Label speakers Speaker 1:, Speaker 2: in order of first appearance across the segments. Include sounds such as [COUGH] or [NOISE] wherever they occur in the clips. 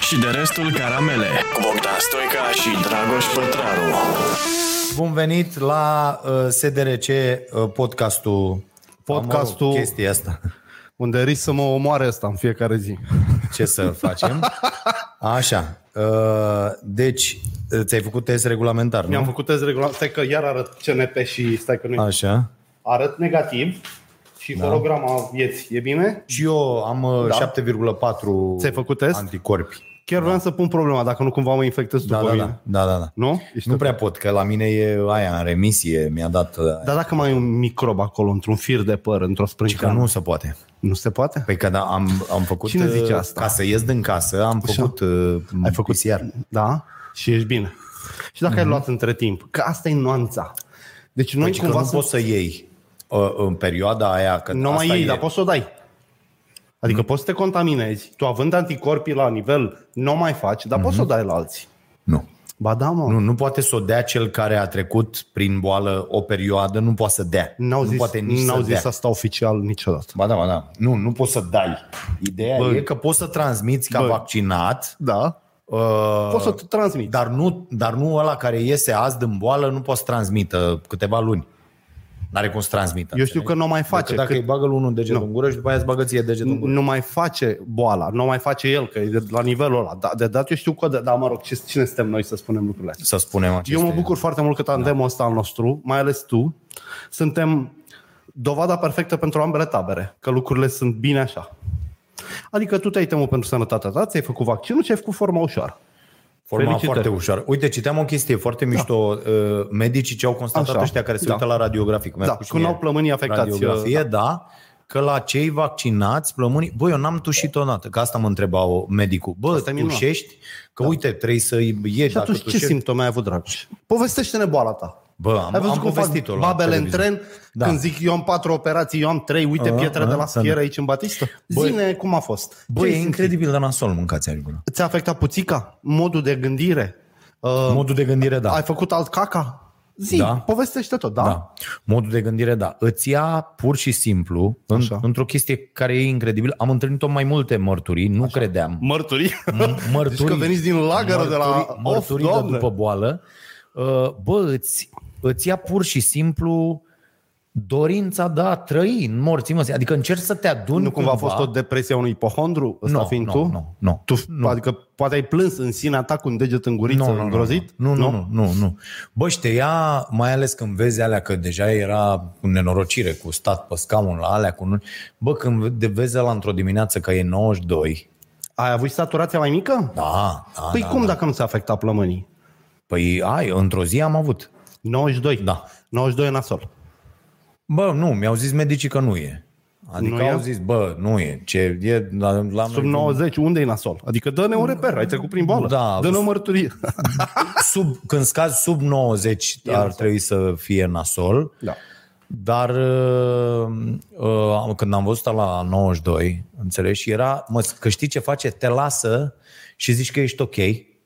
Speaker 1: și de restul caramele cu Bogdan Stoica și Dragoș Pătraru.
Speaker 2: Bun venit la uh, SDRC uh, podcastul.
Speaker 3: Podcastul-
Speaker 2: Am, mă rog, chestia asta. [LAUGHS]
Speaker 3: Unde risc să mă omoare asta în fiecare zi.
Speaker 2: Ce să facem? Așa. Uh, deci, uh, ți-ai făcut test regulamentar,
Speaker 3: Mi-am
Speaker 2: nu?
Speaker 3: făcut test regulat. Stai că iar arăt CNP și stai că nu e.
Speaker 2: Așa.
Speaker 3: Arăt negativ și da. holograma vieții. E bine?
Speaker 2: Și eu am uh,
Speaker 3: Da.
Speaker 2: 7,4
Speaker 3: Ți-ai făcut test?
Speaker 2: anticorpi.
Speaker 3: Chiar da. vreau să pun problema, dacă nu cumva mă infectez
Speaker 2: Da,
Speaker 3: după
Speaker 2: da,
Speaker 3: mine.
Speaker 2: da, da, da, da.
Speaker 3: Nu? Ești
Speaker 2: Nu
Speaker 3: ok.
Speaker 2: prea pot, că la mine e aia în remisie, mi-a dat... uh,
Speaker 3: Dar dacă mai e un microb acolo, într-un fir de păr, într-o
Speaker 2: Și că
Speaker 3: sprâncană,
Speaker 2: nu
Speaker 3: nu...
Speaker 2: se poate.
Speaker 3: nu se poate?
Speaker 2: Păi că da, am, am făcut...
Speaker 3: da. Cine zice
Speaker 2: uh,
Speaker 3: asta?
Speaker 2: Ca să ies din casă, am făcut... Uh,
Speaker 3: Ai făcut
Speaker 2: PCR.
Speaker 3: Da? Și ești bine. Și dacă mm-hmm. ai luat între timp, că asta e nuanța. Deci noi
Speaker 2: Deci că
Speaker 3: cumva
Speaker 2: nu
Speaker 3: să...
Speaker 2: poți să iei uh, în perioada aia. Că
Speaker 3: Nu mai
Speaker 2: asta
Speaker 3: iei,
Speaker 2: e,
Speaker 3: dar poți să o dai. Adică poți să te contaminezi. Tu având anticorpii la nivel, nu o mai faci, dar poți să o dai la alții.
Speaker 2: Nu.
Speaker 3: Ba da, mă.
Speaker 2: Nu, nu poate să o dea cel care a trecut prin boală o perioadă, nu poate să dea.
Speaker 3: N-au
Speaker 2: nu
Speaker 3: zis,
Speaker 2: poate nici
Speaker 3: n-au
Speaker 2: să
Speaker 3: zis
Speaker 2: dea.
Speaker 3: asta oficial niciodată.
Speaker 2: Ba da, ba da. Nu, nu poți să dai. Ideea
Speaker 3: Bă.
Speaker 2: e că poți să transmiți ca
Speaker 3: Bă.
Speaker 2: vaccinat,
Speaker 3: Da.
Speaker 2: uh,
Speaker 3: Poți să te transmiți.
Speaker 2: dar, nu, dar nu ăla care iese azi din boală nu poate să transmită câteva luni. N-are cum să transmită. Adică
Speaker 3: Eu știu că nu o mai face.
Speaker 2: dacă
Speaker 3: Cât-
Speaker 2: îi bagă lui unul degetul în gură și după aia îți bagă ție degetul în gură.
Speaker 3: nu mai face boala, nu mai face el, că e de, la nivelul ăla. Da, de dat eu știu că, dar mă rog, ce- cine suntem noi să spunem lucrurile astea?
Speaker 2: Să spunem aceste...
Speaker 3: Eu mă bucur foarte mult că tandemul ăsta al nostru, mai ales tu, suntem dovada perfectă pentru ambele tabere, că lucrurile sunt bine așa. Adică tu te-ai temut pentru sănătatea ta, ți-ai făcut vaccinul și ai făcut forma ușoară.
Speaker 2: Forma
Speaker 3: Felicitări.
Speaker 2: foarte ușoară. Uite, citeam o chestie foarte mișto. Da. Medicii ce au constatat
Speaker 3: Așa.
Speaker 2: Așa. ăștia care se
Speaker 3: Da.
Speaker 2: da. uită la radiografic. Mi-a
Speaker 3: Da,
Speaker 2: făcut și
Speaker 3: când
Speaker 2: mie
Speaker 3: au plămânii afectați, uh,
Speaker 2: Radiografie, da. da. Că la cei vaccinați, plămânii... Băi, eu n-am tușit odată, că asta mă întreba o- medicul. Bă,
Speaker 3: Asta e
Speaker 2: asta
Speaker 3: minunat.
Speaker 2: tușești? Că da. uite, trebuie să iei
Speaker 3: Și
Speaker 2: dacă
Speaker 3: atunci ce
Speaker 2: tușești.
Speaker 3: simptome ai avut, Dragoș? Povestește-ne boala ta.
Speaker 2: Bă, am,
Speaker 3: Ai văzut
Speaker 2: am
Speaker 3: cum fac
Speaker 2: povestit-o la
Speaker 3: babele în
Speaker 2: televizor.
Speaker 3: tren da.
Speaker 2: Da.
Speaker 3: când zic eu am patru operații, eu am trei, uite
Speaker 2: A,
Speaker 3: pietre
Speaker 2: a,
Speaker 3: de la
Speaker 2: să ne-
Speaker 3: schier aici în Batistă?
Speaker 2: Băi-
Speaker 3: Zine cum a fost.
Speaker 2: Bă,
Speaker 3: Ce-ai
Speaker 2: e
Speaker 3: simțit?
Speaker 2: incredibil de nasol mâncați arigură.
Speaker 3: Ți-a afectat puțica? Modul de gândire? Uh,
Speaker 2: Modul de gândire, da.
Speaker 3: Ai făcut alt caca? Zi, da.
Speaker 2: Da.
Speaker 3: povestește tot, da?
Speaker 2: Da. Modul de gândire, da. Îți ia pur și simplu, în,
Speaker 3: Așa.
Speaker 2: într-o chestie care e incredibil, am întâlnit-o în mai multe mărturii, nu Așa. credeam.
Speaker 3: Mărturii?
Speaker 2: M- mărturii.
Speaker 3: Deci că veniți din lagără de la-
Speaker 2: Mărturii- Mărturii
Speaker 3: Of,
Speaker 2: de
Speaker 3: Doamne!
Speaker 2: după boală. Uh, Bă, îți, îți ia pur și simplu dorința de a trăi în morții măsii. Adică încerci să te aduni
Speaker 3: Nu cumva a fost o depresie a unui ipohondru? Ăsta
Speaker 2: Nu,
Speaker 3: fiind
Speaker 2: nu,
Speaker 3: tu?
Speaker 2: nu, nu.
Speaker 3: tu nu. Adică poate ai plâns în sinea ta cu un deget în guriță,
Speaker 2: nu,
Speaker 3: îngrozit?
Speaker 2: Nu, nu, nu, nu, nu. Bă, și te ia, mai ales când vezi alea, că deja era cu nenorocire, cu stat pe scaun la alea, cu... nu- Bă, când de- vezi ăla într-o dimineață că e 92,
Speaker 3: Ai avut saturația mai mică?
Speaker 2: da, da,
Speaker 3: Păi
Speaker 2: da,
Speaker 3: cum
Speaker 2: da.
Speaker 3: dacă nu ți-a afectat plămânii?
Speaker 2: Păi ai, într-o zi am avut.
Speaker 3: 92.
Speaker 2: Da.
Speaker 3: 92 e nasol.
Speaker 2: Bă, nu, mi-au zis medicii că nu e. Adică
Speaker 3: Nu
Speaker 2: nu
Speaker 3: e?
Speaker 2: au zis, bă, nu e, ce e la, la
Speaker 3: Sub 90, unde e nasol? Adică dă-ne un reper, ai trecut prin boală.
Speaker 2: Da.
Speaker 3: Dă-ne o
Speaker 2: [LAUGHS]
Speaker 3: mărturie.
Speaker 2: [LAUGHS] sub, când scazi sub 90 ar
Speaker 3: nasol.
Speaker 2: trebui să fie nasol.
Speaker 3: da.
Speaker 2: Dar uh, uh, când am văzut la 92, înțelegi, și era, mă, că știi ce face? Te lasă și zici că ești ok.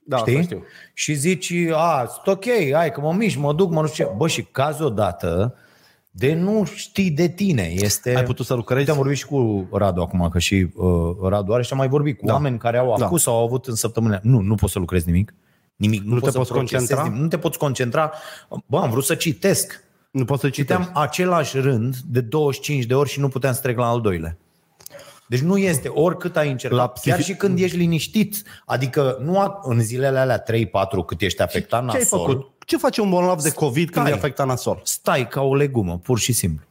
Speaker 3: Da, asta
Speaker 2: știi?
Speaker 3: știu.
Speaker 2: Și zici, a, sunt ok, hai că mă mișc, mă duc, mă nu știu ce. Bă, și caz odată de nu știi de tine. Este...
Speaker 3: Ai putut să lucrezi?
Speaker 2: Uite, am vorbit și cu Radu acum, că și uh, Radu are și am mai vorbit cu da. oameni care au
Speaker 3: Da.
Speaker 2: acus sau au avut în săptămâna. Nu, nu poți să lucrezi nimic. Nimic. Nu,
Speaker 3: Nu
Speaker 2: poți
Speaker 3: te
Speaker 2: să
Speaker 3: poți
Speaker 2: procesezi
Speaker 3: concentra?
Speaker 2: nimic, Nu te poți concentra. Bă, am vrut să citesc.
Speaker 3: Nu poți să citești.
Speaker 2: Citeam același rând de 25 de ori și nu puteam să trec la al doilea. Deci nu este oricât ai încercat,
Speaker 3: La
Speaker 2: la
Speaker 3: psihi-
Speaker 2: chiar și când ești liniștit. Adică nu a, în zilele alea 3-4 cât ești afectat
Speaker 3: Ce ai
Speaker 2: nasol,
Speaker 3: făcut? Ce face un bolnav de COVID când
Speaker 2: Stai.
Speaker 3: e afectat nasol?
Speaker 2: stai ca o legumă, pur și simplu.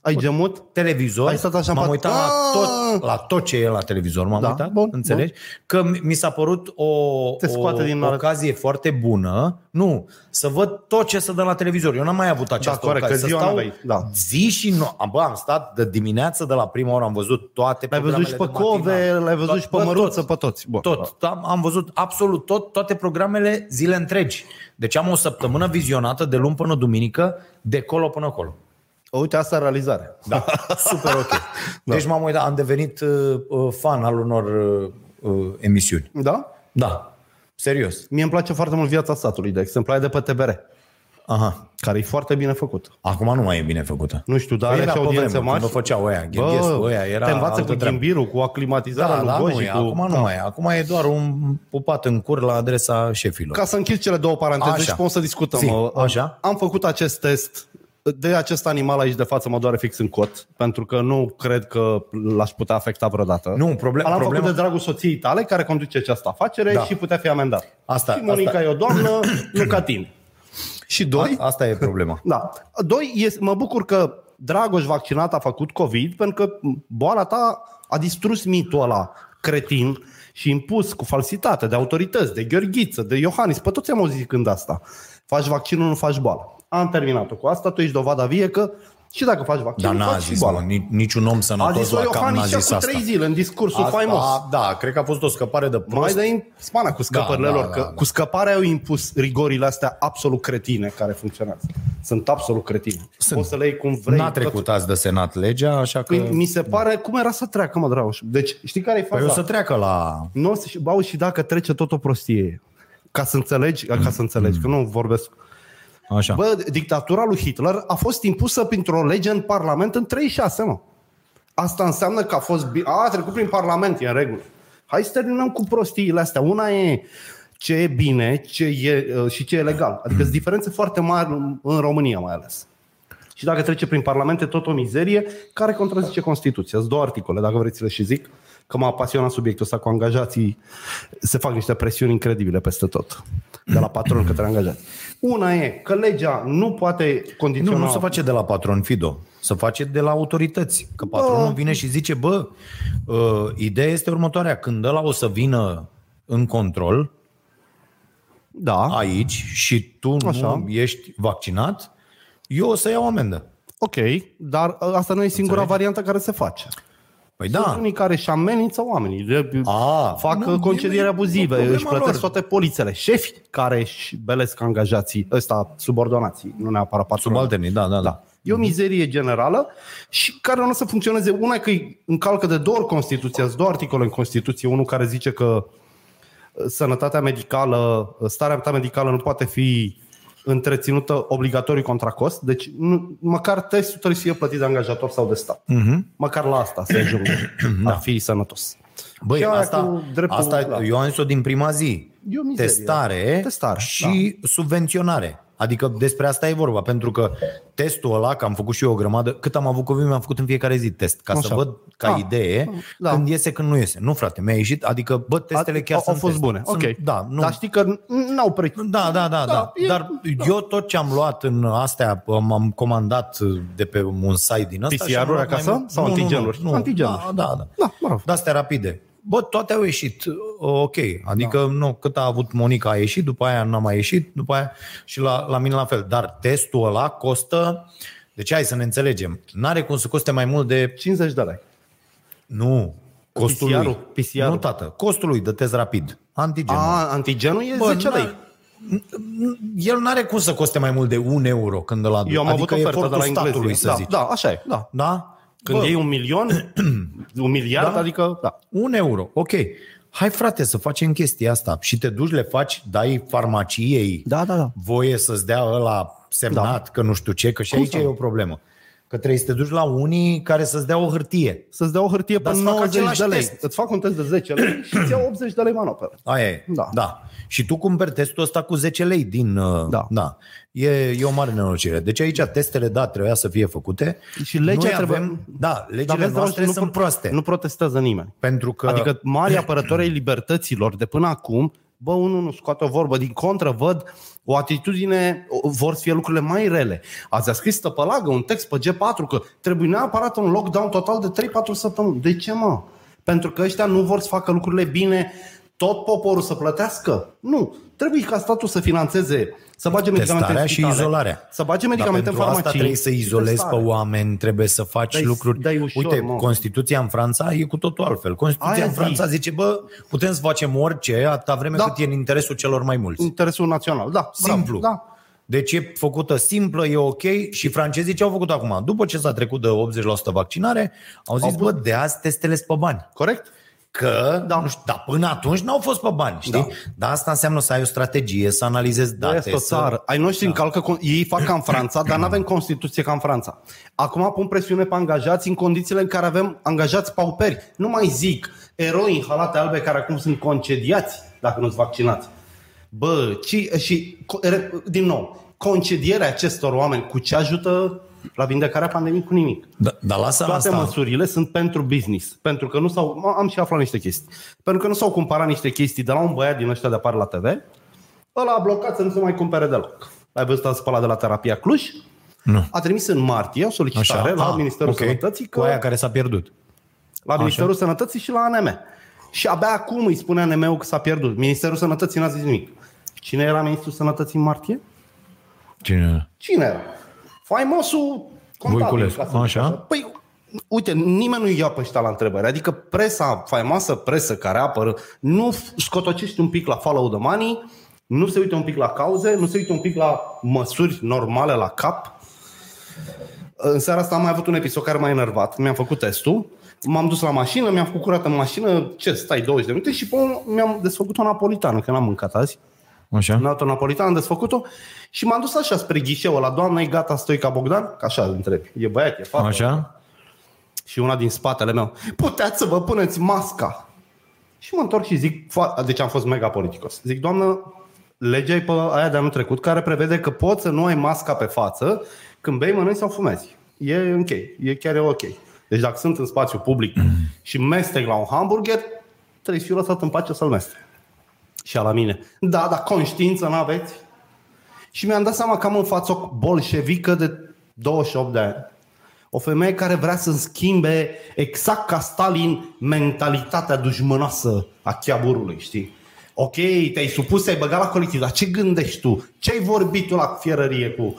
Speaker 3: Ai gemut?
Speaker 2: Televizor,
Speaker 3: Ai stat așa în
Speaker 2: m-am
Speaker 3: pat-
Speaker 2: uitat la
Speaker 3: Aaaa!
Speaker 2: tot, la tot ce e la televizor, m-am
Speaker 3: Da,
Speaker 2: uitat,
Speaker 3: bun,
Speaker 2: înțelegi? Că mi- mi s-a părut o,
Speaker 3: Te scoate
Speaker 2: o
Speaker 3: din arăt.
Speaker 2: ocazie foarte bună, nu, să văd tot ce se dă la televizor. Eu n-am mai avut această
Speaker 3: corect,
Speaker 2: ocazie.
Speaker 3: că
Speaker 2: Să
Speaker 3: ziua
Speaker 2: stau
Speaker 3: n-aveai, da.
Speaker 2: zi și nu. Am- Bă, am stat de dimineață, de la prima oră, am văzut toate
Speaker 3: L-ai văzut și pe Cove, l-ai văzut și pe Măruță, pe toți. Bun.
Speaker 2: tot. Am, am văzut absolut tot, toate programele zile întregi. Deci am o săptămână vizionată de luni până duminică, de colo până acolo.
Speaker 3: Uite, asta e realizare.
Speaker 2: Da, [LAUGHS] super ok. Deci m-am uitat, am devenit uh, uh, fan al unor uh, uh, emisiuni.
Speaker 3: Da?
Speaker 2: Da, serios.
Speaker 3: Mie îmi place foarte mult viața satului, de exemplu, aia de pe TBR.
Speaker 2: Aha.
Speaker 3: care e foarte bine făcut.
Speaker 2: Acum nu mai e bine făcută.
Speaker 3: Nu știu, dar
Speaker 2: Păi
Speaker 3: are
Speaker 2: era
Speaker 3: și
Speaker 2: pe
Speaker 3: audiențe
Speaker 2: vremuri,
Speaker 3: mari.
Speaker 2: Când o făceau ăia, Gheghescu, ăia, era
Speaker 3: te învață cu
Speaker 2: altă treabă.
Speaker 3: ghimbirul, cu
Speaker 2: Da,
Speaker 3: aclimatizarea lui
Speaker 2: da, nu
Speaker 3: Goj
Speaker 2: e,
Speaker 3: și cu...
Speaker 2: acum nu mai e. Acum e doar un pupat în cur la adresa șefilor.
Speaker 3: Ca să închid cele două paranteze
Speaker 2: Așa.
Speaker 3: așa. și putem să discutăm.
Speaker 2: Zi,
Speaker 3: Uh,
Speaker 2: așa.
Speaker 3: Am făcut acest test de acest animal aici de față mă doare fix în cot, pentru că nu cred că l-aș putea afecta vreodată.
Speaker 2: Nu, problem-
Speaker 3: L-am
Speaker 2: problema-
Speaker 3: făcut de dragul soției tale, care conduce această afacere
Speaker 2: Da.
Speaker 3: da. și putea fi amendat.
Speaker 2: Asta-
Speaker 3: și Monica
Speaker 2: asta-
Speaker 3: e o doamnă, nu ca tine. Și doi,
Speaker 2: A, asta e
Speaker 3: [LAUGHS]
Speaker 2: problema.
Speaker 3: da. Doi, este, mă bucur că Dragoș vaccinat a făcut COVID pentru că boala ta a distrus mitul ăla cretin și impus cu falsitate de autorități, de Gheorghiță, de Iohannis. Pe toți am auzit când asta. Faci vaccinul, nu faci boală. Am terminat-o cu asta, tu ești dovada vie că și dacă faci
Speaker 2: Dar
Speaker 3: vaccinul,
Speaker 2: n-a
Speaker 3: faci și
Speaker 2: zis, mă,
Speaker 3: boală.
Speaker 2: ni- niciun om
Speaker 3: A
Speaker 2: sănătos
Speaker 3: zis-o
Speaker 2: la cap n-a
Speaker 3: Iohannis și
Speaker 2: zis
Speaker 3: acum
Speaker 2: asta.
Speaker 3: trei zile în discursul asta, faimos.
Speaker 2: a, da, cred că a fost o scăpare de prost.
Speaker 3: Mai dai spana cu scăpările
Speaker 2: Da, da,
Speaker 3: lor,
Speaker 2: da,
Speaker 3: că
Speaker 2: da.
Speaker 3: cu scăparea au impus rigorile astea absolut cretine care funcționează. Sunt absolut cretine. Sunt. Poți să le iei cum vrei.
Speaker 2: N-a
Speaker 3: tot-
Speaker 2: trecut azi de Senat legea, așa că...
Speaker 3: Păi, Mi se pare, cum era să treacă, mă, Dragoș? Deci, știi care e faza?
Speaker 2: Păi o să treacă la...
Speaker 3: Nu o să, bau și dacă trece tot o prostie. Ca să înțelegi, ca să
Speaker 2: Mm.
Speaker 3: înțelegi, că nu vorbesc.
Speaker 2: Așa.
Speaker 3: Bă, dictatura lui Hitler a fost impusă printr-o lege în Parlament în 36, mă. Asta înseamnă că a fost... bi- A, a trecut prin Parlament, e în regulă. Hai să terminăm cu prostiile astea. Una e ce e bine ce e, uh, și ce e legal. Adică sunt diferențe foarte mari în- în România mai ales. Și dacă trece prin Parlament e tot o mizerie care contrazice Constituția. Sunt două articole, dacă vreți să le și zic, că m-a apasionat subiectul ăsta cu angajații. Se fac niște presiuni incredibile peste tot, de la patron către angajați. Una e că legea nu poate
Speaker 2: Nu,
Speaker 3: condiționa...
Speaker 2: nu se face de la patron Fido, se face de la autorități. Că patronul
Speaker 3: Da.
Speaker 2: vine și zice, bă, uh, ideea este următoarea, când ăla o să vină în control
Speaker 3: Da.
Speaker 2: aici și tu Așa.
Speaker 3: Așa.
Speaker 2: nu ești vaccinat, eu o să iau amendă.
Speaker 3: Ok, dar ă, asta nu e singura variantă care se face.
Speaker 2: Păi
Speaker 3: Sunt
Speaker 2: da,
Speaker 3: unii care își amenință oamenii, de,
Speaker 2: A,
Speaker 3: fac
Speaker 2: nu,
Speaker 3: nu, concedieri
Speaker 2: e- e
Speaker 3: abuzive,
Speaker 2: problema
Speaker 3: își
Speaker 2: lor.
Speaker 3: plătesc toate polițele. Șefi care își belesc angajații, ăsta, subordonații, nu neapărat patronii.
Speaker 2: subalternii, da, da, da.
Speaker 3: E o mizerie generală și care nu o să funcționeze. Una e că îi încalcă de două ori Constituția, sunt două articole în Constituție, unul care zice că uh, sănătatea medicală, uh, starea ta medicală nu poate fi întreținută obligatoriu contra cost, deci nu, măcar testul trebuie să fie plătit de angajator sau de stat.
Speaker 2: Mhm.
Speaker 3: Mm-hmm. Măcar la asta să ajungă,
Speaker 2: [CLEARS THROAT]
Speaker 3: da. a fi sănătos.
Speaker 2: Băi,
Speaker 3: Și aia
Speaker 2: asta,
Speaker 3: cu dreptul
Speaker 2: asta
Speaker 3: la-
Speaker 2: eu am zis-o din prima zi.
Speaker 3: E o mizerie.
Speaker 2: Testare,
Speaker 3: Testare, da.
Speaker 2: și subvenționare. Adică despre asta e vorba, pentru că testul ăla, că am făcut și eu o grămadă, cât am avut COVID, mi-am făcut în fiecare zi test, ca Așa. să
Speaker 3: Așa.
Speaker 2: văd ca
Speaker 3: Ah,
Speaker 2: idee
Speaker 3: da.
Speaker 2: când iese, când nu iese. Nu, frate, mi-a ieșit, adică, bă, testele chiar
Speaker 3: au,
Speaker 2: sunt
Speaker 3: au fost
Speaker 2: teste.
Speaker 3: bune.
Speaker 2: Sunt,
Speaker 3: ok.
Speaker 2: Da, nu,
Speaker 3: Dar știi că n- n-au pre...
Speaker 2: da, da, da, da.
Speaker 3: e-
Speaker 2: Dar eu tot ce am luat în astea, m-am comandat de pe un site din ăsta. și am
Speaker 3: PCR-uri
Speaker 2: luat mai
Speaker 3: acasă?
Speaker 2: mult.
Speaker 3: Sau
Speaker 2: Nu, nu, nu,
Speaker 3: antigenuri?
Speaker 2: Nu,
Speaker 3: Antigenuri.
Speaker 2: Da, da, da.
Speaker 3: Da, mă rog.
Speaker 2: De astea rapide. Bă, toate au ieșit uh, ok. Adică, da. nu, cât a avut Monica a ieșit, după aia n-a mai ieșit, după aia și la, la mine la fel. Dar testul ăla costă, deci hai să ne înțelegem, n-are cum să coste mai mult de
Speaker 3: 50 de lei.
Speaker 2: nu, costul
Speaker 3: PCR-ul,
Speaker 2: lui.
Speaker 3: PCR-ul.
Speaker 2: Nu, tată, costul lui de test rapid. Antigen.
Speaker 3: A, antigenul e
Speaker 2: Bă,
Speaker 3: 10 lei.
Speaker 2: n-a- El nu are cum să coste mai mult de un euro când îl aduc.
Speaker 3: Eu am
Speaker 2: adică
Speaker 3: avut
Speaker 2: efortul
Speaker 3: ofertă de la
Speaker 2: statului,
Speaker 3: engleză.
Speaker 2: să
Speaker 3: da,
Speaker 2: zici.
Speaker 3: da, așa e. Da.
Speaker 2: da?
Speaker 3: Când
Speaker 2: Bă,
Speaker 3: Bă. iei un [CLEARS THROAT] milion, un miliard,
Speaker 2: Da.
Speaker 3: da? adică... Da.
Speaker 2: un euro, ok. Hai frate să facem chestia asta și te duci, le faci, dai farmaciei
Speaker 3: Da, da, da.
Speaker 2: voie să-ți dea ăla semnat da. că nu știu ce, că și aici
Speaker 3: să
Speaker 2: e
Speaker 3: nu?
Speaker 2: o problemă. Că trebuie să te duci la unii care să-ți dea o hârtie.
Speaker 3: Să-ți dea o hârtie
Speaker 2: Dar
Speaker 3: pe
Speaker 2: îți fac
Speaker 3: 90
Speaker 2: același
Speaker 3: de lei.
Speaker 2: test.
Speaker 3: Test. Îți fac un test de 10 lei și îți iau 80 de lei manoperă.
Speaker 2: Aia e.
Speaker 3: Da.
Speaker 2: da. Și tu cumperi testul ăsta cu 10 lei din... uh,
Speaker 3: Da.
Speaker 2: da. E, e o mare nenorocire. Deci aici testele, da, trebuia să fie făcute.
Speaker 3: Și legea
Speaker 2: Noi
Speaker 3: trebuie-
Speaker 2: Avem, da,
Speaker 3: Dar
Speaker 2: legile
Speaker 3: vezi,
Speaker 2: noastre
Speaker 3: nu
Speaker 2: sunt
Speaker 3: pro-
Speaker 2: proaste.
Speaker 3: Nu protestează nimeni.
Speaker 2: Pentru că...
Speaker 3: Adică mari apărători ai libertăților de până acum, bă, unul nu scoate o vorbă, din contră văd o atitudine, o- vor să fie lucrurile mai rele. Ați a scris stăpălagă un text pe G4 că trebuie neapărat un lockdown total de 3-4 săptămâni. De ce, mă? Pentru că ăștia nu vor să facă lucrurile bine, tot poporul să plătească? Nu. Trebuie ca statul să financeze, să bage medicamente
Speaker 2: Testarea
Speaker 3: în
Speaker 2: și
Speaker 3: spitale,
Speaker 2: izolarea.
Speaker 3: Să bage medicamente
Speaker 2: Dar
Speaker 3: în
Speaker 2: pentru
Speaker 3: farmacii.
Speaker 2: asta trebuie să
Speaker 3: și
Speaker 2: izolezi pe
Speaker 3: testare.
Speaker 2: oameni, trebuie să faci
Speaker 3: Dai-
Speaker 2: lucruri.
Speaker 3: dai ușor,
Speaker 2: Uite,
Speaker 3: mă.
Speaker 2: Constituția în Franța e cu totul altfel. Constituția
Speaker 3: Aia
Speaker 2: în
Speaker 3: zic.
Speaker 2: Franța zice, bă, putem să facem orice atâta vreme
Speaker 3: Da.
Speaker 2: cât e în interesul celor mai mulți.
Speaker 3: Interesul național, da.
Speaker 2: Simplu.
Speaker 3: Bravo, da.
Speaker 2: Deci e făcută simplă, e ok și francezii ce au făcut acum? După ce s-a trecut de 80% vaccinare, au zis, bă, de azi testele sunt pe bani.
Speaker 3: Corect?
Speaker 2: că, da. nu știu, dar până atunci n-au fost pe bani, știi? Da. Dar asta înseamnă să ai o strategie, să analizezi
Speaker 3: Da,
Speaker 2: date.
Speaker 3: este o
Speaker 2: să-
Speaker 3: țară. Ai noștri da. încalcă, con- ei fac ca în Franța, dar nu avem Constituție ca în Franța. Acum pun presiune pe angajați în condițiile în care avem angajați pauperi. Nu mai zic eroi în halate albe care acum sunt concediați dacă nu-ți vaccinați. Bă, ci, și co- re- din nou, concedierea acestor oameni cu ce ajută la vindecarea pandemiei cu nimic.
Speaker 2: Da, dar lasă
Speaker 3: Toate
Speaker 2: asta.
Speaker 3: măsurile sunt pentru business. Pentru că nu s-au. Am și aflat niște chestii. Pentru că nu s-au cumpărat niște chestii de la un băiat din ăștia de apar la TV. Ăla a blocat să nu se mai cumpere deloc. L-ai văzut azi pe ăla de la terapia Cluj?
Speaker 2: Nu.
Speaker 3: A trimis în martie o solicitare Așa. la
Speaker 2: Ah,
Speaker 3: Ministerul
Speaker 2: ok.
Speaker 3: okay. Sănătății
Speaker 2: Cu aia
Speaker 3: că,
Speaker 2: care s-a pierdut.
Speaker 3: la Ministerul Așa. Sănătății și la ANM. Și abia acum îi spune ANM-ul că s-a pierdut. Ministerul Sănătății n-a zis nimic. Cine era Ministrul Sănătății în martie?
Speaker 2: Cine?
Speaker 3: Cine era? Faimosul contabil.
Speaker 2: Voiculescu.
Speaker 3: ca să zic
Speaker 2: Așa.
Speaker 3: Păi, uite, nimeni nu ia pe ăștia la întrebări. Adică presa, faimoasă presă care apără, nu f- scotocește un pic la follow the money, nu se uită un pic la cauze, nu se uită un pic la măsuri normale la cap. În seara asta am mai avut un episod care m-a enervat. Mi-am făcut testul, m-am dus la mașină, mi-am făcut curat în mașină, ce, stai 20 de minute și pe unul mi-am desfăcut o napolitană, că n-am mâncat azi.
Speaker 2: Așa?
Speaker 3: În altă napolitană, am desfăcut-o și m-am dus așa spre ghișeu la doamna, e gata, stoi ca Bogdan? Că așa îl întreb. E băiat, e fată.
Speaker 2: Așa?
Speaker 3: Și una din spatele meu, puteți să vă puneți masca. Și mă întorc și zic, fa- deci am fost mega politicos. Zic, doamnă, legea e pe aia de anul trecut care prevede că poți să nu ai masca pe față când bei, mănânci sau fumezi. E ok, e chiar e ok. Deci dacă sunt în spațiu public și mestec la un hamburger, trebuie să fiu lăsat în pace să-l mestec. Și ea la mine. Da, dar conștiință n-aveți? Și mi-am dat seama că am în față o bolșevică de 28 de ani. O femeie care vrea să schimbe exact ca Stalin mentalitatea dușmănoasă a chiaburului, știi? Ok, te-ai supus, te-ai băgat la colectiv, dar ce gândești tu? Ce-ai vorbit tu la fierărie cu?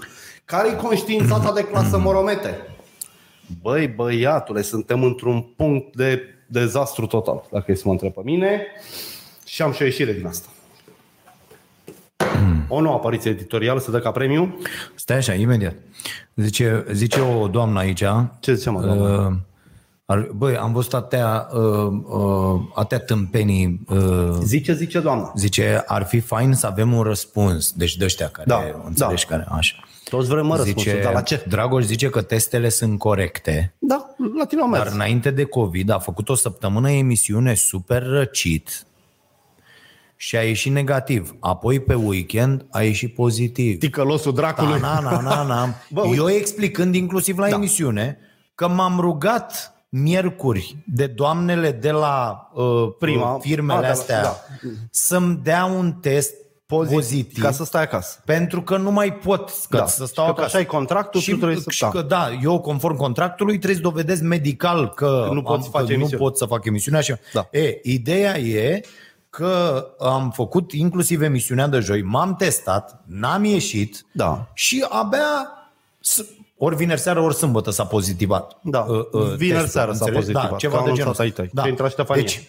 Speaker 3: Care-i conștiința ta de clasă moromete? Băi, băiatule, suntem într-un punct de dezastru total, dacă e să mă întreb pe mine. Și am și o ieșire din asta. O nouă apariție editorială se dă ca premiu.
Speaker 2: Stai așa, imediat. Zice, zice o doamnă aici,
Speaker 3: Ce ziceam, uh,
Speaker 2: Uh, ar- Băi, am văzut atâtea, uh, uh, atâtea tâmpenii. Uh,
Speaker 3: Zice, zice doamna.
Speaker 2: zice, ar fi fain să avem un răspuns. Deci de ăștia care
Speaker 3: Da,
Speaker 2: înțelegi care. Așa.
Speaker 3: Toți vrem mă
Speaker 2: Zice,
Speaker 3: răspunsul, dar la ce?
Speaker 2: Dragoș zice că testele sunt corecte.
Speaker 3: Da, la tine au
Speaker 2: Dar
Speaker 3: mers.
Speaker 2: înainte de COVID a făcut o săptămână emisiune super răcit și a ieșit negativ. Apoi pe weekend a ieșit pozitiv.
Speaker 3: Ticălosul
Speaker 2: Na,
Speaker 3: dracului.
Speaker 2: na, na, na, na.
Speaker 3: [LAUGHS] Bă, uite.
Speaker 2: Eu explicând inclusiv la da. emisiune că m-am rugat miercuri de doamnele de la uh,
Speaker 3: Prima.
Speaker 2: firmele
Speaker 3: Ah, da,
Speaker 2: astea
Speaker 3: da.
Speaker 2: să-mi dea un test pozitiv, pozitiv
Speaker 3: Ca să stai acasă.
Speaker 2: pentru că nu mai pot că
Speaker 3: Da.
Speaker 2: da. să stau
Speaker 3: Și că
Speaker 2: acasă.
Speaker 3: așa e contractul, tu trebuie să-
Speaker 2: și
Speaker 3: da.
Speaker 2: că da, eu conform contractului trebuie să dovedesc medical că
Speaker 3: Nu poți face
Speaker 2: că nu
Speaker 3: emisiune.
Speaker 2: pot să fac emisiunea și
Speaker 3: Da.
Speaker 2: E, ideea e că am făcut inclusiv emisiunea de joi, m-am testat, n-am ieșit
Speaker 3: Da.
Speaker 2: și abia s- ori vineri seară, ori sâmbătă s-a pozitivat. Ă,
Speaker 3: Da. Vineri
Speaker 2: testul,
Speaker 3: seară s-a
Speaker 2: înțelegi?
Speaker 3: pozitivat,
Speaker 2: Da,
Speaker 3: că
Speaker 2: ceva
Speaker 3: au
Speaker 2: de genul
Speaker 3: anunțat ai
Speaker 2: ăsta.
Speaker 3: tăi. Și a intrat Ștefania.
Speaker 2: Deci,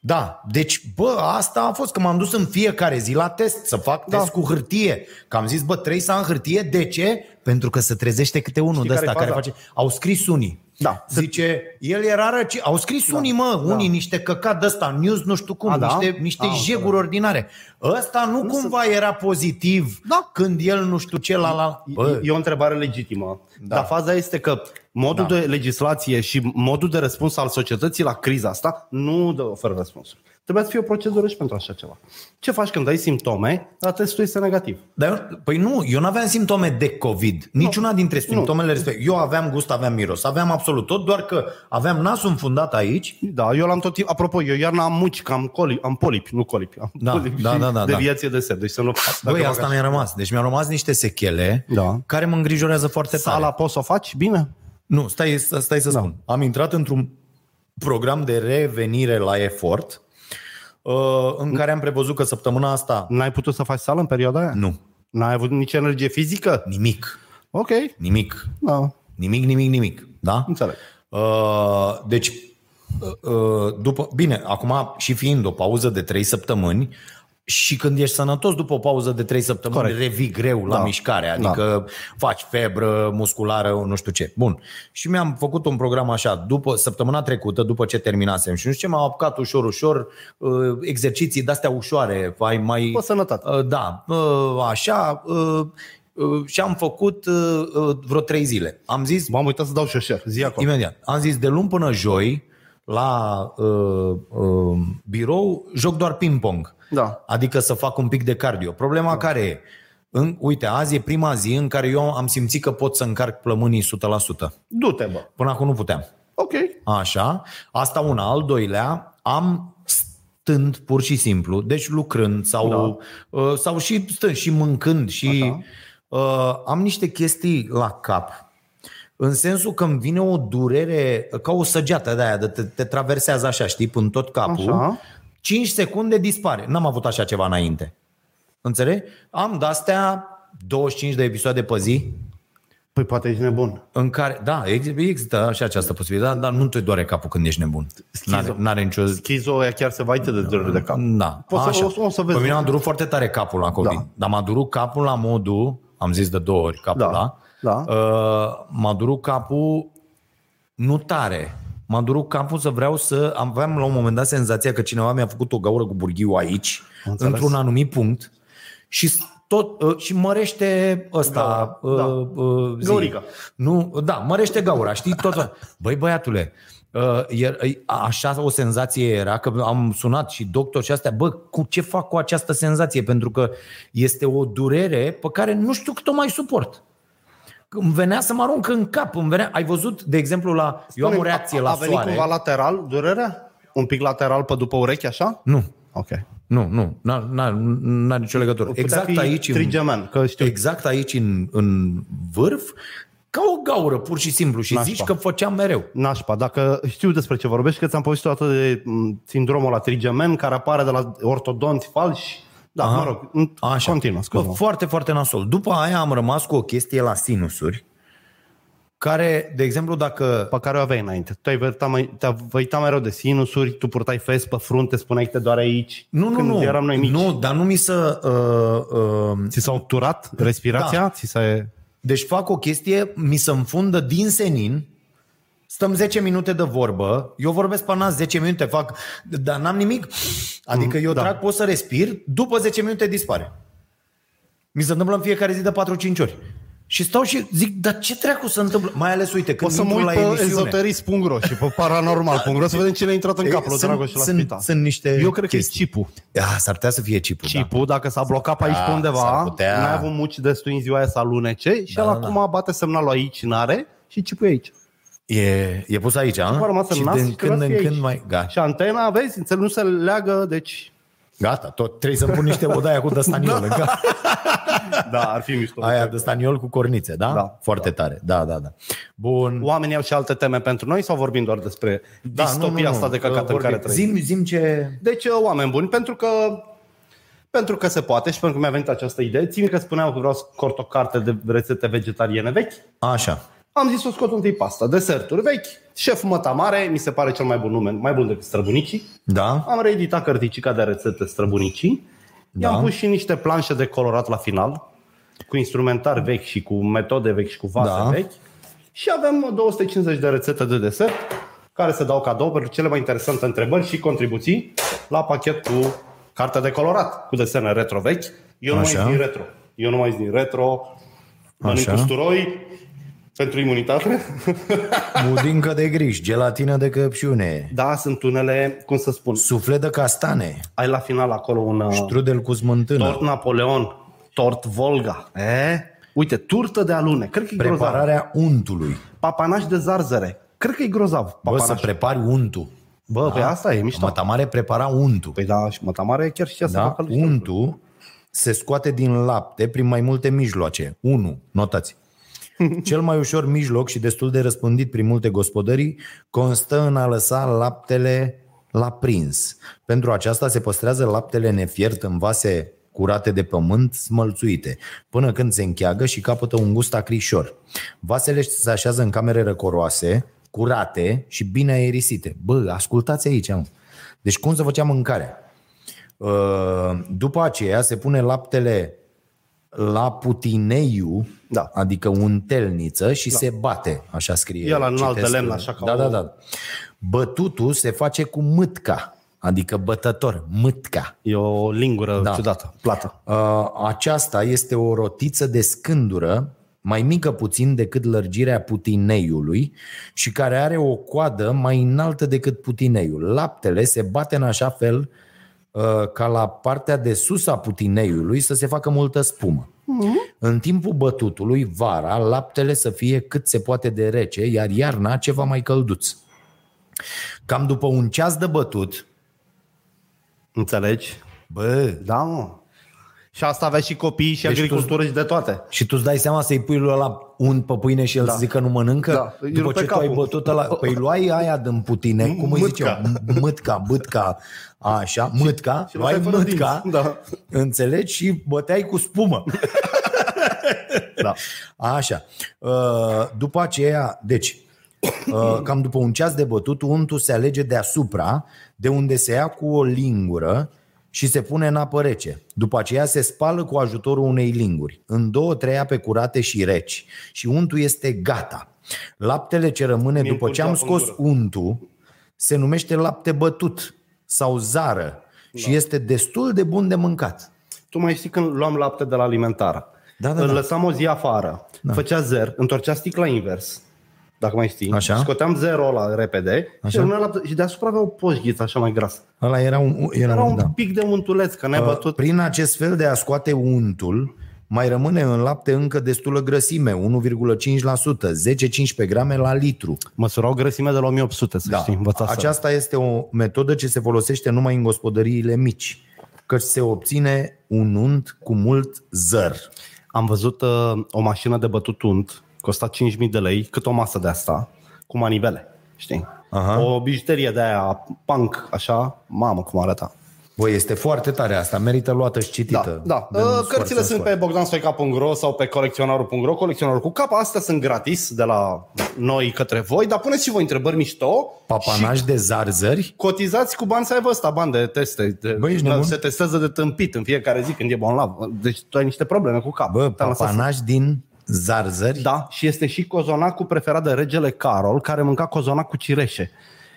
Speaker 2: da, deci, bă, asta a fost că m-am dus în fiecare zi la test, să fac
Speaker 3: Da.
Speaker 2: da. test cu hârtie. Că am zis, bă, trei să am hârtie, de ce? Pentru că se trezește câte unul de
Speaker 3: care-i
Speaker 2: ăsta care
Speaker 3: faza?
Speaker 2: face... Au scris unii.
Speaker 3: Da.
Speaker 2: Zice, el era răci... Au scris da. unii, mă, da. unii niște căcat de ăsta, news nu știu cum,
Speaker 3: A,
Speaker 2: a,
Speaker 3: da?
Speaker 2: niște, niște
Speaker 3: A,
Speaker 2: a, jeguri ordinare. Ăsta nu, nu cumva era pozitiv
Speaker 3: Da.
Speaker 2: când el nu știu ce la la... Bă,
Speaker 3: E o întrebare legitimă. Da. Dar faza este că modul da.
Speaker 2: Da.
Speaker 3: de legislație și modul de răspuns al societății la criza asta nu dă oferă răspunsuri. Trebuie să fie o procedură și pentru așa ceva. Ce faci când ai simptome, dar testul este negativ?
Speaker 2: Dar, eu- păi nu, eu nu aveam simptome de COVID. Niciuna dintre simptomele respective. Eu aveam gust, aveam miros, aveam absolut tot, doar că aveam nasul înfundat aici.
Speaker 3: Da, eu l-am tot timp. Apropo, eu iarna am muci, că am, coli, am polipi, nu colipi. Am
Speaker 2: Da,
Speaker 3: polipi
Speaker 2: da,
Speaker 3: și
Speaker 2: da, da, da.
Speaker 3: deviație de sed. Deci să nu dacă
Speaker 2: Băi,
Speaker 3: fac
Speaker 2: asta
Speaker 3: așa.
Speaker 2: mi-a rămas. Deci mi-au rămas niște sechele
Speaker 3: Da.
Speaker 2: care mă îngrijorează foarte
Speaker 3: Sala Da.
Speaker 2: tare.
Speaker 3: poți să o faci? Bine?
Speaker 2: Nu, stai, să- stai să spun. Am intrat într-un program de revenire la efort uh, în care am prevăzut că săptămâna asta
Speaker 3: N-ai putut să faci sală în perioada aia?
Speaker 2: nu,
Speaker 3: N-ai avut nici energie fizică?
Speaker 2: nimic,
Speaker 3: Ok.
Speaker 2: nimic,
Speaker 3: Da,
Speaker 2: nimic, nimic, nimic. Da?
Speaker 3: înțeleg.
Speaker 2: Uh, deci, uh, uh, după, bine, acum și fiind o pauză de 3 săptămâni, Și când ești sănătos după o pauză de 3 săptămâni,
Speaker 3: Corect.
Speaker 2: Corect. revii greu la
Speaker 3: Da.
Speaker 2: da. mișcare, adică da. faci febră musculară, nu știu ce. Bun. Și mi-am făcut un program așa, după săptămâna trecută, după ce terminasem și nu știu ce, m-am apucat ușor, ușor, uh, exerciții de-astea ușoare, mai... mai
Speaker 3: Pe sănătate.
Speaker 2: Uh, Da, uh, așa... uh, uh, Și am făcut uh, uh, vreo trei zile. Am zis,
Speaker 3: M-am uitat să dau și eu share. Zi acolo.
Speaker 2: Imediat. Am zis de luni până joi la uh, uh, birou joc doar ping-pong.
Speaker 3: Da.
Speaker 2: Adică să fac un pic de cardio. Problema da. care e? În, uite, azi e prima zi în care eu am simțit că pot să încarc plămânii 100%.
Speaker 3: Du-te, bă.
Speaker 2: Până acum nu puteam.
Speaker 3: Ok.
Speaker 2: Așa. Asta una. Al doilea, am stând pur și simplu, deci lucrând sau, da. sau și stând și mâncând și uh, am niște chestii la cap. În sensul că îmi vine o durere ca o săgeată de aia, de te, te traversează așa, știi, în tot capul.
Speaker 3: Așa.
Speaker 2: Așa. 5 secunde dispare. N-am avut așa ceva înainte. Înțelegi? Am de-astea 25 de episoade pe zi
Speaker 3: Păi poate ești nebun.
Speaker 2: în care, da, ex- există și această posibilitate, dar nu te doare capul când ești nebun. N-are, n-are nicio...
Speaker 3: Schizo ea chiar se vaite de durere de cap.
Speaker 2: Da,
Speaker 3: Poți să- o să- o să vezi.
Speaker 2: Pe mine m-a durut foarte tare capul la COVID,
Speaker 3: Da.
Speaker 2: da. dar m-a durut capul la modul, am zis de două ori capul
Speaker 3: Da,
Speaker 2: la,
Speaker 3: da.
Speaker 2: Uh, m-a durut capul nu tare, m-a durut capul să vreau să... Aveam la un moment dat senzația că cineva mi-a făcut o gaură cu burghiu aici,
Speaker 3: înțeles.
Speaker 2: într-un anumit punct și s- tot, uh, și mărește ăsta
Speaker 3: Gaura, da.
Speaker 2: uh, uh, zi.
Speaker 3: Gaurica.
Speaker 2: Nu, da, mărește gaura, știi tot. ă, Băi, băiatule, uh, iar- așa o senzație era că am sunat și doctor și astea, bă, cu ce fac cu această senzație? Pentru că este o durere pe care nu știu cât o mai suport. Îmi venea să mă arunc în cap, îmi venea... Ai văzut, de exemplu, la... Eu am o reacție la
Speaker 3: A venit
Speaker 2: soare.
Speaker 3: cumva lateral durerea? Un pic lateral pe după urechi, așa?
Speaker 2: Nu,
Speaker 3: Ok.
Speaker 2: nu, nu, n-a- n-a- n-are nicio legătură.
Speaker 3: Putea
Speaker 2: Exact
Speaker 3: fi
Speaker 2: aici... în-
Speaker 3: Trigemen, că știu.
Speaker 2: exact aici în, în vârf, ca o gaură, pur și simplu. Și
Speaker 3: Nașpa.
Speaker 2: zici că făceam mereu.
Speaker 3: Nașpa, dacă știu despre ce vorbești, că ți-am povestit o dată de m, sindromul la trigemen care apare de la ortodonți falși. Da, Aha. mă rog, m,
Speaker 2: Așa.
Speaker 3: continuă,
Speaker 2: Bă,
Speaker 3: scuze
Speaker 2: foarte, foarte nasol. După aia am rămas cu o chestie la sinusuri, care, de exemplu, dacă...
Speaker 3: pe care o aveai înainte. Tu ai vărta mai, te văita mereu de sinusuri, tu purtai fes pe frunte, spuneai că te doare aici.
Speaker 2: Nu, nu,
Speaker 3: când
Speaker 2: nu.
Speaker 3: eram noi mici.
Speaker 2: Nu, dar nu mi se... Uh, uh,
Speaker 3: Ți s-a obturat respirația? Da.
Speaker 2: Da.
Speaker 3: Ți s-a...
Speaker 2: deci fac o chestie, mi se înfundă din senin, stăm 10 minute de vorbă, eu vorbesc pe nas 10 minute, fac... Dar n-am nimic. Adică eu
Speaker 3: da.
Speaker 2: da. trag, pot să respir, după 10 minute dispare. Mi se întâmplă în fiecare zi de 4-5 ori. Și stau și zic, dar ce treacu se întâmplă? Mai ales, uite,
Speaker 3: O
Speaker 2: când
Speaker 3: să mă
Speaker 2: intru
Speaker 3: uit
Speaker 2: la
Speaker 3: pe
Speaker 2: emisiune.
Speaker 3: ezoterist.ro și pe paranormal.ro să vedem ce le-a intrat în
Speaker 2: Ei,
Speaker 3: capul lui
Speaker 2: sunt-
Speaker 3: Dragoș la
Speaker 2: sunt-
Speaker 3: spital.
Speaker 2: sunt niște
Speaker 3: Eu cred că e
Speaker 2: chestii.
Speaker 3: chipul.
Speaker 2: Ah, s-ar putea să fie chipul, da.
Speaker 3: Chipul, dacă s-a blocat pe aici pe
Speaker 2: Da,
Speaker 3: undeva,
Speaker 2: s-ar putea.
Speaker 3: n-ai avut muci destui în ziua aia să alunece și da, el
Speaker 2: da, da.
Speaker 3: acum bate semnalul aici, n-are și chipul e aici.
Speaker 2: E, e pus aici, a?
Speaker 3: A rămas în
Speaker 2: și
Speaker 3: nas
Speaker 2: din
Speaker 3: și
Speaker 2: când
Speaker 3: trebuie să
Speaker 2: în
Speaker 3: fie
Speaker 2: când
Speaker 3: aici.
Speaker 2: mai... Gata,
Speaker 3: Și antena, vezi, înțeleg, nu se leagă, deci...
Speaker 2: gata tot. Trebuie să-mi pun niște odaia
Speaker 3: [LAUGHS]
Speaker 2: cu dăstaniol. da.
Speaker 3: Da, ar fi mișto.
Speaker 2: Aia dăstaniol cu cornițe, da?
Speaker 3: Da.
Speaker 2: Foarte tare. Da, da, da. Bun.
Speaker 3: Oamenii au și alte teme pentru noi sau vorbim doar despre
Speaker 2: Da,
Speaker 3: distopia asta de căcat în
Speaker 2: Vorbim.
Speaker 3: care trăim?
Speaker 2: Zim, zim ce...
Speaker 3: Deci, oameni buni, pentru că pentru că se poate și pentru că mi-a venit această idee, țin că spuneam că vreau să scot o carte de rețete vegetariene vechi,
Speaker 2: Așa.
Speaker 3: am zis să scot întâi pasta, deserturi vechi, șef măta mare, mi se pare cel mai bun nume, mai bun decât străbunicii.
Speaker 2: Da?
Speaker 3: Am reeditat cărticica de rețete străbunicii, da. i-am
Speaker 2: Da.
Speaker 3: pus și niște planșe de colorat la final, cu instrumentar vechi și cu metode vechi și cu vase da.
Speaker 2: Da.
Speaker 3: vechi. Și avem 250 de rețete de desert care se dau cadou pentru cele mai interesante întrebări și contribuții la pachet cu cartea de colorat, cu desene retro vechi. Eu nu mai
Speaker 2: Așa.
Speaker 3: ies din retro. Eu nu mai ies din retro. Mănânc
Speaker 2: Așa.
Speaker 3: usturoi pentru imunitate. [LAUGHS]
Speaker 2: Budincă de griș, gelatină de căpșune,
Speaker 3: Da, sunt unele, cum să spun,
Speaker 2: suflet de castane,
Speaker 3: ai la final acolo un... uh,
Speaker 2: trudel cu smântână,
Speaker 3: Tort Napoleon, tort Volga. E? Uite, turtă de alune. Cred că e grozav.
Speaker 2: prepararea untului.
Speaker 3: Papanaș de zarzăre. Cred că e grozav.
Speaker 2: Bă, să
Speaker 3: Papanaș.
Speaker 2: prepari untul.
Speaker 3: Bă, păi asta e mișto.
Speaker 2: Mătamare prepara untul.
Speaker 3: Păi da, și mătamare chiar știa să
Speaker 2: Da?
Speaker 3: facă lui.
Speaker 2: Untul se scoate din lapte prin mai multe mijloace. 1.
Speaker 3: [LAUGHS]
Speaker 2: Notați. Cel mai ușor mijloc și destul de răspândit prin multe gospodării constă în a lăsa laptele la prins. Pentru aceasta se păstrează laptele nefiert în vase curate de pământ smălțuite, până când se încheagă și capătă un gust acrișor. Vasele se așează în camere răcoroase, curate și bine aerisite. Bă, ascultați aici, mă. Deci cum să făcea mâncarea? Uh, După aceea se pune laptele la putineiu,
Speaker 3: Da.
Speaker 2: adică untelniță, și da. se bate, așa scrie.
Speaker 3: Ia la înalt
Speaker 2: Citesc,
Speaker 3: de lemn, așa ca
Speaker 2: da,
Speaker 3: o-
Speaker 2: da, da. Bătutul se face cu mâtca, adică bătător, mâtca.
Speaker 3: E o lingură da.
Speaker 2: Da.
Speaker 3: ciudată, plată.
Speaker 2: Uh, Aceasta este o rotiță de scândură, mai mică puțin decât lărgirea putineiului și care are o coadă mai înaltă decât putineiul. Laptele se bate în așa fel uh, ca la partea de sus a putineiului să se facă multă spumă. În timpul bătutului, vara, laptele să fie cât se poate de rece, iar iarna ceva mai călduț. Cam după un ceas de bătut,
Speaker 3: Înțelegi?
Speaker 2: bă,
Speaker 3: Da, mă. Și asta avea și copii și deci agricultură tu... și de toate.
Speaker 2: Și tu îți dai seama să-i pui lui ăla un pe pâine și el da. să zică nu mănâncă?
Speaker 3: Da, îi
Speaker 2: După
Speaker 3: rupe
Speaker 2: ce tu ai
Speaker 3: capul.
Speaker 2: bătut ăla, păi luai aia din putine, cum îi
Speaker 3: Mâtca.
Speaker 2: ziceau? M- Mâtca, bâtca, așa, mâtca,
Speaker 3: și
Speaker 2: luai
Speaker 3: lăsai fără
Speaker 2: mâtca,
Speaker 3: dinți, da.
Speaker 2: înțelegi? Și băteai cu spumă.
Speaker 3: Da. [LAUGHS]
Speaker 2: Așa. Uh, După aceea, deci, uh, cam după un ceas de bătut, untul se alege deasupra, de unde se ia cu o lingură și se pune în apă rece. După aceea se spală cu ajutorul unei linguri, în două, trei ape curate și reci. Și untul este gata. Laptele ce rămâne
Speaker 3: Mie îmi
Speaker 2: după ce
Speaker 3: curgea
Speaker 2: am
Speaker 3: pe
Speaker 2: scos
Speaker 3: gură.
Speaker 2: untul se numește lapte bătut sau zară și este destul de bun de mâncat.
Speaker 3: Tu mai știi când luam lapte de la alimentară.
Speaker 2: Da, da,
Speaker 3: Îl
Speaker 2: da.
Speaker 3: lăsam o zi afară, da. făcea zer, întorcea sticla invers, dacă mai știi.
Speaker 2: Așa.
Speaker 3: Scoteam zero la repede și,
Speaker 2: Așa.
Speaker 3: rămânea lapte, și deasupra avea o poșghiță așa mai grasă.
Speaker 2: Ăla era un, era
Speaker 3: Era
Speaker 2: un
Speaker 3: un
Speaker 2: da. Păi,
Speaker 3: pic de untuleț, că ne-ai bătut.
Speaker 2: Prin acest fel de a scoate untul, mai rămâne în lapte încă destulă grăsime, 1,5%, 10-15 grame la litru.
Speaker 3: Măsurau grăsimea de la 1800,
Speaker 2: Da.
Speaker 3: să Da. știi, învățasem.
Speaker 2: Aceasta este o metodă ce se folosește numai în gospodăriile mici, căci se obține un unt cu mult zăr.
Speaker 3: Am văzut uh, o mașină de bătut unt, costa 5.000 de lei, cât o masă de asta, cu manivele, știi?
Speaker 2: Aha.
Speaker 3: O bijuterie de aia punk, așa, mamă cum arăta.
Speaker 2: Băi, este foarte tare asta, merită luată și citită.
Speaker 3: Da, da.
Speaker 2: De un
Speaker 3: Uh,
Speaker 2: sfert
Speaker 3: Cărțile
Speaker 2: în
Speaker 3: sunt
Speaker 2: sfert.
Speaker 3: pe bogdanstoica.ro sau pe colecționarul.ro, colecționarul cu cap, astea sunt gratis de la noi către voi, dar puneți și voi întrebări mișto
Speaker 2: Papanaj de zarzări?
Speaker 3: cotizați cu bani să aibă ăsta, bani de teste. De,
Speaker 2: Băi, ești
Speaker 3: da,
Speaker 2: nebun?
Speaker 3: se testează de tâmpit în fiecare zi când e bonlav. Deci tu ai niște probleme cu cap.
Speaker 2: Bă,
Speaker 3: Te-am lăsat să-
Speaker 2: papanaj din zarzări?
Speaker 3: Da, și este și cozonacul preferat de regele Carol, care mânca cozonac cu cireșe.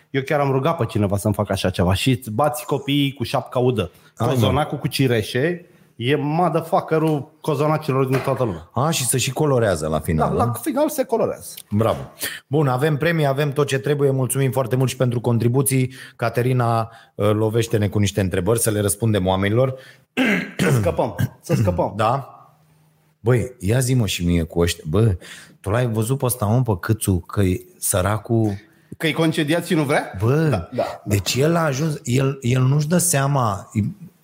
Speaker 3: Eu chiar am rugat pe cineva să-mi facă așa ceva și îți bați copiii cu șapca udă.
Speaker 2: Hai, mă.
Speaker 3: Cozonacul cu cireșe e motherfucker-ul cozonacilor din toată lumea.
Speaker 2: A, și să și colorează la
Speaker 3: Da,
Speaker 2: final.
Speaker 3: la final se colorează.
Speaker 2: Bravo. Bun, avem premii, avem tot ce trebuie. Mulțumim foarte mult și pentru contribuții. Caterina, uh, lovește-ne cu niște întrebări să le răspundem oamenilor.
Speaker 3: Să scăpăm, să scăpăm.
Speaker 2: Da? Băi, ia zi mă și mie cu ăștia. Bă, tu l-ai văzut pe ăsta, mă, pe Câțu, că e săracul...
Speaker 3: Că-i concediat și nu vrea?
Speaker 2: Bă,
Speaker 3: da, da.
Speaker 2: deci el a ajuns, el, el nu-și dă seama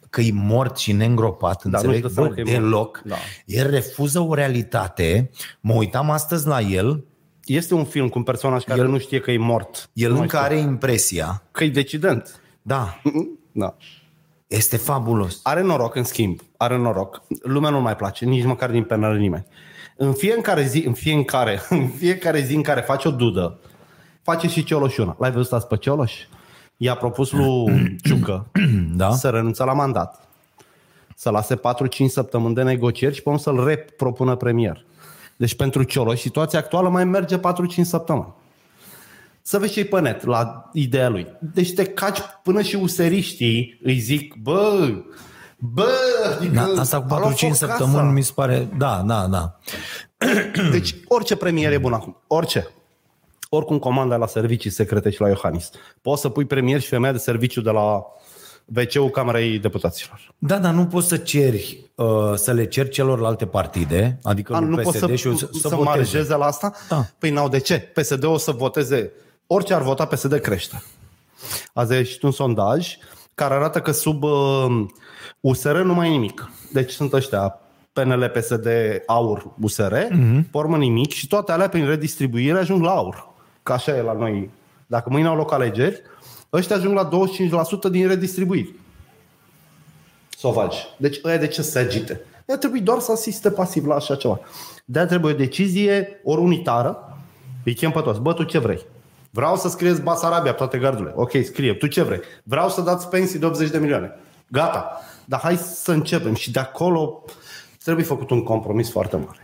Speaker 2: că e mort și neîngropat,
Speaker 3: Da, nu-și
Speaker 2: înțeleg?
Speaker 3: dă seama
Speaker 2: Bă,
Speaker 3: că e mort.
Speaker 2: deloc.
Speaker 3: Da.
Speaker 2: El refuză o realitate. Mă uitam astăzi la el,
Speaker 3: Este un film cu un personaj care nu știe că e mort.
Speaker 2: el
Speaker 3: nu mai
Speaker 2: încă
Speaker 3: știu.
Speaker 2: are impresia.
Speaker 3: Că e decident.
Speaker 2: Da,
Speaker 3: Da.
Speaker 2: este fabulos.
Speaker 3: Are noroc, în schimb. Are noroc. Lumea nu mai place, nici măcar din penal nimeni. În fiecare zi, în fiecare, [LAUGHS] în fiecare zi în care face o dudă, face și Cioloș una. L-ai văzut azi pe Cioloș? I-a propus lui Ciucă
Speaker 2: Da?
Speaker 3: să renunțe la mandat. Să lase 4-5 săptămâni de negocieri și pe urmă să-l repropună premier. Deci pentru Cioloș, situația actuală mai merge 4-5 săptămâni. Să vezi ce-i pe net la ideea lui. Deci te caci până și useriștii îi zic, bă, bă, adică
Speaker 2: Da, asta
Speaker 3: a
Speaker 2: cu
Speaker 3: luat
Speaker 2: 4-5
Speaker 3: foc
Speaker 2: săptămâni mi se pare... Da, da, da.
Speaker 3: Deci orice premier e bun acum. Orice. Oricum comanda la servicii secrete și la Iohannis. Poți să pui premier și femeia de serviciu de la WC-ul Camerei Deputaților.
Speaker 2: Da, dar nu poți să ceri, uh, să le ceri celorlalte partide, adică
Speaker 3: A,
Speaker 2: lui
Speaker 3: nu
Speaker 2: PSD
Speaker 3: pot să,
Speaker 2: și eu
Speaker 3: să,
Speaker 2: să,
Speaker 3: să
Speaker 2: să voteze.
Speaker 3: marjeze la asta?
Speaker 2: Da.
Speaker 3: Păi n-au de ce. PSD o să voteze. Orice ar vota, PSD crește. Azi a ieșit un sondaj care arată că sub uh, USR nu mai e nimic. Deci sunt ăștia PNL, PSD, AUR, USR,
Speaker 2: Mhm.
Speaker 3: mm-hmm. formă nimic și toate alea prin redistribuire ajung la AUR. Ca așa e la noi. Dacă mâine au loc alegeri, ăștia ajung la 25% din redistribuiri. Sovaci. Deci ăia de ce se agite? Ea trebuie doar să asiste pasiv la așa ceva. de trebuie o decizie ori unitară, îi chem pe toți. Bă, tu ce vrei? Vreau să scrieți Basarabia pe toate gardurile. Ok, scrie. Tu ce vrei? Vreau să dați pensii de 80 de milioane. Gata. Dar hai să începem. Și de acolo trebuie făcut un compromis foarte mare.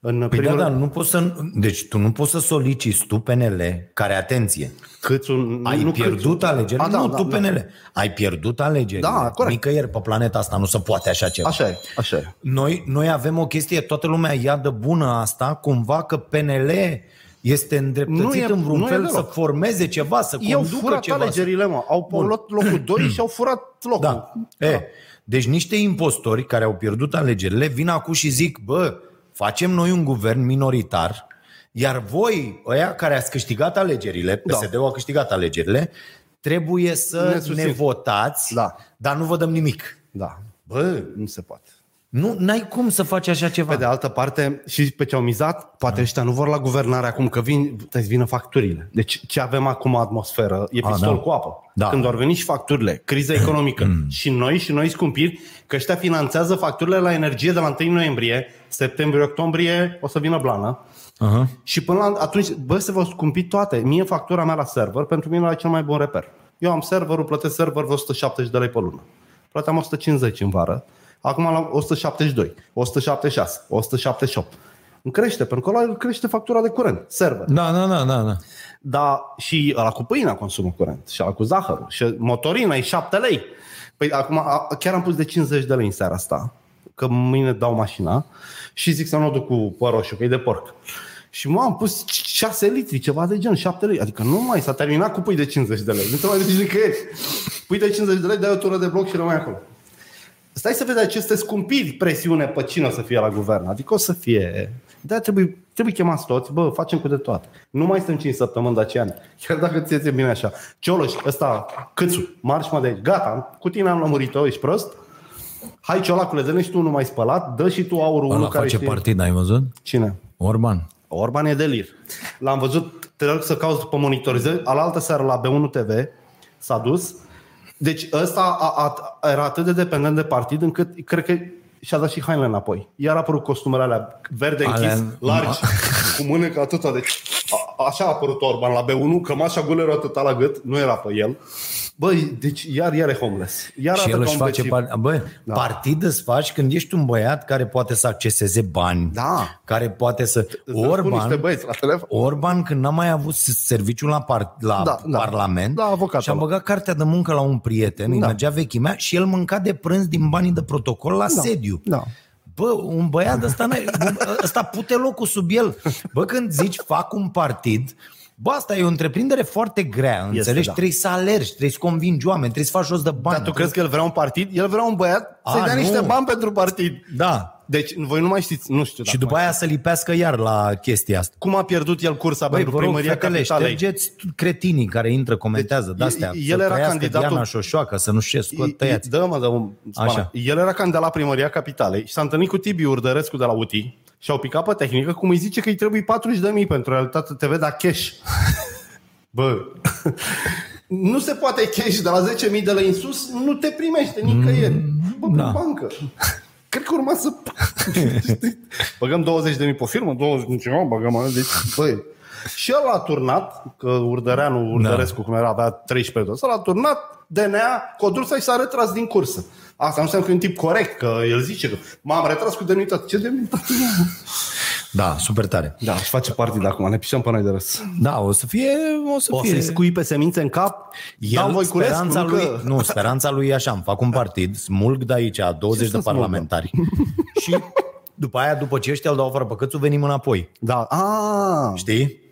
Speaker 3: În
Speaker 2: Păi da,
Speaker 3: primul
Speaker 2: da,
Speaker 3: rând,
Speaker 2: nu poți să... Deci tu nu poți să soliciți tu PNL, care, atenție,
Speaker 3: câți un,
Speaker 2: ai
Speaker 3: nu
Speaker 2: nu
Speaker 3: câți-
Speaker 2: pierdut alegerile.
Speaker 3: A, da,
Speaker 2: nu,
Speaker 3: da,
Speaker 2: tu
Speaker 3: da.
Speaker 2: PNL. Ai pierdut alegerile.
Speaker 3: Da, corect.
Speaker 2: Nicăieri pe planeta asta nu se poate așa ceva.
Speaker 3: Așa e, așa e.
Speaker 2: Noi, noi avem o chestie, toată lumea ia de bună asta, cumva că PNL este îndreptățit
Speaker 3: Nu e-
Speaker 2: în vreun
Speaker 3: nu e
Speaker 2: fel
Speaker 3: deloc.
Speaker 2: să formeze ceva, să
Speaker 3: I-au
Speaker 2: conducă
Speaker 3: furat
Speaker 2: ceva.
Speaker 3: alegerile, mă. Au
Speaker 2: Bun.
Speaker 3: luat locul [CLEARS THROAT] 2 și au furat locul.
Speaker 2: Da. E, deci niște impostori care au pierdut alegerile vin acum și zic, bă, facem noi un guvern minoritar, iar voi, ăia care ați câștigat alegerile,
Speaker 3: Da.
Speaker 2: PSD-ul a câștigat alegerile, trebuie
Speaker 3: Ne
Speaker 2: să ne,
Speaker 3: susțin.
Speaker 2: votați,
Speaker 3: Da.
Speaker 2: dar nu vă dăm nimic.
Speaker 3: da. Bă, nu se poate.
Speaker 2: Nu, n-ai cum să faci așa ceva.
Speaker 3: Pe de altă parte, și pe ce au mizat, poate ăștia nu vor la guvernare acum, că vin, trebuie să vină facturile. Deci ce avem acum atmosferă? E
Speaker 2: A,
Speaker 3: pistol
Speaker 2: da.
Speaker 3: cu apă.
Speaker 2: Da. Mm.
Speaker 3: Când vor veni și facturile,
Speaker 2: [CLEARS THROAT]
Speaker 3: criza economică și noi și noi scumpiri, că ăștia finanțează facturile la energie de la 1 noiembrie, septembrie, octombrie, o să vină blană.
Speaker 2: Aha.
Speaker 3: Și până la, atunci, bă, se vor scumpi toate. Mie factura mea la server, pentru mine e cel mai bun reper. Eu am serverul, plătesc serverul 170 de lei pe lună. Plăteam 150 în vară. Acum la 172, 176, 178. Îmi crește, pentru că ăla îl crește factura de curent, server.
Speaker 2: Da, da, da, da, da.
Speaker 3: Dar și ăla cu pâinea consumă curent, și ăla cu zahărul, și motorina e 7 lei. Păi acum a- chiar am pus de 50 de lei în seara asta, că mâine dau mașina și zic să nu o duc cu păr roșu, că e de porc. Și mă, am pus 6 litri, ceva de gen, 7 lei. Adică nu mai s-a terminat cu pui de 50 de lei. Nu te mai duci nicăieri. Pui de 50 de lei, dai o tură de bloc și rămâi acolo. Stai să vezi aceste scumpiri presiune pe cine o să fie la guvern. Adică o să fie... de trebuie, trebuie chemați toți, bă, facem cu de toate. Nu mai sunt 5 săptămâni de aceea. Chiar dacă ți iese bine așa. Cioloș, ăsta, Câțu, marș mă de aici. Gata, cu tine am lămurit-o, ești prost? Hai, Ciolacule, dă și tu nu mai spălat, dă și tu aurul
Speaker 4: Ăla
Speaker 3: unul care
Speaker 4: face
Speaker 3: știe.
Speaker 4: partid, ai văzut?
Speaker 3: Cine?
Speaker 4: Orban.
Speaker 3: Orban e delir. L-am văzut, te rog să cauți după monitorizări, alaltă seară la B1 TV s-a dus. Deci ăsta a, a, era atât de dependent de partid încât cred că și-a dat și hainele înapoi. Iar a apărut costumele alea verde închis,
Speaker 4: Alea-
Speaker 3: largi, cu mânecă atâta. Deci a, așa a apărut Orban la B1, cămașa guleră atâta la gât, nu era pe el. Băi, deci iar, iar e homeless. Iar
Speaker 2: Și
Speaker 3: arată
Speaker 2: el
Speaker 3: ca
Speaker 2: își
Speaker 3: un
Speaker 2: face
Speaker 3: bețiv.
Speaker 2: par... Bă, da. partid îți faci când ești un băiat care poate să acceseze bani,
Speaker 3: Da.
Speaker 2: care poate să...
Speaker 3: Îți răspund niște
Speaker 2: Orban,
Speaker 3: băieți la telefon.
Speaker 2: Orban când n-a mai avut serviciul la, par- la
Speaker 3: Da,
Speaker 2: da,
Speaker 3: da.
Speaker 2: Parlament
Speaker 3: La avocatul
Speaker 2: și-a
Speaker 3: ăla.
Speaker 2: băgat cartea de muncă la un prieten, îi
Speaker 3: Da.
Speaker 2: mergea vechimea și el mânca de prânz din banii de protocol la
Speaker 3: Da,
Speaker 2: sediu.
Speaker 3: da.
Speaker 2: Bă, un băiat de ăsta, n-ai- ăsta pute locul sub el. Bă, când zici fac un partid, bă, asta e o întreprindere foarte grea, înțelegi?
Speaker 3: da.
Speaker 2: Trebuie să alergi, trebuie să convingi oameni, trebuie să faci jos de bani.
Speaker 3: Dar tu crezi că el vrea un partid? El vrea un băiat
Speaker 2: A,
Speaker 3: să-i dea
Speaker 2: Da, Ah, nu.
Speaker 3: niște bani pentru partid.
Speaker 2: Da.
Speaker 3: Deci voi nu mai știți, nu știu.
Speaker 2: Și
Speaker 3: dacă
Speaker 2: după
Speaker 3: mai-
Speaker 2: aia să lipească iar la chestia asta.
Speaker 3: Cum a pierdut el cursa
Speaker 2: Băi,
Speaker 3: pentru
Speaker 2: vă rog,
Speaker 3: primăria
Speaker 2: fetele,
Speaker 3: capitalei?
Speaker 2: ștergeți cretinii care intră, comentează
Speaker 3: Deci,
Speaker 2: de astea.
Speaker 3: e- el
Speaker 2: să
Speaker 3: era
Speaker 2: trăiască
Speaker 3: candidatul-
Speaker 2: Diana Șoșoacă, să nu știe,
Speaker 3: I- i-
Speaker 2: scot, tăiați.
Speaker 3: Dă mă, dă un spana.
Speaker 2: Așa.
Speaker 3: El era candidat la primăria capitalei și s-a întâlnit cu Tibi Urdărescu de la UTI și au picat pe tehnică cum îi zice că îi trebuie 40 de mii pentru realitate TV, dar
Speaker 2: [LAUGHS]
Speaker 3: cash. Bă, nu se poate cash de la 10.000 de lei în sus, nu te primește nicăieri. Bă, da. bancă. Cred că urma [LAUGHS] să... Știi? băgăm 20 de mii pe firmă, 20 de ceva, băgăm... alea, Deci, băi, și el a turnat, că Urdăreanu, Urdărescu, da. cum era, avea 13 de s-a turnat DNA, codursa și s-a retras din cursă. Asta nu înseamnă că e un tip corect, că el zice că m-am retras cu demnitate. Ce demnitate?
Speaker 2: Da, super tare.
Speaker 3: Da, și face parte de acum, ne pișăm pe noi de râs.
Speaker 2: Da, o să fie... O să
Speaker 3: O
Speaker 2: fie...
Speaker 3: să-i scui pe semințe în cap? Dau Voiculescu,
Speaker 2: speranța
Speaker 3: nu că-
Speaker 2: lui, nu, speranța lui e așa, îmi fac un partid, smulg de aici 20 de
Speaker 3: să smulgă? [LAUGHS]
Speaker 2: parlamentari și după aia, după ce ăștia îl dau afară pe cățu, venim înapoi.
Speaker 3: Da. A,
Speaker 2: Știi?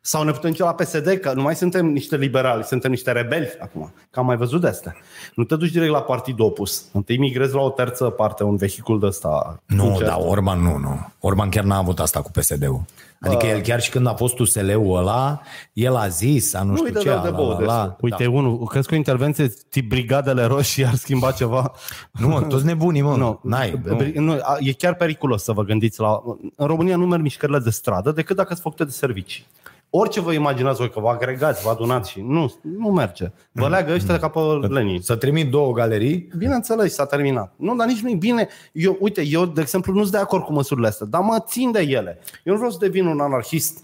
Speaker 3: Sau ne putem duce la PSD, că nu mai suntem niște liberali, suntem niște rebeli acum. Că am mai văzut de astea. Nu te duci direct la partid opus. Întâi migrezi la o terță parte, un vehicul de ăsta.
Speaker 2: Nu, da,
Speaker 3: Sincer.
Speaker 2: dar Orban nu, nu. Orban chiar n-a avut asta cu PSD-ul. Adică el chiar și când a fost USL-ul ăla, el a zis, a nu,
Speaker 3: Nu-i
Speaker 2: știu ce,
Speaker 3: dădeau
Speaker 2: a,
Speaker 3: de
Speaker 2: la,
Speaker 3: bou
Speaker 2: la,
Speaker 3: de
Speaker 2: la.
Speaker 3: ăsta. Uite, da. unul, crezi că o intervenție tip brigadele roșii ar schimba ceva?
Speaker 2: Nu, mă, toți nebunii,
Speaker 3: [LAUGHS]
Speaker 2: mă.
Speaker 3: Nu,
Speaker 2: Nu. N-ai, nu.
Speaker 3: nu. nu, a- e chiar periculos să vă gândiți la... În România nu merg mișcările de stradă decât dacă sunt făcute de servicii. Orice vă imaginați voi că vă agregați, vă adunați și nu, nu merge.
Speaker 2: Mm.
Speaker 3: Vă leagă ăștia ca pe Lenin.
Speaker 2: Să trimit două galerii.
Speaker 3: Bineînțeles, s-a terminat. Nu, dar nici nu-i bine. Eu, uite, eu, de exemplu, nu sunt de acord cu măsurile astea, dar mă țin de ele. Eu nu vreau să devin un anarhist,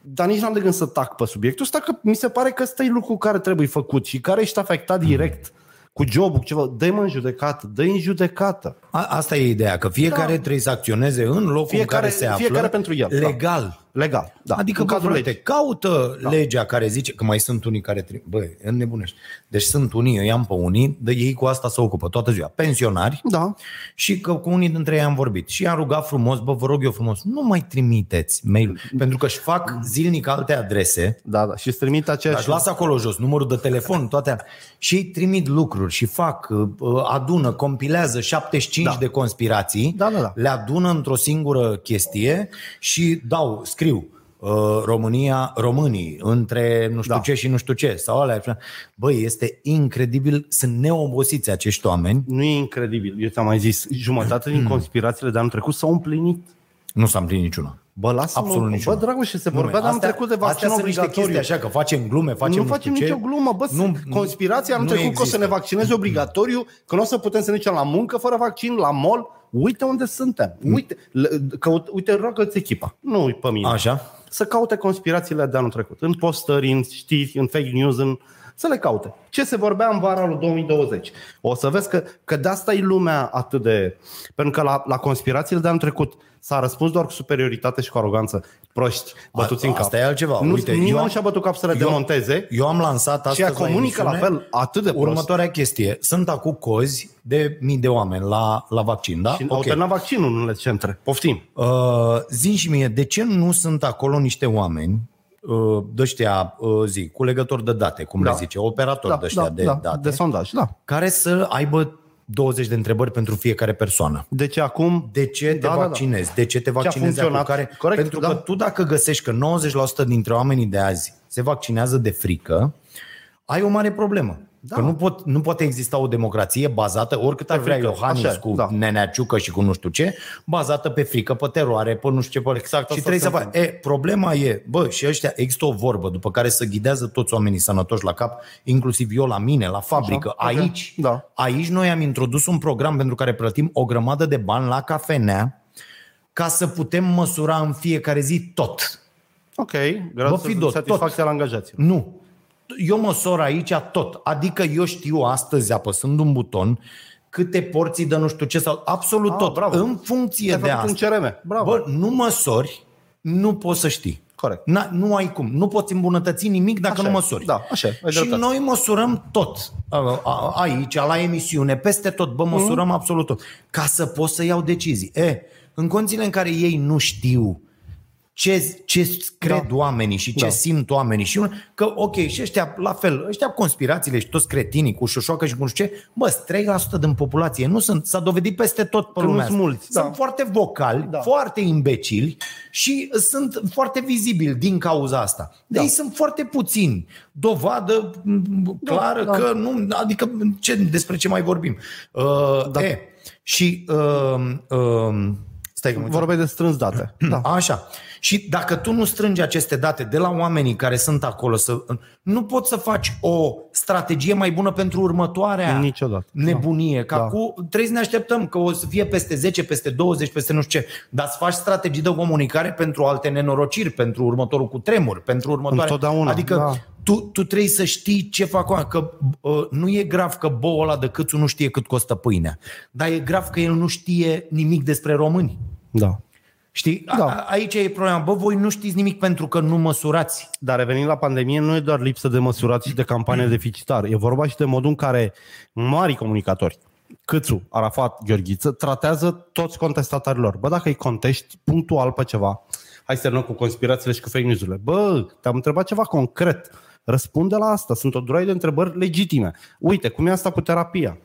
Speaker 3: dar nici n-am de
Speaker 2: Mhm.
Speaker 3: gând să tac pe subiectul ăsta, că mi se pare că ăsta e lucru care trebuie făcut și care ești afectat direct. cu jobul, cu ceva, dă-i mă în judecată, dă-i în judecată.
Speaker 2: A, asta e ideea, că fiecare da. trebuie să acționeze în locul fiecare, în care se află.
Speaker 3: fiecare pentru el, da.
Speaker 2: Legal. Da.
Speaker 3: Legal, da.
Speaker 2: Adică,
Speaker 3: În
Speaker 2: bă,
Speaker 3: cadrul
Speaker 2: frate,
Speaker 3: legii.
Speaker 2: caută da. legea care zice că mai sunt unii care trebuie. Băi, înnebunești. Deci sunt unii, eu i-am pe unii, de ei cu asta se ocupă toată ziua. Pensionari
Speaker 3: Da.
Speaker 2: și că cu unii dintre ei am vorbit. Și i-am rugat frumos, bă, vă rog eu frumos, nu mai trimiteți mail pentru că își fac zilnic alte adrese.
Speaker 3: Da, da. Și îți trimit
Speaker 2: Dar
Speaker 3: aceeași...
Speaker 2: lasă acolo jos numărul de telefon, toate alea. Și ei trimit lucruri și fac, uh, uh, adună, compilează 75 da. de conspirații,
Speaker 3: Da, da, da.
Speaker 2: le adună într-o singură chestie și dau, scriu uh, România, românii, între nu știu da.
Speaker 3: Da.
Speaker 2: ce și nu știu ce, sau alea. Băi, este incredibil, sunt neobosiți acești oameni.
Speaker 3: Nu e incredibil. Eu ți-am mai zis, jumătate
Speaker 2: Mhm.
Speaker 3: din conspirațiile de anul trecut s-au împlinit.
Speaker 2: Nu s-a împlinit niciuna.
Speaker 3: Bă, lasă
Speaker 2: Absolut
Speaker 3: Bă,
Speaker 2: niciuna.
Speaker 3: Dragoșe, se
Speaker 2: Nu,
Speaker 3: vorbea de anul
Speaker 2: astea-
Speaker 3: trecut de
Speaker 2: astea
Speaker 3: vaccin
Speaker 2: sunt niște
Speaker 3: obligatoriu.
Speaker 2: chestii așa că facem glume, facem
Speaker 3: nu facem
Speaker 2: știu ce.
Speaker 3: nicio glumă, bă, nu, conspirația anul
Speaker 2: nu
Speaker 3: trecut că o să
Speaker 2: există.
Speaker 3: ne vaccineze obligatoriu, că nu o să putem să ne ducem la muncă fără vaccin, la mall. Uite unde suntem. Uite, l- căut, uite roagă-ți echipa. Nu pe mine.
Speaker 2: Așa.
Speaker 3: Să caute conspirațiile de anul trecut. În postări, în știri, în fake news, în... să le caute. Ce se vorbea în vara lui 2020? O să vezi că, că de asta e lumea atât de... Pentru că la, la conspirațiile de anul trecut s-a răspuns doar cu superioritate și cu aroganță. Proști, bătuți în cap.
Speaker 2: Asta e altceva.
Speaker 3: Nu,
Speaker 2: Uite,
Speaker 3: nimeni
Speaker 2: eu-
Speaker 3: nu și-a bătut cap să le
Speaker 2: eu-
Speaker 3: demonteze.
Speaker 2: Eu am lansat
Speaker 3: Și ea
Speaker 2: astăzi
Speaker 3: comunică la
Speaker 2: emisiune
Speaker 3: fel, atât de prost.
Speaker 2: Următoarea chestie. Sunt acum cozi de mii de oameni la, la vaccin, da?
Speaker 3: Și okay. au terminat vaccinul în unele centre. Poftim.
Speaker 2: Uh, zin și mie, de ce nu sunt acolo niște oameni uh, dăștia, uh, zi, culegători de date, cum
Speaker 3: Da.
Speaker 2: le zice, operatori de ăștia de
Speaker 3: da,
Speaker 2: date,
Speaker 3: de sondaj, da.
Speaker 2: care să aibă 20 de întrebări pentru fiecare persoană.
Speaker 3: Deci acum...
Speaker 2: De ce te
Speaker 3: Da, da, da.
Speaker 2: vaccinezi? De ce te vaccinezi
Speaker 3: funcționat.
Speaker 2: acum? Care...
Speaker 3: Corect,
Speaker 2: Pentru
Speaker 3: da.
Speaker 2: că tu dacă găsești că 90% dintre oamenii de azi se vaccinează de frică, ai o mare problemă. Da. Că nu, pot, nu poate exista o democrație bazată, oricât ar vrea
Speaker 3: frică.
Speaker 2: Iohannis
Speaker 3: Așa e,
Speaker 2: cu
Speaker 3: da.
Speaker 2: nenea Ciucă și cu nu știu ce, bazată pe frică, pe teroare, pe nu știu ce. Pe...
Speaker 3: Exact
Speaker 2: și
Speaker 3: asta
Speaker 2: trebuie să
Speaker 3: se
Speaker 2: faci. E, problema e, bă, și ăștia, există o vorbă după care să ghidează toți oamenii sănătoși la cap, inclusiv eu la mine, la fabrică,
Speaker 3: Așa, ok.
Speaker 2: aici,
Speaker 3: Da.
Speaker 2: Aici noi am introdus un program pentru care plătim o grămadă de bani la cafenea ca să putem măsura în fiecare zi tot.
Speaker 3: Ok, gradul
Speaker 2: fi
Speaker 3: de
Speaker 2: tot,
Speaker 3: satisfacție la angajaților.
Speaker 2: Nu. Eu măsor aici tot. Adică eu știu astăzi, apăsând un buton, câte porții de nu știu ce sau absolut
Speaker 3: Ah,
Speaker 2: tot.
Speaker 3: bravo.
Speaker 2: În funcție
Speaker 3: Te-ai
Speaker 2: de
Speaker 3: făcut
Speaker 2: asta.
Speaker 3: un CRM. Bravo.
Speaker 2: Bă, nu măsori, nu poți să știi.
Speaker 3: Corect.
Speaker 2: Na, nu ai cum. Nu poți îmbunătăți nimic dacă
Speaker 3: Așa
Speaker 2: nu
Speaker 3: e.
Speaker 2: măsori.
Speaker 3: Da, așa e. Ai
Speaker 2: Și
Speaker 3: dreptate.
Speaker 2: noi măsurăm tot. A- a- Aici, la emisiune, peste tot. Bă,
Speaker 3: Mhm.
Speaker 2: măsurăm absolut tot. Ca să pot să iau decizii. E, în condițiile în care ei nu știu ce, ce cred da. oamenii și ce da.
Speaker 3: Da.
Speaker 2: simt oamenii și un- că, ok, și ăștia, la fel, ăștia cu conspirațiile și toți cretinii cu șoșoacă și cu nu știu ce, bă, sunt 3% din populație, nu sunt, s-a dovedit peste tot pe
Speaker 3: Că nu
Speaker 2: lumea
Speaker 3: sunt
Speaker 2: asta.
Speaker 3: mulți,
Speaker 2: Sunt
Speaker 3: da.
Speaker 2: foarte vocali, da.
Speaker 3: Da.
Speaker 2: foarte imbecili și sunt foarte vizibili din cauza asta. De da. ei sunt foarte puțini. Dovadă m, clară da,
Speaker 3: da.
Speaker 2: că nu, adică ce, despre ce mai vorbim. Uh, da. e, și uh, uh, stai că mă uit.
Speaker 3: Vorbeai de strâns date. da.
Speaker 2: Așa. Și dacă tu nu strângi aceste date de la oamenii care sunt acolo, să, nu poți să faci o strategie mai bună pentru următoarea
Speaker 3: Niciodată.
Speaker 2: nebunie. Că
Speaker 3: Da.
Speaker 2: acum trebuie să ne așteptăm că o să fie peste 10, peste 20, peste nu știu ce. Dar să faci strategii de comunicare pentru alte nenorociri, pentru următorul cu tremur, pentru următoarea...
Speaker 3: Întotdeauna,
Speaker 2: adică
Speaker 3: da.
Speaker 2: tu, tu trebuie să știi ce fac oamenii. Că uh, nu e grav că boul ăla de câțu nu știe cât costă pâinea. Dar e grav că el nu știe nimic despre români.
Speaker 3: da.
Speaker 2: Știi? Da.
Speaker 3: Da.
Speaker 2: A, aici e problema. Bă, voi nu știți nimic pentru că nu măsurați.
Speaker 3: Dar revenind la pandemie, nu e doar lipsă de măsurat și de campanie deficitară. E vorba și de modul în care mari comunicatori, Câțu, Arafat, Gheorghiță, tratează toți contestatarilor. Bă, dacă îi contești punctual pe ceva, hai să terminăm cu conspirațiile și cu fake news-urile. Bă, te-am întrebat ceva concret. Răspunde la asta. Sunt o droaie de întrebări legitime. Uite, cum e asta cu terapia?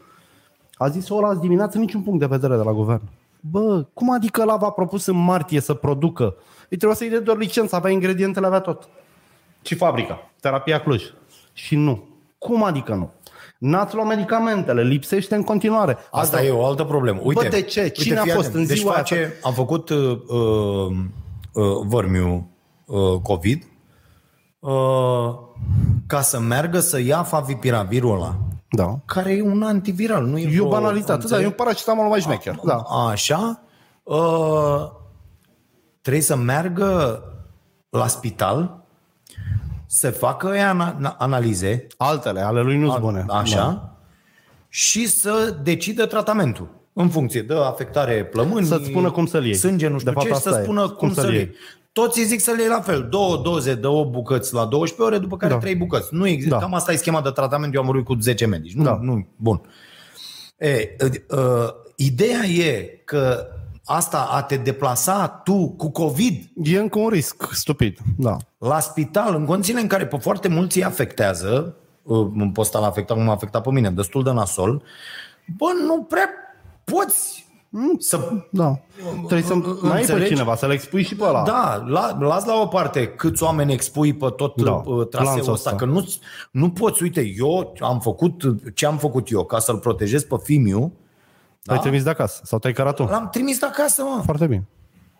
Speaker 3: A zis-o ăla azi dimineață niciun punct de vedere de la guvern. Bă, cum adică la v-a propus în martie să producă? Îi trebuia să-i dea doar licența, avea ingredientele, avea tot. Și fabrica, terapia Cluj. Și nu. Cum adică nu? N-ați luat medicamentele, lipsește în continuare.
Speaker 2: Asta e o altă problemă. Uite,
Speaker 3: Bă, de ce? Cine
Speaker 2: uite,
Speaker 3: a
Speaker 2: fii
Speaker 3: fost
Speaker 2: atent.
Speaker 3: în
Speaker 2: deci
Speaker 3: ziua aia?
Speaker 2: face, Am făcut uh, uh, uh, vărmiu uh, COVID uh, ca să meargă să ia favipiravirul ăla,
Speaker 3: Da.
Speaker 2: care e un antiviral. Nu e
Speaker 3: E o
Speaker 2: vreo-
Speaker 3: banalitate, da, e un paracetamol mai șmecher. Da.
Speaker 2: Așa. Uh, trebuie să meargă la spital să facă ea ana- analize
Speaker 3: Altele, ale lui nu-s bune.
Speaker 2: Așa.
Speaker 3: Da.
Speaker 2: și să decidă tratamentul în funcție de afectare plămânii,
Speaker 3: Să-ți spună cum să-l iei.
Speaker 2: sânge, nu
Speaker 3: De
Speaker 2: știu
Speaker 3: fapt,
Speaker 2: ce, și
Speaker 3: asta
Speaker 2: să
Speaker 3: e.
Speaker 2: spună cum,
Speaker 3: Cum să-l
Speaker 2: să-l iei.
Speaker 3: iei.
Speaker 2: Toți îi zic să le iei la fel. Două doze de 8 bucăți la 12 ore, după care
Speaker 3: Da.
Speaker 2: da. 3 bucăți. Nu există.
Speaker 3: Da.
Speaker 2: Da. Cam asta e schema de tratament. Eu am urmărit cu 10 medici. Nu,
Speaker 3: Da.
Speaker 2: da. nu, bun. E, uh, uh, ideea e că asta a te deplasa tu cu COVID
Speaker 3: Da. E încă un risc stupid. Da.
Speaker 2: la spital, în condițiile în care pe foarte mulți îi afectează, uh, în postal afectat, m-a afectat pe mine, destul de nasol, bă, nu prea poți să...
Speaker 3: Da. Trebuie să mai ai pe
Speaker 2: înțelegi?
Speaker 3: cineva, să-l expui și pe ăla.
Speaker 2: Da, la, las la o parte câți oameni expui pe tot
Speaker 3: Da,
Speaker 2: da, traseul
Speaker 3: lanțul
Speaker 2: ăsta,
Speaker 3: ăsta.
Speaker 2: că nu, nu poți, uite, eu am făcut ce am făcut eu ca să-l protejez pe Fimiu,
Speaker 3: L-ai trimis de acasă sau te-ai cărat tu.
Speaker 2: l-am trimis de acasă, mă.
Speaker 3: Foarte bine.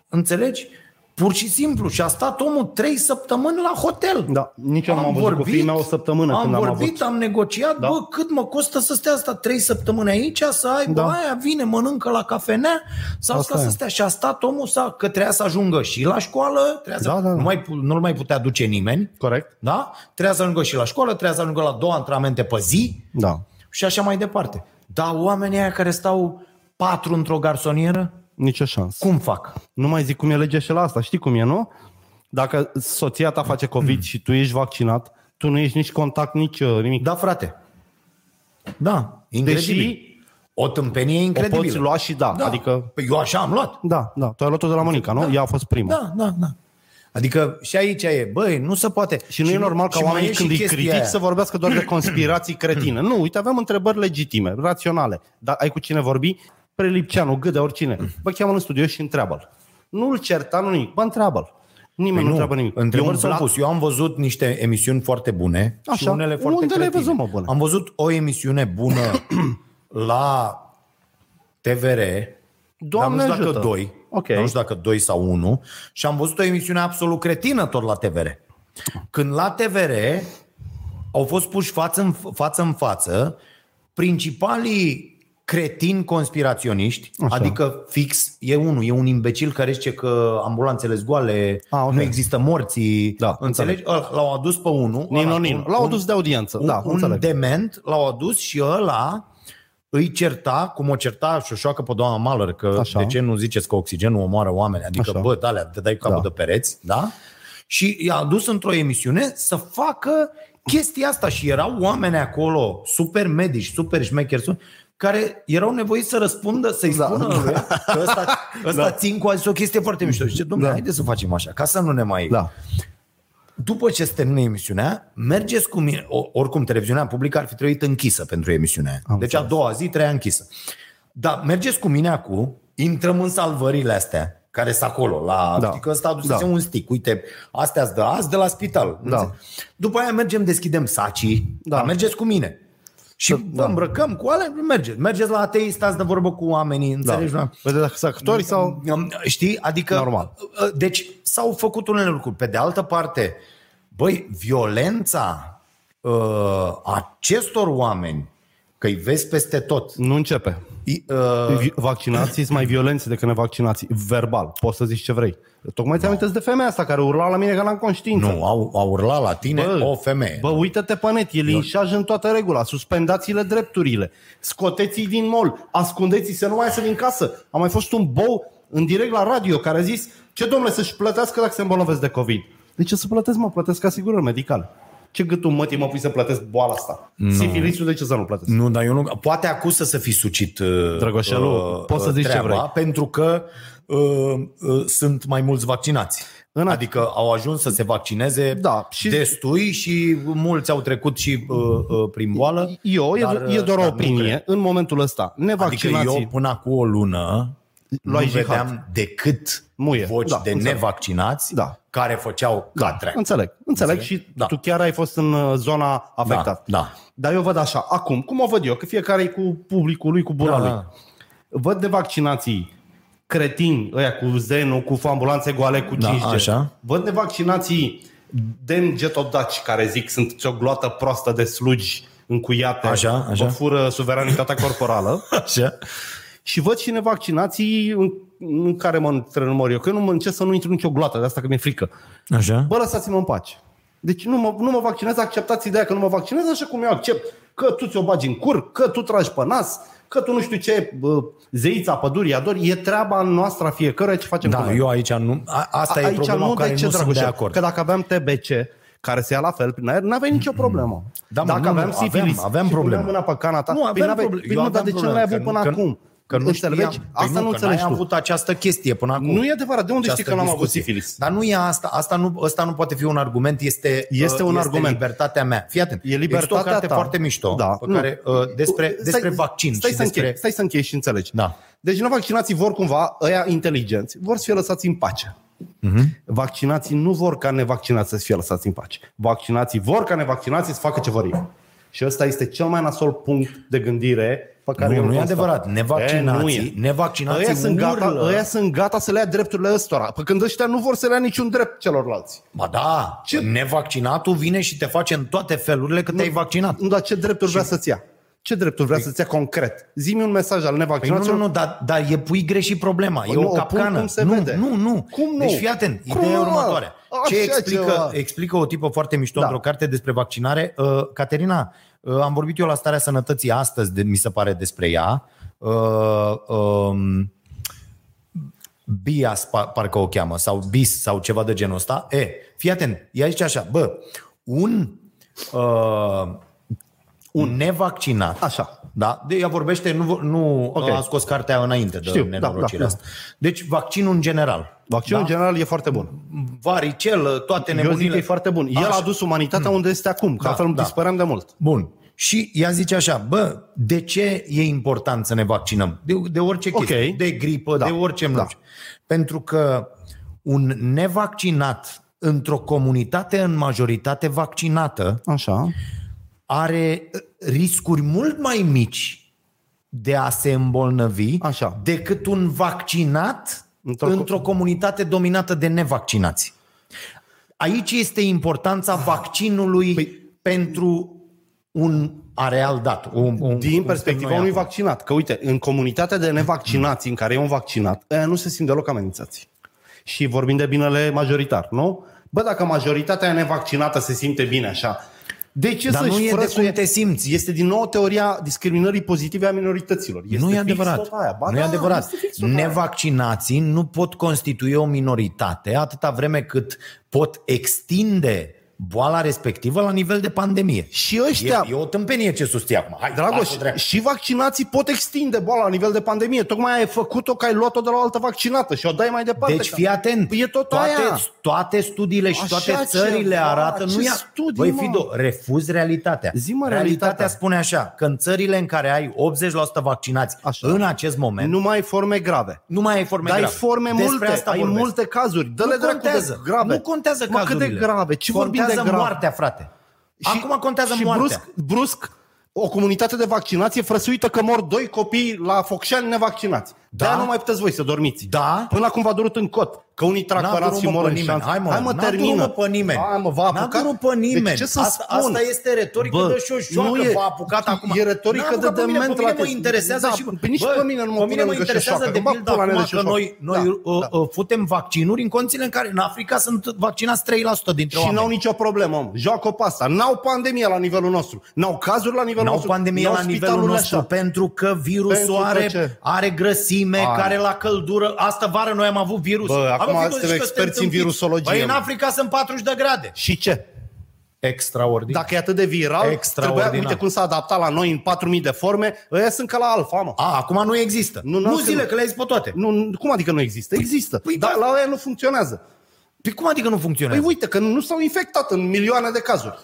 Speaker 2: Înțelegi? Pur și simplu. Și a stat omul trei săptămâni la hotel.
Speaker 3: Da, nici eu n-am avut cu fiii mea o săptămână
Speaker 2: am
Speaker 3: când am
Speaker 2: vorbit, am negociat,
Speaker 3: Da.
Speaker 2: da? bă, cât mă costă să stea asta trei săptămâni aici, să ai, bă,
Speaker 3: Da.
Speaker 2: aia vine, mănâncă la cafenea, sau
Speaker 3: Asta
Speaker 2: asta
Speaker 3: e.
Speaker 2: să stea. Și a stat omul sa, că trebuia să ajungă și la școală, trebuia să,
Speaker 3: Da, da, da.
Speaker 2: Nu mai, pu- nu-l mai putea duce nimeni,
Speaker 3: Corect?
Speaker 2: da? Trebuia să ajungă și la școală, trebuia să ajungă la două antrenamente pe zi
Speaker 3: Da.
Speaker 2: și așa mai departe. Dar oamenii aia care stau patru într-o garsonieră,
Speaker 3: Nicio șansă.
Speaker 2: cum fac?
Speaker 3: Nu mai zic cum e legea și la asta. Știi cum e, nu? Dacă soția ta face COVID și tu ești vaccinat, tu nu ești nici contact, nici uh, nimic.
Speaker 2: Da, frate. Da, incredibil.
Speaker 3: Deși
Speaker 2: Deși, o tâmpenie
Speaker 3: o
Speaker 2: incredibilă.
Speaker 3: poți lua și da.
Speaker 2: da.
Speaker 3: Adică,
Speaker 2: Păi eu așa am luat.
Speaker 3: da, da. Tu ai luat-o de la Monica, nu? Ea a fost prima.
Speaker 2: Da, da, da. Adică și aici e, băi, nu se poate.
Speaker 3: Și nu e normal ca
Speaker 2: și mai
Speaker 3: oamenii
Speaker 2: e și
Speaker 3: când îi
Speaker 2: chestia
Speaker 3: critici
Speaker 2: aia.
Speaker 3: să vorbească doar de conspirații cretine. Nu, uite, avem întrebări legitime, raționale. Dar ai cu cine vorbi? Prelipceanu, Gâdă, oricine. Bă, cheamă în studio și întreabă-l. Nu-l certa, nu nimic. Bă, întreabă-l. Nimeni
Speaker 2: Păi
Speaker 3: nu, întreabă nimic. E
Speaker 2: Întrebări
Speaker 3: un
Speaker 2: s-au
Speaker 3: blat.
Speaker 2: pus. Eu am văzut niște emisiuni foarte bune și
Speaker 3: Așa.
Speaker 2: unele foarte
Speaker 3: Unde le
Speaker 2: cretine.
Speaker 3: văzut, mă, bune?
Speaker 2: Am văzut o emisiune bună
Speaker 3: [CLEARS THROAT]
Speaker 2: la TVR,
Speaker 3: Doamne
Speaker 2: dar nu știu
Speaker 3: ajută.
Speaker 2: dacă doi,
Speaker 3: Ok.
Speaker 2: dar nu știu dacă doi sau unu, și am văzut o emisiune absolut cretină tot la TVR. Când la TVR au fost puși față în față, în față principalii cretini conspiraționiști,
Speaker 3: Așa.
Speaker 2: Așa. adică fix, e unul, e un imbecil care zice că ambulanțele zgoale,
Speaker 3: Ah,
Speaker 2: ah,
Speaker 3: ok.
Speaker 2: okay. nu există morții,
Speaker 3: Da,
Speaker 2: înțelegi? Ăla, l-au adus pe unul, ăla,
Speaker 3: Ninonin. L-au adus de audiență.
Speaker 2: un,
Speaker 3: Da,
Speaker 2: un
Speaker 3: înțeleg.
Speaker 2: dement, l-au adus și ăla îi certa, cum o certa șoșoacă pe doamna Malăr, că
Speaker 3: Așa.
Speaker 2: Așa. de ce nu ziceți că oxigenul omoară oameni? Adică,
Speaker 3: Așa.
Speaker 2: Așa. bă, dalea, te dai cu capul
Speaker 3: Da.
Speaker 2: da. de pereți, da? Și i-a adus într-o emisiune să facă chestia asta și erau oameni acolo, super medici, super șmecheri, su- care erau nevoiți să răspundă, să-i
Speaker 3: Da.
Speaker 2: da.
Speaker 3: [LAUGHS]
Speaker 2: spună lui că ăsta, ăsta da. țin cu a zis o chestie foarte mișto. Și zice, domnule,
Speaker 3: Da.
Speaker 2: da. haide să facem așa, ca să nu ne mai
Speaker 3: Da.
Speaker 2: după ce se termină emisiunea, mergeți cu mine. O- Oricum, televiziunea publică ar fi trebuit închisă pentru emisiunea aia.
Speaker 3: Am
Speaker 2: Deci a doua zi, treia închisă. Dar mergeți cu mine acum, intrăm în salvările astea care sunt acolo. La,
Speaker 3: Da.
Speaker 2: da. Știi că ăsta adusese
Speaker 3: Da.
Speaker 2: da. un stick. Uite, astea sunt de azi de la spital.
Speaker 3: Da.
Speaker 2: Înțe- După aia mergem, deschidem sacii.
Speaker 3: Da.
Speaker 2: Da. Dar mergeți cu mine. Și da. îmbrăcăm cu ale, mergeți. Mergeți la atei, stați de vorbă cu oamenii,
Speaker 3: Da.
Speaker 2: înțelegi? Da.
Speaker 3: Vedeți dacă sunt actori sau...
Speaker 2: Um, Știi? Adică...
Speaker 3: Normal.
Speaker 2: uh, Deci s-au făcut unele lucruri. Pe de altă parte, băi, violența uh, acestor oameni, că îi vezi peste tot,
Speaker 3: Nu începe.
Speaker 2: i- uh,
Speaker 3: Vi- Vaccinații sunt mai violenți decât nevaccinații. Verbal. Poți să zici ce vrei. Tocmai
Speaker 2: Da.
Speaker 3: ți-am de femeia asta care urla la mine că n-am conștiință.
Speaker 2: nu, au, au urlat la tine
Speaker 3: Bă,
Speaker 2: bă, o femeie.
Speaker 3: Bă, uite-te pe net, e linșaj în toată regula, suspendați-le drepturile, scoteți-i din mol, ascundeți-i să nu mai iasă din casă. A mai fost un bou în direct la radio care a zis, ce domnule, să-și plătească dacă se îmbolnăvesc de COVID. De ce să plătesc, mă? Plătesc asigurări medicale. Ce gâtul mătii mă pui să plătesc boala asta? No. Sifilisul, de ce să nu plătesc?
Speaker 2: Nu, dar eu nu... Poate acum să se fi sucit uh,
Speaker 3: Drăgoșelu, poți să zici ce
Speaker 2: treaba,
Speaker 3: vrei.
Speaker 2: Pentru că uh, uh, sunt mai mulți vaccinați.
Speaker 3: În-
Speaker 2: În adică au ajuns să se vaccineze
Speaker 3: Da, și-
Speaker 2: destui și mulți au trecut și uh, uh, prin boală.
Speaker 3: Eu,
Speaker 2: dar,
Speaker 3: e, e doar o
Speaker 2: dar nu cred.
Speaker 3: opinie, în momentul ăsta,
Speaker 2: Adică
Speaker 3: nevaccinații,
Speaker 2: eu până acum o lună
Speaker 3: Luai
Speaker 2: nu
Speaker 3: jihad.
Speaker 2: vedeam decât
Speaker 3: Muie,
Speaker 2: voci
Speaker 3: da,
Speaker 2: da, de
Speaker 3: înțeleg.
Speaker 2: nevaccinați
Speaker 3: Da.
Speaker 2: care făceau da, catre.
Speaker 3: înțeleg, înțeleg,
Speaker 2: Înțeleg?
Speaker 3: și
Speaker 2: Da.
Speaker 3: tu chiar ai fost în uh, zona afectată.
Speaker 2: Da, da.
Speaker 3: Dar eu văd așa, acum, cum o văd eu, că fiecare e cu publicul lui, cu bula
Speaker 2: Da,
Speaker 3: lui.
Speaker 2: da.
Speaker 3: Văd de vaccinații cretini, ăia cu zenul, cu ambulanțe goale, cu 5G.
Speaker 2: Da, așa.
Speaker 3: Văd de vaccinații dengetodaci, care zic sunt o gloată proastă de slugi încuiate,
Speaker 2: Așa, așa.
Speaker 3: vă fură suveranitatea
Speaker 2: [LAUGHS]
Speaker 3: corporală.
Speaker 2: Așa.
Speaker 3: Și văd și nevaccinații în, în care mă întremor eu, că eu nu mă încerc să nu intru în nicio gloată, de asta că mi-e frică.
Speaker 2: Așa.
Speaker 3: Bă, lăsați-mă în pace. Deci nu mă, nu mă vaccinez, acceptați ideea că nu mă vaccinez așa cum eu accept că tu ți-o bagi în cur, că tu tragi pe nas, că tu nu știu ce, bă, zeița pădurii adori, e treaba noastră a fiecăruia ce facem cu
Speaker 2: Da,
Speaker 3: noi.
Speaker 2: eu aici nu... A, asta
Speaker 3: A-
Speaker 2: e problema cu care nu sunt de
Speaker 3: Dragoșe?
Speaker 2: acord.
Speaker 3: Că dacă aveam TBC, care se ia la fel prin aer, n-aveai nicio problemă.
Speaker 2: Da, mă,
Speaker 3: dacă
Speaker 2: nu,
Speaker 3: aveam
Speaker 2: nu,
Speaker 3: sifilis
Speaker 2: aveam- aveam
Speaker 3: și
Speaker 2: problemă.
Speaker 3: puneam mâna pe cana ta,
Speaker 2: Nu, aveam
Speaker 3: păi n-aveai-
Speaker 2: probleme.
Speaker 3: păi
Speaker 2: Eu
Speaker 3: nu, dar
Speaker 2: aveam
Speaker 3: de ce nu
Speaker 2: probleme,
Speaker 3: l-ai
Speaker 2: că
Speaker 3: avut
Speaker 2: nu-
Speaker 3: până
Speaker 2: că-
Speaker 3: acum?
Speaker 2: Că nu
Speaker 3: Înțelegi?
Speaker 2: știam. Păi
Speaker 3: Asta nu
Speaker 2: că
Speaker 3: înțelegi
Speaker 2: n-ai
Speaker 3: tu.
Speaker 2: avut această chestie până acum.
Speaker 3: Nu e adevărat. De unde
Speaker 2: Această
Speaker 3: știi că n-am avut
Speaker 2: discuție.
Speaker 3: sifilis?
Speaker 2: Dar nu e asta. asta nu, asta nu poate fi un argument. Este,
Speaker 3: Este
Speaker 2: uh,
Speaker 3: un argument.
Speaker 2: libertatea mea. Fii atent.
Speaker 3: E
Speaker 2: Există o
Speaker 3: libertatea
Speaker 2: carte
Speaker 3: ta.
Speaker 2: foarte mișto
Speaker 3: Da,
Speaker 2: pe
Speaker 3: nu.
Speaker 2: care, uh, despre, despre vaccin
Speaker 3: Stai,
Speaker 2: și
Speaker 3: să
Speaker 2: despre...
Speaker 3: închei, stai să închei și înțelegi.
Speaker 2: Da.
Speaker 3: Deci vaccinații vor cumva, ăia inteligenți, vor să fie lăsați în pace.
Speaker 2: Mhm.
Speaker 3: Mm-hmm. Vaccinații nu vor ca nevaccinați să fie lăsați în pace. Vaccinații vor ca nevaccinații să facă ce vor ei. Și ăsta este cel mai nasol punct de gândire pe care
Speaker 2: Nu,
Speaker 3: eu îl
Speaker 2: nu e
Speaker 3: constat.
Speaker 2: adevărat. Nevaccinații-
Speaker 3: E, nu e.
Speaker 2: nevaccinații
Speaker 3: Ăia sunt, gata,
Speaker 2: urlă.
Speaker 3: ăia sunt gata să le ia drepturile ăstora. Pe când ăștia nu vor să le ia niciun drept celorlalți.
Speaker 2: Ba da, ce? nevaccinatul vine și te face în toate felurile că te-ai vaccinat.
Speaker 3: Nu, dar ce drepturi vrea să-ți ia? Ce drepturi vrea să-ți ia concret? Zi-mi un mesaj al
Speaker 2: Păi nu,
Speaker 3: nevaccinaților.
Speaker 2: nu, nu, dar, dar e pui greșit problema. E
Speaker 3: Păi nu,
Speaker 2: o
Speaker 3: o pun
Speaker 2: capcană.
Speaker 3: cum se
Speaker 2: nu,
Speaker 3: vede.
Speaker 2: nu, nu.
Speaker 3: Cum nu?
Speaker 2: Deci fii atent.
Speaker 3: Cum
Speaker 2: Ideea e
Speaker 3: nu, mă?
Speaker 2: următoare. Ce
Speaker 3: Așa
Speaker 2: explică,
Speaker 3: ceva.
Speaker 2: explică o tipă foarte mișto
Speaker 3: Da.
Speaker 2: într-o carte despre vaccinare? Uh, Caterina, uh, am vorbit eu la Starea Sănătății astăzi, de, mi se pare, despre ea. Uh, um, Bias, pa- parcă o cheamă, sau bis, sau ceva de genul ăsta. E, fii atent, ea zice așa, bă, un, uh, un nevaccinat,
Speaker 3: Așa.
Speaker 2: da? De ea vorbește, nu, nu
Speaker 3: Ok.
Speaker 2: a scos cartea înainte de
Speaker 3: Știu, da,
Speaker 2: nenorocirea
Speaker 3: da, da.
Speaker 2: asta. Deci vaccinul în general.
Speaker 3: Vaccinul da. în general e foarte bun.
Speaker 2: Varicelă, toate
Speaker 3: Eu zic
Speaker 2: nebunile.
Speaker 3: că e foarte bun. El
Speaker 2: Așa.
Speaker 3: Așa. a dus umanitatea unde este acum, că
Speaker 2: Da,
Speaker 3: da, altfel
Speaker 2: da.
Speaker 3: da. dispăream de mult.
Speaker 2: Bun. Și ea zice așa, bă, de ce e important să ne vaccinăm? De, de orice
Speaker 3: Ok.
Speaker 2: chestie, de gripă, da.
Speaker 3: Da.
Speaker 2: de orice
Speaker 3: Da.
Speaker 2: da. Pentru că un nevaccinat într-o comunitate în majoritate vaccinată
Speaker 3: Așa.
Speaker 2: are uh, riscuri mult mai mici de a se îmbolnăvi
Speaker 3: Așa.
Speaker 2: decât un vaccinat într-o,
Speaker 3: Într-o-
Speaker 2: într-o comunitate dominată de nevaccinați. Aici este importanța vaccinului păi, pentru un areal dat. Un, un,
Speaker 3: Din
Speaker 2: cum
Speaker 3: perspectiva
Speaker 2: suntem
Speaker 3: unui
Speaker 2: noi acum.
Speaker 3: vaccinat. Că uite, în comunitatea de nevaccinați în care e un vaccinat, ăia nu se simt deloc amenințați. Și vorbim de binele majoritar, nu? Bă, dacă majoritatea nevaccinată se simte bine așa, de ce
Speaker 2: Dar nu
Speaker 3: să-și
Speaker 2: e de
Speaker 3: frăsuie-
Speaker 2: cum te simți.
Speaker 3: Este din nou teoria discriminării pozitive a minorităților. Este
Speaker 2: nu e
Speaker 3: fix
Speaker 2: adevărat.
Speaker 3: tot Aia. Ba
Speaker 2: nu
Speaker 3: da,
Speaker 2: e adevărat.
Speaker 3: este fix tot aia.
Speaker 2: Nevaccinații nu pot constitui o minoritate atâta vreme cât pot extinde boala respectivă la nivel de pandemie.
Speaker 3: Și ăștia,
Speaker 2: E, e o tâmpenie ce susții acum. Hai,
Speaker 3: Dragoș,
Speaker 2: lasă-o dracu.
Speaker 3: și vaccinații pot extinde boala la nivel de pandemie. Tocmai ai făcut-o că ai luat-o de la o altă vaccinată și o dai mai departe.
Speaker 2: Deci
Speaker 3: Că-
Speaker 2: fii atent.
Speaker 3: Păi e tot
Speaker 2: toate,
Speaker 3: aia.
Speaker 2: toate studiile și
Speaker 3: Așa
Speaker 2: toate țările
Speaker 3: ceva,
Speaker 2: arată. Nu
Speaker 3: ce
Speaker 2: ia...
Speaker 3: studii,
Speaker 2: Băi,
Speaker 3: mă?
Speaker 2: Fido, refuz realitatea.
Speaker 3: Zi-mă
Speaker 2: realitatea
Speaker 3: realitatea.
Speaker 2: spune așa, că în țările în care ai 80% vaccinați
Speaker 3: Așa.
Speaker 2: în acest moment, nu,
Speaker 3: Nu mai ai forme grave.
Speaker 2: nu mai ai forme
Speaker 3: Dar ai
Speaker 2: grave.
Speaker 3: forme
Speaker 2: Despre
Speaker 3: multe,
Speaker 2: asta
Speaker 3: ai
Speaker 2: vorbesc.
Speaker 3: multe cazuri. Dă-le
Speaker 2: nu
Speaker 3: dracu de
Speaker 2: contează.
Speaker 3: grave.
Speaker 2: Nu contează
Speaker 3: mă,
Speaker 2: cazurile.
Speaker 3: cât de grave?
Speaker 2: contează
Speaker 3: Ce vorbim de grave?
Speaker 2: moartea, frate. Și,
Speaker 3: Și-
Speaker 2: Acum contează
Speaker 3: și
Speaker 2: moartea.
Speaker 3: brusc, brusc, o comunitate de vaccinație frăsuită că mor doi copii la Focșani nevaccinați.
Speaker 2: Da?
Speaker 3: Da? De-aia nu mai puteți voi să dormiți.
Speaker 2: Da.
Speaker 3: Până acum v-a durut în cot. Că unii
Speaker 2: N-a
Speaker 3: trag
Speaker 2: durut,
Speaker 3: parați și
Speaker 2: mă,
Speaker 3: mor
Speaker 2: pe
Speaker 3: în
Speaker 2: nimeni.
Speaker 3: șanț.
Speaker 2: Hai, mă, n-a
Speaker 3: termină.
Speaker 2: durut, mă, pe nimeni.
Speaker 3: Hai mă, va
Speaker 2: N-a
Speaker 3: apuca.
Speaker 2: durut pe nimeni.
Speaker 3: Deci ce să
Speaker 2: Asta-
Speaker 3: spun?
Speaker 2: asta este retorică de șoșoacă,
Speaker 3: nu e-
Speaker 2: v-a apucat acum.
Speaker 3: E
Speaker 2: N-a
Speaker 3: retorică de
Speaker 2: apucat pe mine, pe
Speaker 3: dement
Speaker 2: mine
Speaker 3: la
Speaker 2: mă
Speaker 3: te-
Speaker 2: interesează
Speaker 3: da,
Speaker 2: și-
Speaker 3: pe nici
Speaker 2: Bă,
Speaker 3: pe mine nu mă
Speaker 2: pe mine
Speaker 3: pune
Speaker 2: mă
Speaker 3: lângă
Speaker 2: interesează
Speaker 3: șoșoacă,
Speaker 2: de
Speaker 3: că bă,
Speaker 2: pildă
Speaker 3: pula
Speaker 2: acum
Speaker 3: mea
Speaker 2: că
Speaker 3: de șoșoacă.
Speaker 2: noi- noi,
Speaker 3: Da,
Speaker 2: uh,
Speaker 3: da.
Speaker 2: uh, futem vaccinuri în condițiile în care în Africa sunt vaccinați 3% dintre
Speaker 3: Și
Speaker 2: oameni.
Speaker 3: n-au nicio problemă, om. Joacă pe asta. N-au pandemie la nivelul nostru. N-au cazuri la nivelul
Speaker 2: N-au
Speaker 3: nostru.
Speaker 2: pandemie la nivelul
Speaker 3: spitalurile
Speaker 2: nostru
Speaker 3: așa.
Speaker 2: pentru că
Speaker 3: Pentru
Speaker 2: virusul
Speaker 3: că
Speaker 2: are,
Speaker 3: ce?
Speaker 2: are grăsime
Speaker 3: Are.
Speaker 2: care la căldură. Astă vară noi am avut virus.
Speaker 3: Bă,
Speaker 2: Am
Speaker 3: acum
Speaker 2: avut
Speaker 3: suntem
Speaker 2: virus și că
Speaker 3: experți
Speaker 2: suntem
Speaker 3: în
Speaker 2: tâmpiți.
Speaker 3: virusologie,
Speaker 2: Băi, în
Speaker 3: mă.
Speaker 2: Africa sunt 40 de grade.
Speaker 3: Și ce?
Speaker 2: Extraordinar.
Speaker 3: Dacă e atât de viral,
Speaker 2: Extraordinar.
Speaker 3: trebuia, uite cum s-a adaptat la noi în 4000 de forme, ăia sunt ca la alfa, mă.
Speaker 2: A, acum nu există. nu
Speaker 3: Nu, n-am
Speaker 2: zile,
Speaker 3: crezut.
Speaker 2: că le-ai zis pe toate.
Speaker 3: Nu, nu- cum adică nu există? Există.
Speaker 2: păi
Speaker 3: Dar
Speaker 2: da.
Speaker 3: la ăia nu funcționează.
Speaker 2: Păi cum adică nu funcționează?
Speaker 3: Păi
Speaker 2: Păi,
Speaker 3: uite că nu s-au infectat în milioane de cazuri.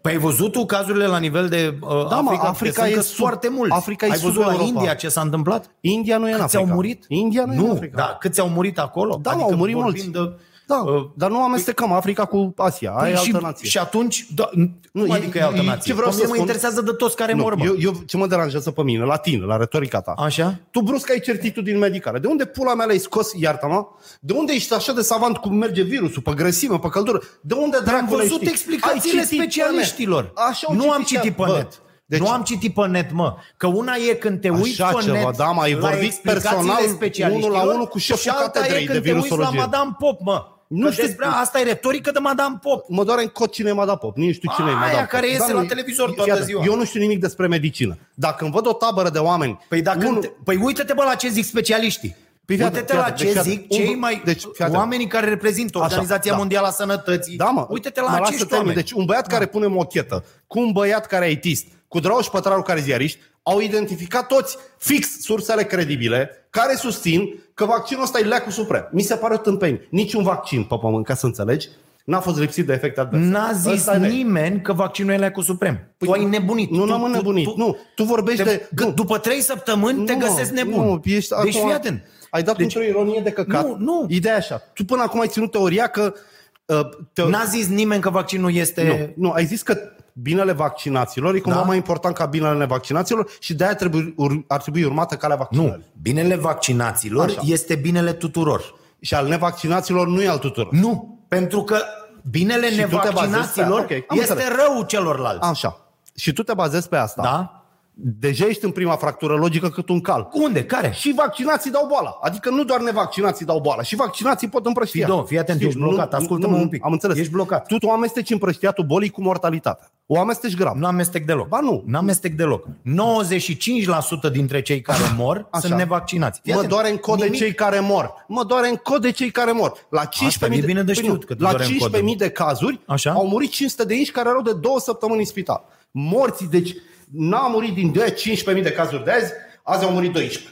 Speaker 2: păi ai văzut tu cazurile la nivel de uh, Africa?
Speaker 3: Da, mă,
Speaker 2: Că
Speaker 3: Africa
Speaker 2: sunt
Speaker 3: e
Speaker 2: că
Speaker 3: sub-
Speaker 2: foarte mult.
Speaker 3: Africa e
Speaker 2: ai
Speaker 3: sub
Speaker 2: văzut la
Speaker 3: Europa.
Speaker 2: India ce s-a întâmplat?
Speaker 3: India nu e în
Speaker 2: Câți
Speaker 3: Africa.
Speaker 2: au murit?
Speaker 3: India nu, e
Speaker 2: nu
Speaker 3: în Africa.
Speaker 2: Da, câți au murit acolo?
Speaker 3: Da, adică au murit
Speaker 2: vorbim
Speaker 3: mulți.
Speaker 2: De,
Speaker 3: Da,
Speaker 2: uh,
Speaker 3: dar nu amestecăm Africa cu Asia. Aia e
Speaker 2: Păi
Speaker 3: altă
Speaker 2: și,
Speaker 3: nație.
Speaker 2: și atunci, da, nu, cum
Speaker 3: e-
Speaker 2: adică e altă
Speaker 3: e-
Speaker 2: nație?
Speaker 3: ce vreau
Speaker 2: Pe
Speaker 3: să
Speaker 2: mine mă
Speaker 3: spun-
Speaker 2: interesează de toți care mor,
Speaker 3: nu,
Speaker 2: mă.
Speaker 3: eu, eu, ce mă deranjează pe mine, la tine, la retorica ta.
Speaker 2: Așa?
Speaker 3: Tu brusc ai certitudini medicale. De unde pula mea le-ai scos, iartă-mă? De unde ești așa de savant cum merge virusul, pe grăsime, pe căldură? De unde dracu
Speaker 2: Am
Speaker 3: le
Speaker 2: văzut
Speaker 3: știi?
Speaker 2: explicațiile
Speaker 3: Ai citit pe net.
Speaker 2: specialiștilor.
Speaker 3: Așa au
Speaker 2: nu am
Speaker 3: ea.
Speaker 2: citit pe
Speaker 3: Bă,
Speaker 2: net.
Speaker 3: deci-
Speaker 2: nu am citit pe net, mă. Că una e când te uiți
Speaker 3: Așa
Speaker 2: pe
Speaker 3: ceva,
Speaker 2: net
Speaker 3: da, mă, ai
Speaker 2: la
Speaker 3: vorbit
Speaker 2: explicațiile
Speaker 3: personal
Speaker 2: specialiștilor
Speaker 3: unul la unul cu șeful
Speaker 2: și alta e
Speaker 3: catedrei
Speaker 2: când
Speaker 3: de
Speaker 2: te uiți la
Speaker 3: virusologie.
Speaker 2: Madame Pop, mă. Nu știu, despre asta e retorică de Madame Pop.
Speaker 3: Mă doare în cot cine m-a dat pop. Nu știu cine
Speaker 2: Aia
Speaker 3: m-a dat pop.
Speaker 2: care iese
Speaker 3: Dar nu-
Speaker 2: la televizor
Speaker 3: fii
Speaker 2: toată
Speaker 3: atent,
Speaker 2: ziua.
Speaker 3: Eu nu știu nimic despre medicină. Dacă îmi văd o tabără de oameni...
Speaker 2: Păi, dacă
Speaker 3: unul-
Speaker 2: te, păi uite-te bă la ce zic specialiștii.
Speaker 3: Păi
Speaker 2: Păi
Speaker 3: fii
Speaker 2: uite-te
Speaker 3: atent,
Speaker 2: la
Speaker 3: fii
Speaker 2: ce
Speaker 3: atent. Deci,
Speaker 2: zic
Speaker 3: fii atent.
Speaker 2: cei mai
Speaker 3: Deci, fii atent.
Speaker 2: oamenii care reprezintă
Speaker 3: Așa,
Speaker 2: Organizația
Speaker 3: da.
Speaker 2: Mondială a Sănătății.
Speaker 3: Da, mă.
Speaker 2: Uite-te la
Speaker 3: mă, lasă
Speaker 2: acești
Speaker 3: termin.
Speaker 2: oameni. Da.
Speaker 3: Deci un băiat care pune mochetă cu un băiat care e aitist, cu Dragoș Pătraru care e ziarist, au identificat toți fix sursele credibile care susțin că vaccinul ăsta e leacul suprem. Mi se pare o tâmpenie. Niciun vaccin pe pământ, ca să înțelegi, n-a fost lipsit de efecte adverse.
Speaker 2: N-a zis
Speaker 3: Ăsta e leacul.
Speaker 2: nimeni că vaccinul e cu suprem. Păi, tu ai nebunit.
Speaker 3: Nu
Speaker 2: Tu-
Speaker 3: n-am
Speaker 2: tu-
Speaker 3: înnebunit.
Speaker 2: tu-
Speaker 3: Nu, tu vorbești
Speaker 2: Te,
Speaker 3: de...
Speaker 2: Păi că
Speaker 3: nu.
Speaker 2: după trei săptămâni te
Speaker 3: Nu,
Speaker 2: găsesc nebun.
Speaker 3: Nu, ești
Speaker 2: deci
Speaker 3: acum,
Speaker 2: fii atent.
Speaker 3: Ai dat
Speaker 2: Deci-
Speaker 3: deci, într-o ironie de căcat.
Speaker 2: Nu, nu.
Speaker 3: Ideea e așa. Tu până acum ai ținut teoria că... Uh, teo-
Speaker 2: N-a zis nimeni că vaccinul
Speaker 3: Nu,
Speaker 2: este...
Speaker 3: nu, ai zis că binele vaccinaților e cumva
Speaker 2: Da.
Speaker 3: mai important ca binele nevaccinaților și de-aia trebuie, ur, ar trebui urmată calea vaccinării.
Speaker 2: Binele vaccinaților
Speaker 3: Așa.
Speaker 2: este binele tuturor.
Speaker 3: Și al nevaccinaților nu e al tuturor.
Speaker 2: Nu, pentru că binele
Speaker 3: Și tu te bazezi pe aia.
Speaker 2: nevaccinaților
Speaker 3: Ok, am
Speaker 2: este
Speaker 3: înțeles.
Speaker 2: rău celorlalți.
Speaker 3: Așa. Și tu te bazezi pe asta.
Speaker 2: Da?
Speaker 3: Deja ești în prima fractură logică cât un cal.
Speaker 2: Unde? Care?
Speaker 3: Și vaccinații dau boala. Adică nu doar nevaccinații dau boala. Și vaccinații pot împrăștia.
Speaker 2: Fido, fii atent,
Speaker 3: Știi,
Speaker 2: ești blocat.
Speaker 3: nu-
Speaker 2: Ascultă-mă
Speaker 3: nu- nu,
Speaker 2: un pic.
Speaker 3: Am înțeles.
Speaker 2: Ești blocat.
Speaker 3: Tu, tu amesteci împrăștiatul bolii cu mortalitatea. O amesteci grav.
Speaker 2: Nu amestec deloc.
Speaker 3: Ba nu.
Speaker 2: Nu amestec deloc. 95% dintre cei care mor
Speaker 3: Așa.
Speaker 2: sunt nevaccinați. Fii
Speaker 3: Mă
Speaker 2: atent.
Speaker 3: doare în cod de
Speaker 2: Nimic.
Speaker 3: cei care mor. Mă doare în cod de cei care mor. La 15.000
Speaker 2: e
Speaker 3: de,
Speaker 2: bine de
Speaker 3: Păi
Speaker 2: știut
Speaker 3: nu,
Speaker 2: că te
Speaker 3: la
Speaker 2: doare în cod de
Speaker 3: 15.000 de cazuri
Speaker 2: Așa.
Speaker 3: au murit 500 de inși care erau de două săptămâni în spital. Morții, deci n-a murit din de 15.000 de cazuri de azi, azi au murit 12.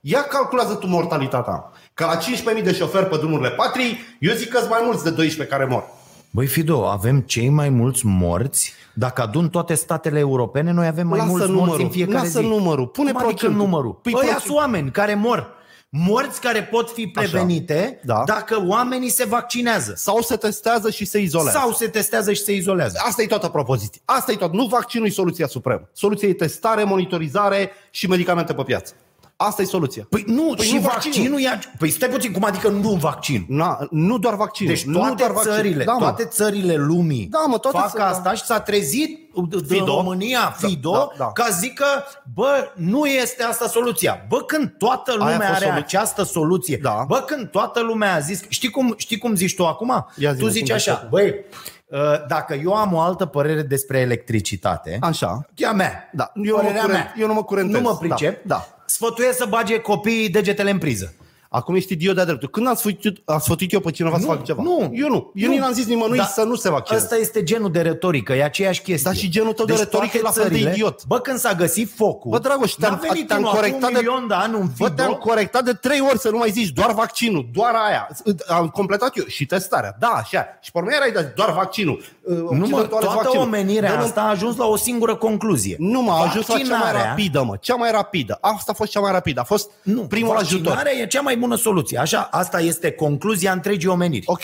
Speaker 3: Ia calculează tu mortalitatea. Că la 15.000 de șoferi pe drumurile patriei, eu zic că sunt mai mulți de 12 care mor.
Speaker 2: Băi, Fido, avem cei mai mulți morți. Dacă adun toate statele europene, noi avem mai
Speaker 3: Lasă
Speaker 2: mulți morți
Speaker 3: numărul,
Speaker 2: în fiecare
Speaker 3: lasă
Speaker 2: zi.
Speaker 3: numărul, pune
Speaker 2: Cum adică
Speaker 3: procentul?
Speaker 2: numărul?
Speaker 3: Păi
Speaker 2: Păi Ăia
Speaker 3: procent-
Speaker 2: sunt oameni care mor. Morți care pot fi prevenite
Speaker 3: Da.
Speaker 2: dacă oamenii se vaccinează.
Speaker 3: Sau se testează și se izolează.
Speaker 2: Sau se testează și se izolează.
Speaker 3: Asta e toată propoziția. Asta e tot. Nu vaccinul e soluția supremă. Soluția e testare, monitorizare și medicamente pe piață. Asta e soluția.
Speaker 2: Păi nu,
Speaker 3: Păi
Speaker 2: și
Speaker 3: nu vaccinul.
Speaker 2: vaccinul e... Păi stai puțin, cum adică nu un vaccin?
Speaker 3: Na, nu doar vaccinul.
Speaker 2: Deci
Speaker 3: nu
Speaker 2: toate
Speaker 3: doar vaccin.
Speaker 2: țările,
Speaker 3: da, mă.
Speaker 2: toate țările lumii
Speaker 3: Da, mă, toate
Speaker 2: fac
Speaker 3: țările.
Speaker 2: asta și s-a trezit
Speaker 3: Fido.
Speaker 2: Fido. România, Fido,
Speaker 3: da, da.
Speaker 2: ca zică, bă, nu este asta soluția. Bă, când toată
Speaker 3: a
Speaker 2: lumea
Speaker 3: fost
Speaker 2: are
Speaker 3: soluția.
Speaker 2: această soluție,
Speaker 3: Da.
Speaker 2: bă, când toată lumea a zis, știi cum, știi cum zici tu acum?
Speaker 3: Ia zi-mi
Speaker 2: tu
Speaker 3: cum
Speaker 2: zici
Speaker 3: ai
Speaker 2: așa,
Speaker 3: făcut.
Speaker 2: băi, uh, dacă eu am o altă părere despre electricitate,
Speaker 3: Așa.
Speaker 2: e a mea.
Speaker 3: Da, eu nu mă
Speaker 2: Părerea
Speaker 3: curent-
Speaker 2: mea.
Speaker 3: eu nu mă curentez.
Speaker 2: Nu mă
Speaker 3: Da,
Speaker 2: pricep.
Speaker 3: da.
Speaker 2: Sfătuiesc să bage copiii degetele în priză.
Speaker 3: Acum ești idiot de-a dreptul. Când am sfătuit, am sfătuit eu pe cineva să facă ceva?
Speaker 2: Nu, Da.
Speaker 3: Eu nu. Da. Eu nu. n-am zis nimănui să nu se vaccineze.
Speaker 2: Asta este genul de retorică, e aceeași chestie. Deci
Speaker 3: Dar și genul tău de retorică e
Speaker 2: toate
Speaker 3: la fel de
Speaker 2: țările-
Speaker 3: idiot.
Speaker 2: Bă, când s-a găsit focul,
Speaker 3: Bă, Dragoș,
Speaker 2: n-a
Speaker 3: te-am,
Speaker 2: venit
Speaker 3: te-am
Speaker 2: unul acum
Speaker 3: corectat
Speaker 2: un
Speaker 3: de...
Speaker 2: milion de ani un
Speaker 3: Bă, te-am
Speaker 2: video.
Speaker 3: corectat de trei ori să nu mai zici doar vaccinul, doar aia. Am completat eu și testarea. Da, așa. Și pe urmă erai dat doar vaccinul.
Speaker 2: Nu, mă, toată
Speaker 3: vaccinul.
Speaker 2: omenirea
Speaker 3: Dă-mi-
Speaker 2: asta a ajuns la o singură concluzie.
Speaker 3: Nu m-a ajuns la cea mai
Speaker 2: Vaccinarea-
Speaker 3: rapidă, mă. Cea mai rapidă. Asta a fost cea mai rapidă. A fost
Speaker 2: Nu,
Speaker 3: primul ajutor.
Speaker 2: vaccinarea e cea mai bună soluție. Așa, asta este concluzia întregii omeniri.
Speaker 3: Ok.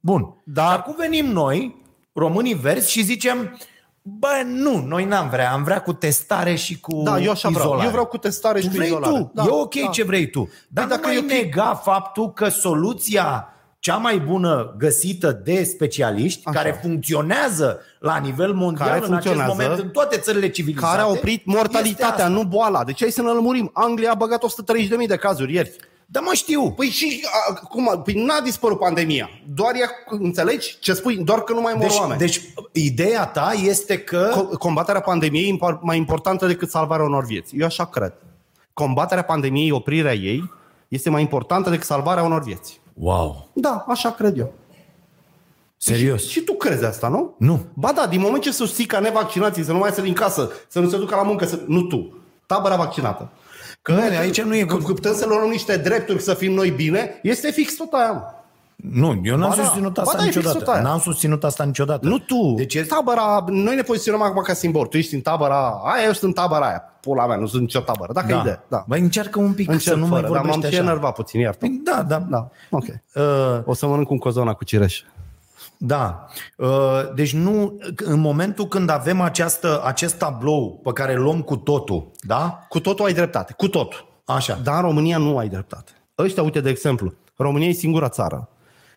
Speaker 2: Bun.
Speaker 3: Dar-
Speaker 2: Dar și acum venim noi, românii verzi, și zicem, bă, nu, noi n-am vrea, am vrea cu testare și cu
Speaker 3: Da, eu așa
Speaker 2: izolare.
Speaker 3: vreau. Eu vreau cu testare și
Speaker 2: Tu
Speaker 3: cu
Speaker 2: vrei
Speaker 3: izolare.
Speaker 2: tu,
Speaker 3: Da,
Speaker 2: da, e ok
Speaker 3: da.
Speaker 2: da. ce vrei tu. Dar
Speaker 3: Păi
Speaker 2: păi
Speaker 3: dacă
Speaker 2: dacă nu
Speaker 3: e
Speaker 2: mai
Speaker 3: ok-
Speaker 2: nega faptul că soluția cea mai bună găsită de specialiști,
Speaker 3: Așa.
Speaker 2: Așa. care funcționează la nivel mondial
Speaker 3: Care
Speaker 2: în acest
Speaker 3: funcționează,
Speaker 2: moment în toate țările civilizate.
Speaker 3: Care a oprit
Speaker 2: este
Speaker 3: mortalitatea,
Speaker 2: asta.
Speaker 3: nu boala. Deci hai să ne lămurim. Anglia a băgat 130.000 de cazuri ieri.
Speaker 2: Dar mă știu.
Speaker 3: Păi și a, cum, păi n-a dispărut pandemia. Doar ea, înțelegi ce spui? Doar că nu mai mor
Speaker 2: Deci,
Speaker 3: oameni.
Speaker 2: deci ideea ta este că...
Speaker 3: Co- combaterea pandemiei e impor- mai importantă decât salvarea unor vieți. Eu așa cred. Combaterea pandemiei, oprirea ei, este mai importantă decât salvarea unor vieți.
Speaker 2: Wow,
Speaker 3: Da, așa cred eu.
Speaker 2: serios.
Speaker 3: Și tu crezi asta, nu?
Speaker 2: Nu.
Speaker 3: Ba da, din moment ce susții ca nevaccinații să nu mai iasă din casă, să nu se ducă la muncă, să... nu tu, tabăra vaccinată. Că
Speaker 2: Nu, aici nu e-
Speaker 3: Că putem să luăm niște drepturi să fim noi bine, este fix tot aia. mă.
Speaker 2: Nu, eu n-am
Speaker 3: Ba da,
Speaker 2: susținut
Speaker 3: ba
Speaker 2: asta
Speaker 3: da, e fix tot aia.
Speaker 2: niciodată. N-am susținut asta niciodată.
Speaker 3: Nu tu.
Speaker 2: Deci este...
Speaker 3: tabăra, noi ne poziționăm acum ca simbol. Tu ești în tabăra aia, eu sunt în tabăra aia. Pula mea, nu sunt nicio tabără. Dacă da. e de, da.
Speaker 2: Bă, încearcă un pic
Speaker 3: Încerc
Speaker 2: să nu mai
Speaker 3: fără, dar m-am
Speaker 2: vorbești
Speaker 3: și
Speaker 2: așa.
Speaker 3: enervat puțin, iartă.
Speaker 2: Da, da, da.
Speaker 3: Da, ok.
Speaker 2: Uh,
Speaker 3: O să mănânc un cozona cu cireș.
Speaker 2: Da. Uh, Deci nu, în momentul când avem această, acest tablou pe care îl luăm cu totul, da?
Speaker 3: Cu totul ai dreptate, cu totul.
Speaker 2: Așa.
Speaker 3: Dar în România nu ai dreptate. Ăștia, uite, de exemplu, România e singura țară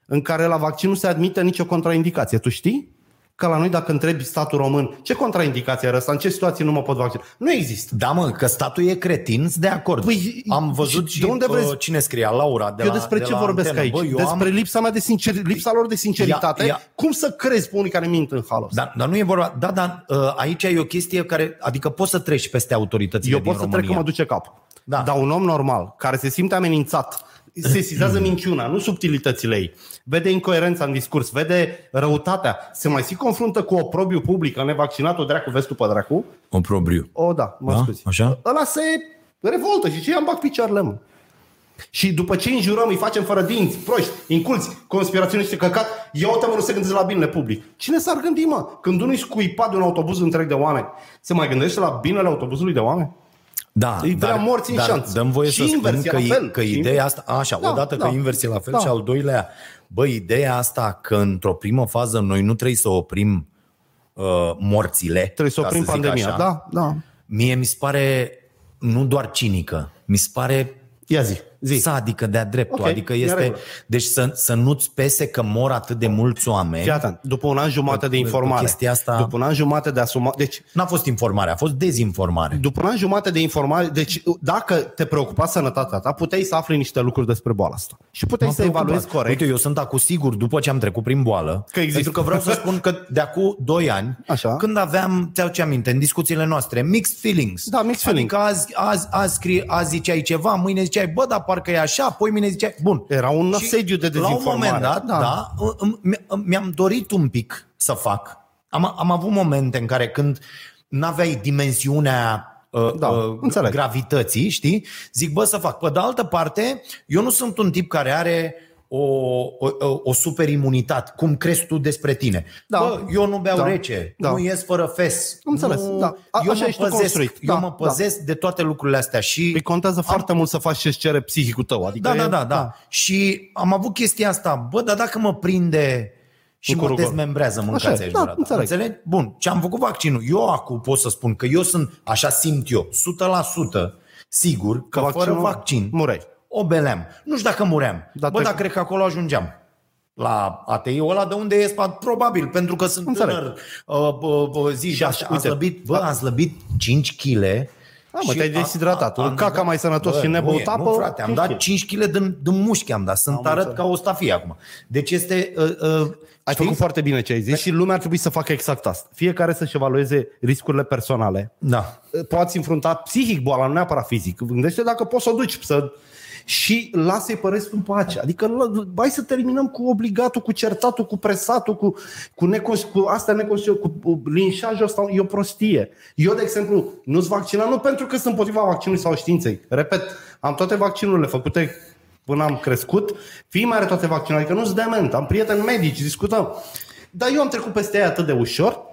Speaker 3: în care la vaccin nu se admite nicio contraindicație. Tu știi? Ca la noi, dacă întrebi statul român, ce contraindicație are asta, în ce situații nu mă pot vaccina? Nu există.
Speaker 2: Da, mă, că statul e cretin, sunt de acord.
Speaker 3: Păi,
Speaker 2: am văzut
Speaker 3: și
Speaker 2: și
Speaker 3: de unde
Speaker 2: uh,
Speaker 3: vreți?
Speaker 2: cine scria, Laura de
Speaker 3: eu
Speaker 2: la,
Speaker 3: despre
Speaker 2: de
Speaker 3: ce
Speaker 2: la
Speaker 3: vorbesc
Speaker 2: antenă.
Speaker 3: aici?
Speaker 2: Bă, eu
Speaker 3: despre
Speaker 2: am...
Speaker 3: lipsa, mea de sincer... lipsa lor de sinceritate.
Speaker 2: Ia- ia-
Speaker 3: Cum să crezi pe unii care mint în halos?
Speaker 2: Dar, dar nu e vorba. Da, dar uh, aici e o chestie care. Adică poți să treci peste autoritățile
Speaker 3: Eu
Speaker 2: din
Speaker 3: pot să trec
Speaker 2: România.
Speaker 3: că mă duce cap.
Speaker 2: Da.
Speaker 3: Dar un om normal, care se simte amenințat,
Speaker 2: [CLEARS THROAT]
Speaker 3: sesizează minciuna, nu subtilitățile ei, vede incoerența în discurs, vede răutatea, se mai și confruntă cu oprobiu public, a nevaccinat o dracu, vezi tu pe dracu?
Speaker 2: Un propriu.
Speaker 3: O, da, mă
Speaker 2: Da?
Speaker 3: scuzi.
Speaker 2: Așa?
Speaker 3: Ăla se revoltă și ce i-am bag picioarele, mă. Și după ce înjurăm, îi facem fără dinți, proști, inculți, conspiraționiști, căcat, ia uite mă, nu se gândesc la binele public. Cine s-ar gândi, mă? Când unui scuipat de un autobuz întreg de oameni, se mai gândește la binele autobuzului de oameni?
Speaker 2: Da,
Speaker 3: Îi vrea
Speaker 2: dar,
Speaker 3: morți în
Speaker 2: dar
Speaker 3: șanț.
Speaker 2: Dăm voie
Speaker 3: Și
Speaker 2: să spun
Speaker 3: invers, e
Speaker 2: că,
Speaker 3: la fel.
Speaker 2: că
Speaker 3: Și
Speaker 2: ideea
Speaker 3: invers.
Speaker 2: asta, așa,
Speaker 3: Da,
Speaker 2: odată
Speaker 3: da.
Speaker 2: că invers e la fel
Speaker 3: Da.
Speaker 2: și al doilea, bă, ideea asta că într-o primă fază noi nu trebuie să oprim uh, morțile.
Speaker 3: Trebuie să
Speaker 2: ca
Speaker 3: oprim
Speaker 2: zic
Speaker 3: pandemia.
Speaker 2: așa,
Speaker 3: Da, da.
Speaker 2: Mie mi se pare nu doar cinică, mi se pare
Speaker 3: Ia zi, zi.
Speaker 2: sadică de-a dreptul.
Speaker 3: Ok,
Speaker 2: adică
Speaker 3: e în
Speaker 2: este...
Speaker 3: regulă.
Speaker 2: Deci să, să nu-ți pese că mor atât de mulți oameni.
Speaker 3: Fii atent. După un an jumate de informare,
Speaker 2: chestia asta-
Speaker 3: după un an jumate de asumat, deci
Speaker 2: N-a fost informare, a fost dezinformare.
Speaker 3: După un an jumate de informare, deci dacă te preocupa sănătatea ta, puteai să afli niște lucruri despre boala asta. Și puteai
Speaker 2: M-am
Speaker 3: să evaluezi
Speaker 2: preocupat.
Speaker 3: corect.
Speaker 2: Uite, eu sunt acum sigur, după ce am trecut prin boală,
Speaker 3: Că există.
Speaker 2: pentru că vreau să spun că de acum 2 ani,
Speaker 3: Așa.
Speaker 2: când aveam, ți-au ce aminte, în discuțiile noastre, mixed feelings.
Speaker 3: Da, mixed feeling.
Speaker 2: Adică azi, azi, azi, scrie, azi ziceai ceva, mâine ziceai, bă, dar parcă e așa, apoi mâine ziceai, bun.
Speaker 3: Era un
Speaker 2: Și
Speaker 3: asediu de
Speaker 2: La un
Speaker 3: dezinformare.
Speaker 2: moment dat,
Speaker 3: Da.
Speaker 2: da, da îmi- îmi- mi-am dorit un pic să fac. Am, am avut momente în care când n-aveai dimensiunea uh,
Speaker 3: Da,
Speaker 2: uh,
Speaker 3: înțeleg.
Speaker 2: gravității, știi? Zic, bă, să fac. Pe de altă parte, eu nu sunt un tip care are o, o, o- o super imunitate, cum crezi tu despre tine.
Speaker 3: Da.
Speaker 2: Bă, eu nu beau
Speaker 3: Da.
Speaker 2: rece,
Speaker 3: Da.
Speaker 2: nu ies fără fes.
Speaker 3: Înțeles,
Speaker 2: nu...
Speaker 3: da. A-
Speaker 2: eu,
Speaker 3: așa
Speaker 2: mă
Speaker 3: ești tu
Speaker 2: păzesc,
Speaker 3: construit.
Speaker 2: eu
Speaker 3: Da,
Speaker 2: mă
Speaker 3: da.
Speaker 2: păzesc de toate lucrurile astea și...
Speaker 3: Îi contează foarte mult să faci ce-ți cere psihicul tău. Adică
Speaker 2: Da, da,
Speaker 3: e-
Speaker 2: da, da. Și am avut chestia asta. Bă, dar dacă mă prinde și mă
Speaker 3: Cucurugol.
Speaker 2: dezmembrează
Speaker 3: Așa
Speaker 2: mâncația
Speaker 3: e,
Speaker 2: și
Speaker 3: da,
Speaker 2: gura ta.
Speaker 3: înțeleg.
Speaker 2: Înțelegi? Bun, ce am făcut vaccinul. Eu acum pot să spun că eu sunt, așa simt eu, 100% sigur că
Speaker 3: Vaccinul-
Speaker 2: fără vaccin
Speaker 3: Mureai.
Speaker 2: obeleam. Nu știu dacă muream.
Speaker 3: Dar
Speaker 2: Dar Bă,
Speaker 3: te-
Speaker 2: dar cred că acolo ajungeam. La ATI-ul ăla de unde e spat? Probabil, pentru că sunt
Speaker 3: Înțeleg.
Speaker 2: Înțeleg. tânăr. Uh, bă, bă, zi, și
Speaker 3: așa,
Speaker 2: așa, am
Speaker 3: uite,
Speaker 2: slăbit, bă,
Speaker 3: a-
Speaker 2: am slăbit 5 kg.
Speaker 3: Da, mă,
Speaker 2: și
Speaker 3: te-ai
Speaker 2: a-
Speaker 3: deshidratat.
Speaker 2: a-
Speaker 3: Un
Speaker 2: am
Speaker 3: caca
Speaker 2: dat-
Speaker 3: mai sănătos
Speaker 2: Bă,
Speaker 3: și nebăut
Speaker 2: nu e,
Speaker 3: apă,
Speaker 2: Nu, frate, am
Speaker 3: 5 kg.
Speaker 2: dat 5 kg din, din mușchi, am dat. Sunt
Speaker 3: Am
Speaker 2: arăt
Speaker 3: înțeles.
Speaker 2: ca o stafie acum. Deci este... Uh, uh,
Speaker 3: Ai
Speaker 2: știi?
Speaker 3: făcut foarte bine ce ai zis și lumea ar trebui să facă exact asta. Fiecare să-și evalueze riscurile personale.
Speaker 2: Da.
Speaker 3: Eh, poți înfrunta psihic boala, nu neapărat fizic. Gândește dacă poți să o duci să... și lasă-i pe restul în pace. Adică l- hai să terminăm cu obligatul, cu certatul, cu presatul, cu, cu, necons- cu astea neconsecvențe, cu, cu linșajul ăsta, e o prostie. Eu, de exemplu, nu-ți vaccina nu pentru că sunt împotriva vaccinului sau științei. Repet, am toate vaccinurile făcute până am crescut, fii mai are toate vaccinurile, adică nu-s dement, am prieteni medici, discutăm. Dar eu am trecut peste ei atât de ușor,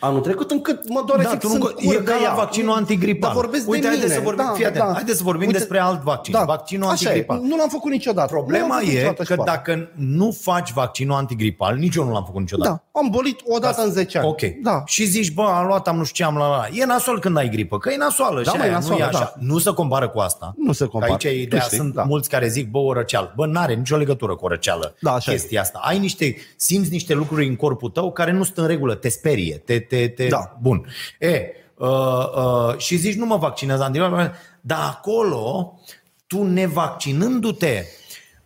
Speaker 3: anul trecut, încât mă doresc
Speaker 2: Da,
Speaker 3: să
Speaker 2: tu nu,
Speaker 3: Păi sunt
Speaker 2: e
Speaker 3: cur de
Speaker 2: ca
Speaker 3: ea.
Speaker 2: la vaccinul antigripal.
Speaker 3: Dar vorbesc
Speaker 2: Uite,
Speaker 3: de mine.
Speaker 2: haideți să vorbim,
Speaker 3: da,
Speaker 2: fii atent.
Speaker 3: da.
Speaker 2: Haideți să vorbim despre alt vaccin. Vaccinul
Speaker 3: Așa e.
Speaker 2: antigripal.
Speaker 3: Nu l-am făcut niciodată. Nu
Speaker 2: Problema
Speaker 3: l-am făcut
Speaker 2: e
Speaker 3: niciodată
Speaker 2: că
Speaker 3: școala.
Speaker 2: dacă nu faci vaccinul antigripal, nici eu nu l-am făcut niciodată.
Speaker 3: Da, am bolit o dată în 10 ani.
Speaker 2: Ok.
Speaker 3: Da.
Speaker 2: Și zici, bă, am luat, am nu știu ce, am la la. E nasol când ai gripă, că e nasoală
Speaker 3: Da,
Speaker 2: și
Speaker 3: mă,
Speaker 2: aia,
Speaker 3: e nasoală,
Speaker 2: nu e așa.
Speaker 3: da.
Speaker 2: Nu se compară cu asta.
Speaker 3: Nu se
Speaker 2: Că
Speaker 3: compară.
Speaker 2: Aici e
Speaker 3: Tu
Speaker 2: ideea,
Speaker 3: știi,
Speaker 2: sunt
Speaker 3: da.
Speaker 2: mulți care zic, bă, o răceală. Bă, n-are nicio legătură cu o răceală
Speaker 3: Da, așa e.
Speaker 2: chestia asta. Ai niște, simți niște lucruri în corpul tău care nu sunt în regulă, te sperie, te... te, te...
Speaker 3: Da.
Speaker 2: Bun. E, uh, uh, și zici, nu mă vaccinez antigripă, dar acolo, tu nevaccinându-te,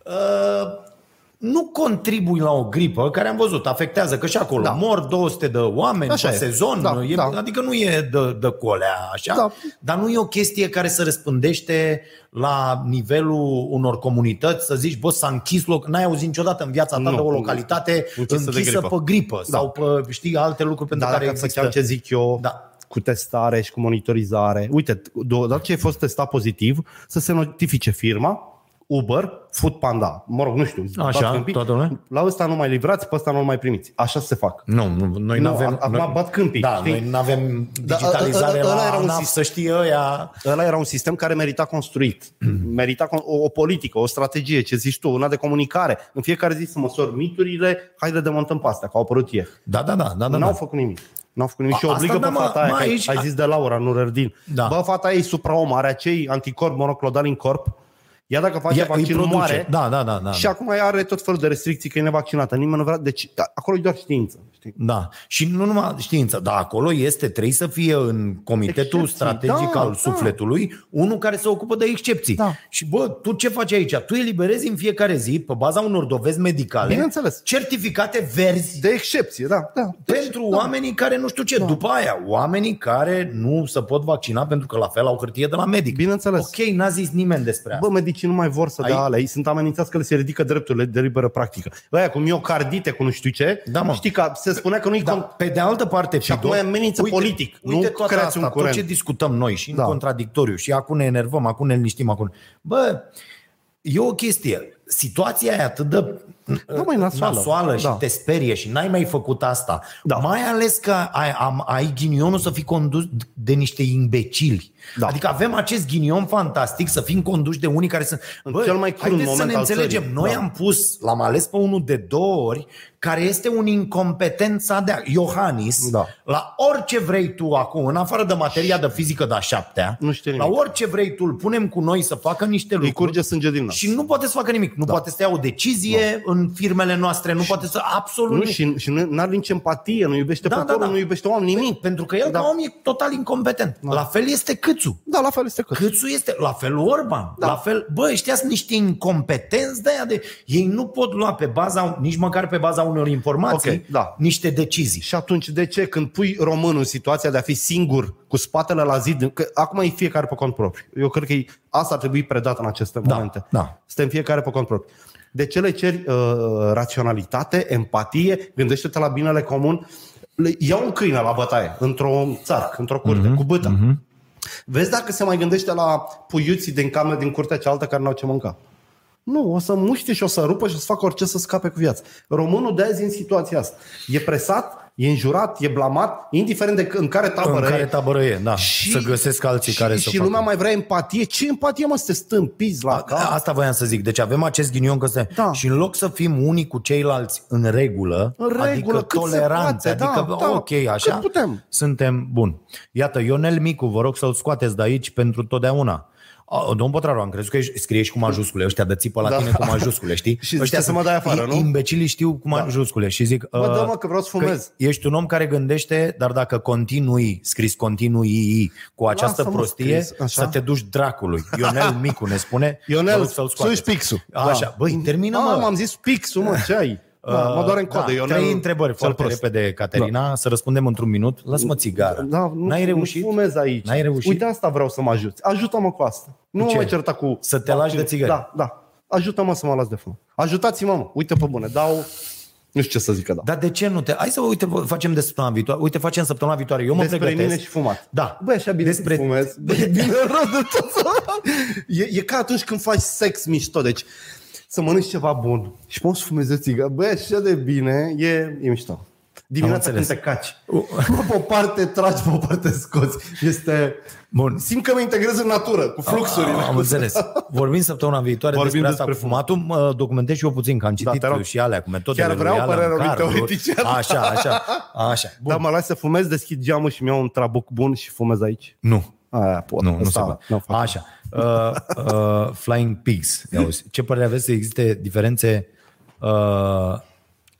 Speaker 2: uh, nu contribui la o gripă care am văzut, afectează că și acolo
Speaker 3: Da.
Speaker 2: da. mor 200 de oameni
Speaker 3: Așa
Speaker 2: Așa pe
Speaker 3: e.
Speaker 2: e. sezon,
Speaker 3: Da,
Speaker 2: da, e,
Speaker 3: da.
Speaker 2: da. adică nu e de, de colea așa,
Speaker 3: Da.
Speaker 2: da. dar nu e o chestie care se răspândește la nivelul unor comunități, să zici, bă, s-a închis loc, n-ai auzit niciodată în viața ta
Speaker 3: Nu.
Speaker 2: de o localitate
Speaker 3: Închisă de
Speaker 2: închisă,
Speaker 3: gripă.
Speaker 2: pe gripă da.
Speaker 3: Da.
Speaker 2: sau pe, știi, alte lucruri pentru
Speaker 3: Dar
Speaker 2: care
Speaker 3: dacă
Speaker 2: există.
Speaker 3: făceam ce zic eu,
Speaker 2: Da.
Speaker 3: cu testare și cu monitorizare. Uite, odată ce ai fost testat pozitiv, să se notifice firma, Uber, Food Panda, mă rog, nu știu,
Speaker 2: Așa,
Speaker 3: dați câmpii.
Speaker 2: toată lumea?
Speaker 3: la ăsta nu mai livrați, pe ăsta nu mai primiți. Așa se fac.
Speaker 2: Nu, nu, noi
Speaker 3: Nu,
Speaker 2: nu avem...
Speaker 3: acum
Speaker 2: noi-
Speaker 3: bat câmpii,
Speaker 2: Da,
Speaker 3: știi?
Speaker 2: noi nu avem
Speaker 3: Da,
Speaker 2: digitalizare
Speaker 3: ă- ă- ă- ăla
Speaker 2: la
Speaker 3: era un
Speaker 2: ANAF,
Speaker 3: sist-
Speaker 2: să știe ăia...
Speaker 3: Ăla era un sistem care merita construit.
Speaker 2: Mm-hmm.
Speaker 3: Merita con- o, o politică, o strategie, ce zici tu, una de comunicare. În fiecare zi să măsori miturile, hai le demontăm pe astea, că au apărut ieri.
Speaker 2: Da, da, da, da, da.
Speaker 3: N-au
Speaker 2: da.
Speaker 3: făcut nimic. N-au făcut nimic
Speaker 2: A-
Speaker 3: și obligă
Speaker 2: asta,
Speaker 3: pe
Speaker 2: da, mă,
Speaker 3: fata aia,
Speaker 2: mă,
Speaker 3: că ai-
Speaker 2: aici-
Speaker 3: ai zis de Laura, nu Rărdin.
Speaker 2: Da.
Speaker 3: Bă, fata ei supraom, are acei anticorpi monoclodali în corp, Ea dacă face
Speaker 2: Ea îi
Speaker 3: Ea vaccinul
Speaker 2: produce.
Speaker 3: mare
Speaker 2: Da, da, da, da.
Speaker 3: și acum ea are tot felul de restricții că e nevaccinată, nimeni nu vrea, deci da, acolo e doar știință. Știi?
Speaker 2: Da. Și nu numai știința, dar acolo este, trebuie să fie în comitetul
Speaker 3: Excepții.
Speaker 2: strategic
Speaker 3: Da,
Speaker 2: al
Speaker 3: da.
Speaker 2: sufletului unul care se ocupă de excepții.
Speaker 3: Da.
Speaker 2: Și bă, tu ce faci aici? Tu eliberezi în fiecare zi, pe baza unor dovezi medicale,
Speaker 3: Bineînțeles.
Speaker 2: certificate verzi
Speaker 3: De excepție, da, da.
Speaker 2: pentru da. oamenii care nu știu ce. Da. După aia, oamenii care nu se pot vaccina pentru că la fel au hârtie de la medic.
Speaker 3: Bineînțeles.
Speaker 2: Ok, n-a zis nimeni despre asta.
Speaker 3: Bă, medicii nu mai vor să
Speaker 2: Ai-
Speaker 3: dea alea. Ei sunt amenințați că le se ridică drepturile de liberă practică. La aia cu miocardite, cu nu știu ce,
Speaker 2: Da, mă.
Speaker 3: știi că se spunea că nu-i
Speaker 2: Da,
Speaker 3: da.
Speaker 2: pe de altă parte, și
Speaker 3: acum e amenință politic.
Speaker 2: Uite
Speaker 3: Nu
Speaker 2: toată
Speaker 3: creați
Speaker 2: asta,
Speaker 3: un
Speaker 2: tot
Speaker 3: curent.
Speaker 2: ce discutăm noi și în
Speaker 3: Da.
Speaker 2: contradictoriu și acum ne enervăm, acum ne liniștim, acum. Bă, e o chestie. Situația e atât de
Speaker 3: Da, măi, nasoală.
Speaker 2: nasoală și
Speaker 3: Da.
Speaker 2: te sperie și n-ai mai făcut asta.
Speaker 3: Da.
Speaker 2: Mai ales că ai, am, ai ghinionul să fii condus de niște imbecili.
Speaker 3: Da.
Speaker 2: Adică avem acest ghinion fantastic să fim conduși de unii care sunt...
Speaker 3: În cel mai crun
Speaker 2: haideți să
Speaker 3: moment
Speaker 2: ne
Speaker 3: al
Speaker 2: înțelegem.
Speaker 3: țării.
Speaker 2: Noi
Speaker 3: Da.
Speaker 2: am pus, l-am ales pe unul de două ori, care este un incompetent de Iohannis,
Speaker 3: Da.
Speaker 2: la orice vrei tu acum, în afară de materia de fizică de a șaptea,
Speaker 3: Nu știe
Speaker 2: la
Speaker 3: nimic.
Speaker 2: orice vrei tu, îl punem cu noi să facă niște
Speaker 3: Îi
Speaker 2: lucruri
Speaker 3: curge sânge din nas. Da.
Speaker 2: și nu poate să facă nimic. Nu poate să ia o decizie în firmele noastre, nu poate să absolut
Speaker 3: Nu,
Speaker 2: nimic.
Speaker 3: și, și nu are nici empatie, nu iubește
Speaker 2: Da,
Speaker 3: da,
Speaker 2: da,
Speaker 3: poporul, da,
Speaker 2: da.
Speaker 3: da. nu iubește oameni, nimic.
Speaker 2: Pentru că el
Speaker 3: Da.
Speaker 2: ca om e total incompetent. La fel este Câțu.
Speaker 3: Da, la fel este că.
Speaker 2: Câțu este, la fel Orban, da. la fel, bă, ăștia sunt niște incompetenți de aia de, ei nu pot lua pe baza, nici măcar pe baza unor informații,
Speaker 3: Ok, da.
Speaker 2: niște decizii.
Speaker 3: Și atunci, de ce când pui românul în situația de a fi singur cu spatele la zid, că acum e fiecare pe cont propriu. Eu cred că e- asta ar trebui predat în aceste
Speaker 2: Da,
Speaker 3: momente.
Speaker 2: da.
Speaker 3: Suntem fiecare pe cont propriu. De ce le ceri uh, raționalitate, empatie, gândește-te la binele comun? Le- Ia un câine la bătaie, într-o țarc, într-o curte,
Speaker 2: Mhm,
Speaker 3: mm-hmm, cu bâta. Mm-hmm. Vezi dacă se mai gândește la puiuții din cameră din curtea cealaltă care n-au ce mânca. Nu, o să muște și o să rupă și o să facă orice să scape cu viața. Românul de azi e în situația asta. E presat, e înjurat, e blamat, indiferent de c- în care tabără
Speaker 2: în care
Speaker 3: e.
Speaker 2: tabără e, da. să găsesc alții
Speaker 3: și,
Speaker 2: care
Speaker 3: și
Speaker 2: să
Speaker 3: lumea mai vrea empatie. Ce empatie, mă, să te stâmpiți la
Speaker 2: facă.
Speaker 3: cap?
Speaker 2: Asta voiam să zic. Deci avem acest ghinion că se...
Speaker 3: Da.
Speaker 2: Și în loc să fim unii cu ceilalți în regulă,
Speaker 3: În regulă,
Speaker 2: adică
Speaker 3: cât se
Speaker 2: toleranți,
Speaker 3: poate, da,
Speaker 2: adică
Speaker 3: da,
Speaker 2: ok, așa,
Speaker 3: cât putem.
Speaker 2: suntem bun. Iată, Ionel Micu, vă rog să-l scoateți de aici pentru totdeauna. A, Domn Potraru, am crezut că ești, scrie și cu majuscule, ăștia de țipă la
Speaker 3: Da.
Speaker 2: tine cu majuscule, știi?
Speaker 3: [LAUGHS] Și zice
Speaker 2: ăștia
Speaker 3: să mă dai afară,
Speaker 2: i-
Speaker 3: nu? Da.
Speaker 2: Imbecilii știu cu majuscule și zic...
Speaker 3: Bă,
Speaker 2: uh,
Speaker 3: dă mă, că vreau să fumez.
Speaker 2: ești un om care gândește, dar dacă continui, scris continui cu această
Speaker 3: Lasă-mă
Speaker 2: prostie,
Speaker 3: scris, așa.
Speaker 2: să te duci dracului.
Speaker 3: [LAUGHS]
Speaker 2: Ionel Micu ne spune, Vă
Speaker 3: Ionel,
Speaker 2: rog să-l scoateți. Ah,
Speaker 3: suși pixul.
Speaker 2: Așa,
Speaker 3: Da.
Speaker 2: băi, termină, mă.
Speaker 3: am zis pixul, mă, ce ai? Da, mă doare în
Speaker 2: Da,
Speaker 3: coadă. Ionel,
Speaker 2: Trei întrebări
Speaker 3: cel
Speaker 2: foarte
Speaker 3: prost.
Speaker 2: repede, Caterina, să răspundem într-un minut. Lasă-mă țigara.
Speaker 3: Da, nu,
Speaker 2: N-ai reușit?
Speaker 3: Nu fumez aici.
Speaker 2: N-ai reușit?
Speaker 3: Uite asta vreau să mă ajuți. Ajută-mă cu asta. Nu mă
Speaker 2: ce?
Speaker 3: mai certa cu...
Speaker 2: Să te lași de țigări.
Speaker 3: Da, da. Ajută-mă să mă las de fum. Ajutați-mă, mă. Uite pe bune. Dau... Nu știu ce să zic că da.
Speaker 2: Dar de ce nu te... Hai să uite, facem de săptămâna viitoare. Uite, facem săptămâna viitoare. Eu mă
Speaker 3: Despre
Speaker 2: pregătesc.
Speaker 3: mine și fumat.
Speaker 2: Da.
Speaker 3: Băi, așa bine
Speaker 2: Despre- [LAUGHS]
Speaker 3: Despre... fumez. Bă, e bine rău de tot. e, e ca atunci când faci sex mișto. Deci să mănânci ceva bun și poți să fumezi o țigă. Băi, așa de bine. E, e mișto. Dimineața
Speaker 2: înțeles.
Speaker 3: când te caci. Bă, Pe o parte tragi, pe o parte scoți. Este...
Speaker 2: Bun.
Speaker 3: Simt că mă integrez în natură, cu fluxurile.
Speaker 2: Am înțeles. Vorbim săptămâna viitoare
Speaker 3: Vorbim
Speaker 2: despre asta
Speaker 3: despre Da,
Speaker 2: cu fumatul. Mă documentez și eu puțin, că am citit
Speaker 3: te rog.
Speaker 2: și alea cu metodele
Speaker 3: Chiar vreau
Speaker 2: lui Alan
Speaker 3: părerea lui
Speaker 2: Carter.
Speaker 3: teoretician.
Speaker 2: Așa, așa,
Speaker 3: [LAUGHS]
Speaker 2: așa.
Speaker 3: Bun. Dar Da, mă las să fumez, deschid geamul și mi-au un trabuc bun și fumez aici.
Speaker 2: Nu.
Speaker 3: Aia, pot.
Speaker 2: Nu, nu se
Speaker 3: Asta,
Speaker 2: poate.
Speaker 3: n-o fac.
Speaker 2: Așa. Uh, uh, flying Pigs. Ia uzi. Ce părere aveți să existe diferențe uh,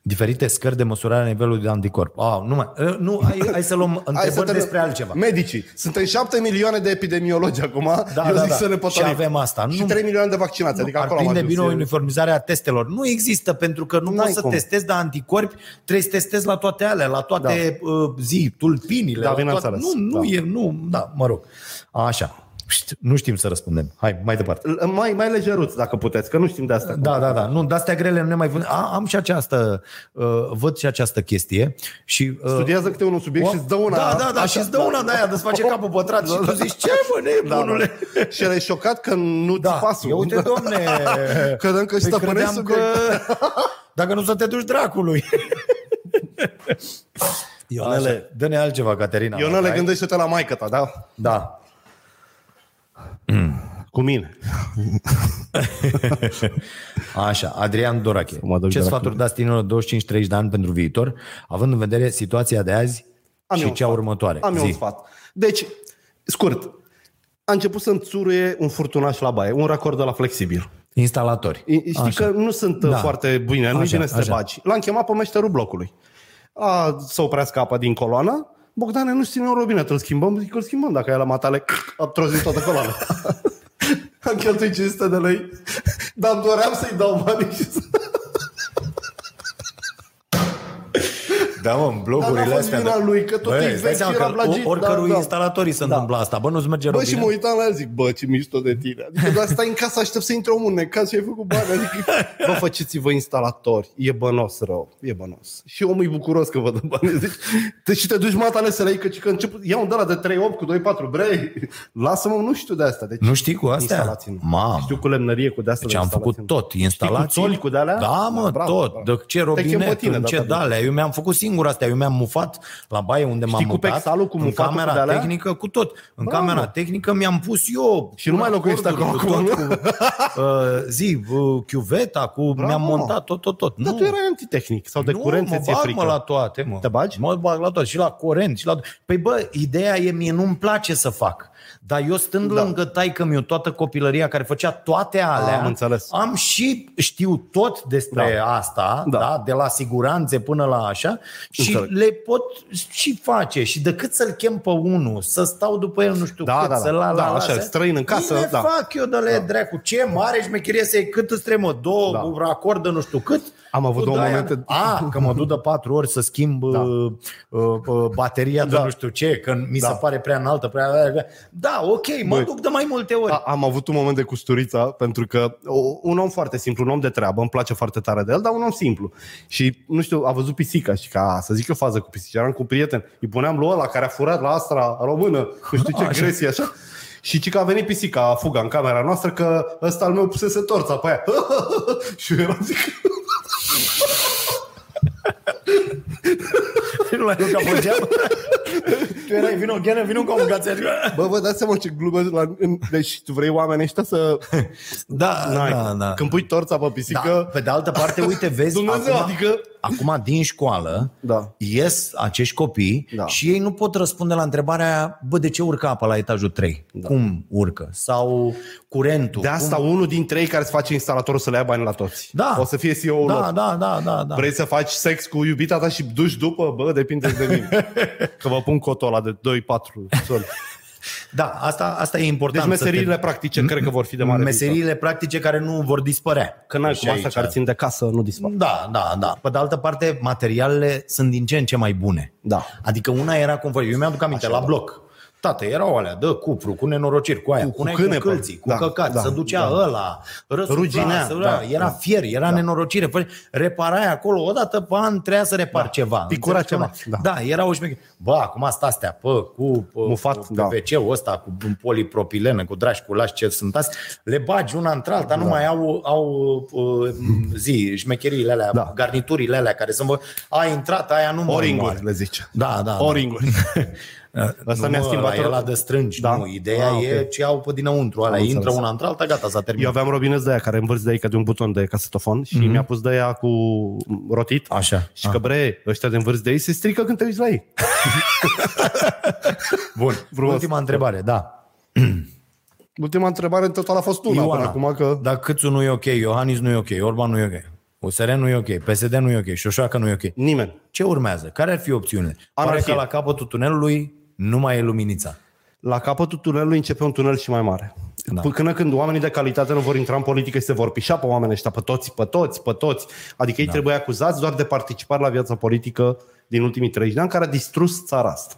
Speaker 2: diferite scări de măsurare a nivelului de anticorp? Ah, nu, mai, uh, nu hai, hai să luăm
Speaker 3: [LAUGHS] Hai
Speaker 2: întrebări
Speaker 3: termin-
Speaker 2: despre altceva.
Speaker 3: Medicii. Suntem 7 milioane de epidemiologi acum.
Speaker 2: Da,
Speaker 3: Eu
Speaker 2: da,
Speaker 3: zic
Speaker 2: da.
Speaker 3: să ne
Speaker 2: Și
Speaker 3: potolim.
Speaker 2: avem asta.
Speaker 3: Și
Speaker 2: Nu-
Speaker 3: 3 milioane de vaccinați. adică
Speaker 2: ar
Speaker 3: acolo am
Speaker 2: prinde
Speaker 3: ajuns.
Speaker 2: bine o
Speaker 3: E-
Speaker 2: uniformizare a testelor. Nu există, pentru că nu
Speaker 3: N-ai
Speaker 2: poți să
Speaker 3: cum.
Speaker 2: testezi de anticorpi, trebuie să testezi la toate alea, la toate da. uh, zi, tulpinile.
Speaker 3: Da,
Speaker 2: la toate...
Speaker 3: bineînțeles.
Speaker 2: Nu, nu
Speaker 3: Da.
Speaker 2: e, nu, da, mă rog. Așa. Șt, Nu știm să răspundem. Hai, mai departe.
Speaker 3: L- mai, mai lejeruți, dacă puteți, că nu știm de asta.
Speaker 2: Da, da, da. Nu, de astea grele nu ne mai vând. A, am și această, uh, văd și această chestie. Și, uh,
Speaker 3: Studiază câte unul subiect și îți dă una.
Speaker 2: Da, da, da,
Speaker 3: Așa,
Speaker 2: și îți dă una de aia, îți face capul pătrat și tu zici, ce mă, nebunule? Da,
Speaker 3: da. Și el e șocat că nu da. pasul.
Speaker 2: Ia uite, domne,
Speaker 3: [LAUGHS] Credeam că
Speaker 2: păi
Speaker 3: stăpânești
Speaker 2: credeam că... Dacă nu să te duci
Speaker 3: [LAUGHS]
Speaker 2: dracului.
Speaker 3: Ionele.
Speaker 2: Așa, dă-ne altceva, Caterina.
Speaker 3: Eu nu le
Speaker 2: Hai.
Speaker 3: gândește-te la maică ta, da?
Speaker 2: Da.
Speaker 3: Cu mine.
Speaker 2: Așa, Adrian Dorache.
Speaker 3: mă duc
Speaker 2: Ce
Speaker 3: de la
Speaker 2: sfaturi dați tinerilor 25-30 de ani pentru viitor, având în vedere situația de azi
Speaker 3: Am eu
Speaker 2: și
Speaker 3: un
Speaker 2: cea
Speaker 3: sfat.
Speaker 2: următoare?
Speaker 3: Am eu un
Speaker 2: Zi.
Speaker 3: sfat. Deci, scurt, a început să-mi țuruie un furtunaș la baie, un racord de la flexibil.
Speaker 2: Instalatori.
Speaker 3: I- Știi
Speaker 2: Așa.
Speaker 3: așa. că nu sunt da.
Speaker 2: Da.
Speaker 3: foarte bine, nu
Speaker 2: Așa,
Speaker 3: bine să te
Speaker 2: așa.
Speaker 3: bagi. L-am chemat pe meșterul blocului. A, să oprească apa din coloană. Bogdane, nu ține un robinet, îl schimbăm? Zic, îl schimbăm. Dacă e la matale, [LAUGHS] a trozit toată
Speaker 2: [LAUGHS]
Speaker 3: coloana. Am cheltuit 500 de lei, dar îmi doream să-i dau bani și să...
Speaker 2: Da, mă, în blogurile
Speaker 3: Dar n-a fost
Speaker 2: astea.
Speaker 3: vina
Speaker 2: de-
Speaker 3: lui, că tot e
Speaker 2: Bă,
Speaker 3: vechi
Speaker 2: îți dai
Speaker 3: și
Speaker 2: seama
Speaker 3: era
Speaker 2: că
Speaker 3: blagit,
Speaker 2: Oricărui
Speaker 3: da, da.
Speaker 2: instalatori se
Speaker 3: Da.
Speaker 2: întâmplă asta. Bă, nu-ți merge
Speaker 3: Bă, și mă
Speaker 2: robinet.
Speaker 3: uitam la el, zic, bă, ce mișto de tine. Adică, dar stai în casă, aștept să intre omul necaz și ai făcut bani.
Speaker 2: [LAUGHS]
Speaker 3: Adică, bă, faceți-vă instalatori. E bănos rău, e bănos. Și omul e bucuros că vă dă bani. Zici, te, și te duci matale să lei, că, că încep, ia un de la de 3-8 cu 2-4 brei. Lasă-mă, nu știu de asta. Deci,
Speaker 2: Nu știi cu astea?
Speaker 3: Instalații nu.
Speaker 2: Mamă.
Speaker 3: Știu cu lemnărie, cu de asta.
Speaker 2: Deci am făcut tot, instalații.
Speaker 3: Știi, cu țoli, cu de-alea?
Speaker 2: Da, mă,
Speaker 3: Da, bravo,
Speaker 2: tot.
Speaker 3: bravo. da,
Speaker 2: De ce
Speaker 3: Te chem pe
Speaker 2: robinet,
Speaker 3: tine
Speaker 2: în
Speaker 3: data
Speaker 2: ce
Speaker 3: viitoare.
Speaker 2: dalea. Eu mi-am făcut singur astea. Eu mi-am mufat la baie unde m-am
Speaker 3: cu
Speaker 2: mutat.
Speaker 3: pexalul, cu
Speaker 2: în
Speaker 3: mufatul, cu
Speaker 2: camera
Speaker 3: de-alea?
Speaker 2: tehnică, cu tot. În camera tehnică mi-am pus eu.
Speaker 3: Și nu mai locuiești acolo
Speaker 2: acorduri,
Speaker 3: acum,
Speaker 2: cu tot, cu, uh, zi, uh, chiuveta, cu...
Speaker 3: Bravo,
Speaker 2: mi-am
Speaker 3: mă.
Speaker 2: montat tot, tot, tot.
Speaker 3: Dar
Speaker 2: Nu.
Speaker 3: tu erai antitehnic sau de
Speaker 2: nu,
Speaker 3: curent
Speaker 2: mă
Speaker 3: ți-e
Speaker 2: bag,
Speaker 3: frică.
Speaker 2: mă, la toate, mă.
Speaker 3: Te bagi?
Speaker 2: Mă bag la toate, și la curent, și la... Păi bă, ideea e, mie nu-mi place să fac. Dar eu stând da. lângă taică mi toată copilăria care făcea toate alea,
Speaker 3: Am înțeles.
Speaker 2: am și știu tot despre da. asta,
Speaker 3: Da.
Speaker 2: da. Da, de la siguranțe până la așa, și
Speaker 3: Înțeleg.
Speaker 2: le pot și face. Și decât să-l chem pe unul, să stau după el nu știu
Speaker 3: Da,
Speaker 2: cât,
Speaker 3: da, da.
Speaker 2: să la,
Speaker 3: Da,
Speaker 2: la,
Speaker 3: așa,
Speaker 2: la,
Speaker 3: străin în casă,
Speaker 2: Bine
Speaker 3: da.
Speaker 2: fac eu, dă-le da. dracu. Ce mare șmecherie să cât îți trebuie, mă, două
Speaker 3: Da.
Speaker 2: da. acordă nu știu cât.
Speaker 3: Am avut
Speaker 2: Tu
Speaker 3: două
Speaker 2: dai
Speaker 3: momente-
Speaker 2: A, [LAUGHS] că mă duc de patru ori să schimb Ah, da. uh, uh, bateria de
Speaker 3: Da.
Speaker 2: da. nu știu ce, că mi
Speaker 3: Da.
Speaker 2: se pare prea înaltă, prea... Da, ok, mă
Speaker 3: Băi.
Speaker 2: Băi. duc de mai multe ori. [LAUGHS]
Speaker 3: A, am avut un moment de custurița pentru că o- un om foarte simplu, un om de treabă, îmi place foarte tare de el, dar un om simplu. Și nu știu, a văzut pisica și ca să zic o fază cu pisica, eram cu un prieten, îi puneam lui ăla care a furat la astra română, nu știu ce
Speaker 2: Așa.
Speaker 3: gresie așa. Și ci că a venit pisica, a fuga în camera noastră că ăsta al meu pusese torța pe aia. [LAUGHS] și eu eram zic,
Speaker 2: Nu l-ai luat pe geam? [LAUGHS] Tu erai, vină, ghenă, vină cu obligația.
Speaker 3: bă, vă dați seama ce glume la... în- Deci tu vrei oamenii ăștia să...
Speaker 2: [LAUGHS] Da,
Speaker 3: N-ai.
Speaker 2: da, da.
Speaker 3: Când pui torța pe
Speaker 2: da.
Speaker 3: pisică,
Speaker 2: Pe de altă parte, [LAUGHS] uite, vezi,
Speaker 3: Dumnezeu,
Speaker 2: acum,
Speaker 3: adică-
Speaker 2: acum din școală
Speaker 3: Da.
Speaker 2: ies acești copii
Speaker 3: Da.
Speaker 2: da. și ei nu pot răspunde la întrebarea aia, bă, de ce urcă apa la etajul 3? Da. Cum urcă? Sau curentul?
Speaker 3: De asta
Speaker 2: cum...
Speaker 3: unul dintre ei care se face instalatorul să le ia bani la toți.
Speaker 2: Da.
Speaker 3: O să fie CEO-ul lor.
Speaker 2: Da, da, da, da, da.
Speaker 3: Vrei să faci sex cu iubita ta și duci după? Bă, depinde de
Speaker 2: [LAUGHS]
Speaker 3: mine. Că vă pun cotul ăla de 2-4 soli.
Speaker 2: Da, asta, asta e
Speaker 3: Deci
Speaker 2: important. să
Speaker 3: meseriile practice cred că vor fi de mare
Speaker 2: Meseriile practice care nu vor dispărea.
Speaker 3: Că n-ai
Speaker 2: Și
Speaker 3: cum asta
Speaker 2: aici-
Speaker 3: care țin de casă nu dispar.
Speaker 2: Da, da, da. Pe de altă parte, materialele sunt din ce în ce mai bune.
Speaker 3: Da.
Speaker 2: Adică una era cum voi. Eu mi-aduc aminte Așa, la bloc. Tată, erau alea de cupru, cu nenorociri, cu aia, cu,
Speaker 3: cu
Speaker 2: cu, cu
Speaker 3: câine,
Speaker 2: călții, cu
Speaker 3: da,
Speaker 2: da, căcat,
Speaker 3: da,
Speaker 2: da, se ducea
Speaker 3: da.
Speaker 2: da. ăla, răsufla,
Speaker 3: Ruginea,
Speaker 2: se ducea,
Speaker 3: da,
Speaker 2: era
Speaker 3: da.
Speaker 2: fier, era da. nenorocire. Fă- Reparai acolo, odată pe an trebuia să repar da. ceva.
Speaker 3: Picura
Speaker 2: Înțelegi
Speaker 3: ceva,
Speaker 2: cum e? Da, era o șmecherie. Bă, acum asta astea, pă, cu pă,
Speaker 3: Mufat,
Speaker 2: cu
Speaker 3: da.
Speaker 2: PVC-ul ăsta, cu polipropilenă, cu drași, cu lași, ce sunt astea, le bagi una între alta, nu mai au, au uh, zi, șmecheriile alea,
Speaker 3: Da.
Speaker 2: da. garniturile alea care sunt, bă, a intrat, aia nu mai moare.
Speaker 3: Oringuri, le zice.
Speaker 2: Da, da.
Speaker 3: Oringuri.
Speaker 2: [LAUGHS]
Speaker 3: [LAUGHS]
Speaker 2: da.
Speaker 3: Asta
Speaker 2: nu,
Speaker 3: mi-a
Speaker 2: mă,
Speaker 3: schimbat
Speaker 2: la
Speaker 3: tot.
Speaker 2: ăla de strângi,
Speaker 3: Da.
Speaker 2: da. nu. Ideea
Speaker 3: Ah, ok.
Speaker 2: e ce au pe dinăuntru. Alea
Speaker 3: înțeles.
Speaker 2: intră una între alta, gata, s-a
Speaker 3: Eu
Speaker 2: terminat.
Speaker 3: aveam robineț de aia care învârți de aici de un buton de casetofon și mm-hmm. mi-a pus de aia cu rotit.
Speaker 2: Mhm. Așa. Ah.
Speaker 3: Și că, bre, ăștia de învârți de ei se strică când te uiți la ei.
Speaker 2: Bun.
Speaker 3: Frumos.
Speaker 2: Ultima întrebare, da.
Speaker 3: Ultima întrebare în total a fost una
Speaker 2: Ioana,
Speaker 3: până acum că...
Speaker 2: dacă Câțu nu e ok, Iohannis nu e ok, Orban nu e ok, USR nu e ok, PSD nu e ok, Șoșoacă nu e ok.
Speaker 3: Nimeni.
Speaker 2: Ce urmează? Care ar fi opțiunile? Pare
Speaker 3: Anarhie.
Speaker 2: că la capătul tunelului nu mai e luminița.
Speaker 3: La capătul tunelului începe un tunel și mai mare. Da.
Speaker 2: Da.
Speaker 3: Până când oamenii de calitate nu vor intra în politică și se vor pișa pe oamenii ăștia, pe toți, pe toți, pe toți. Adică ei da. trebuie acuzați doar de participare la viața politică din ultimii 30 de ani, care a distrus țara asta.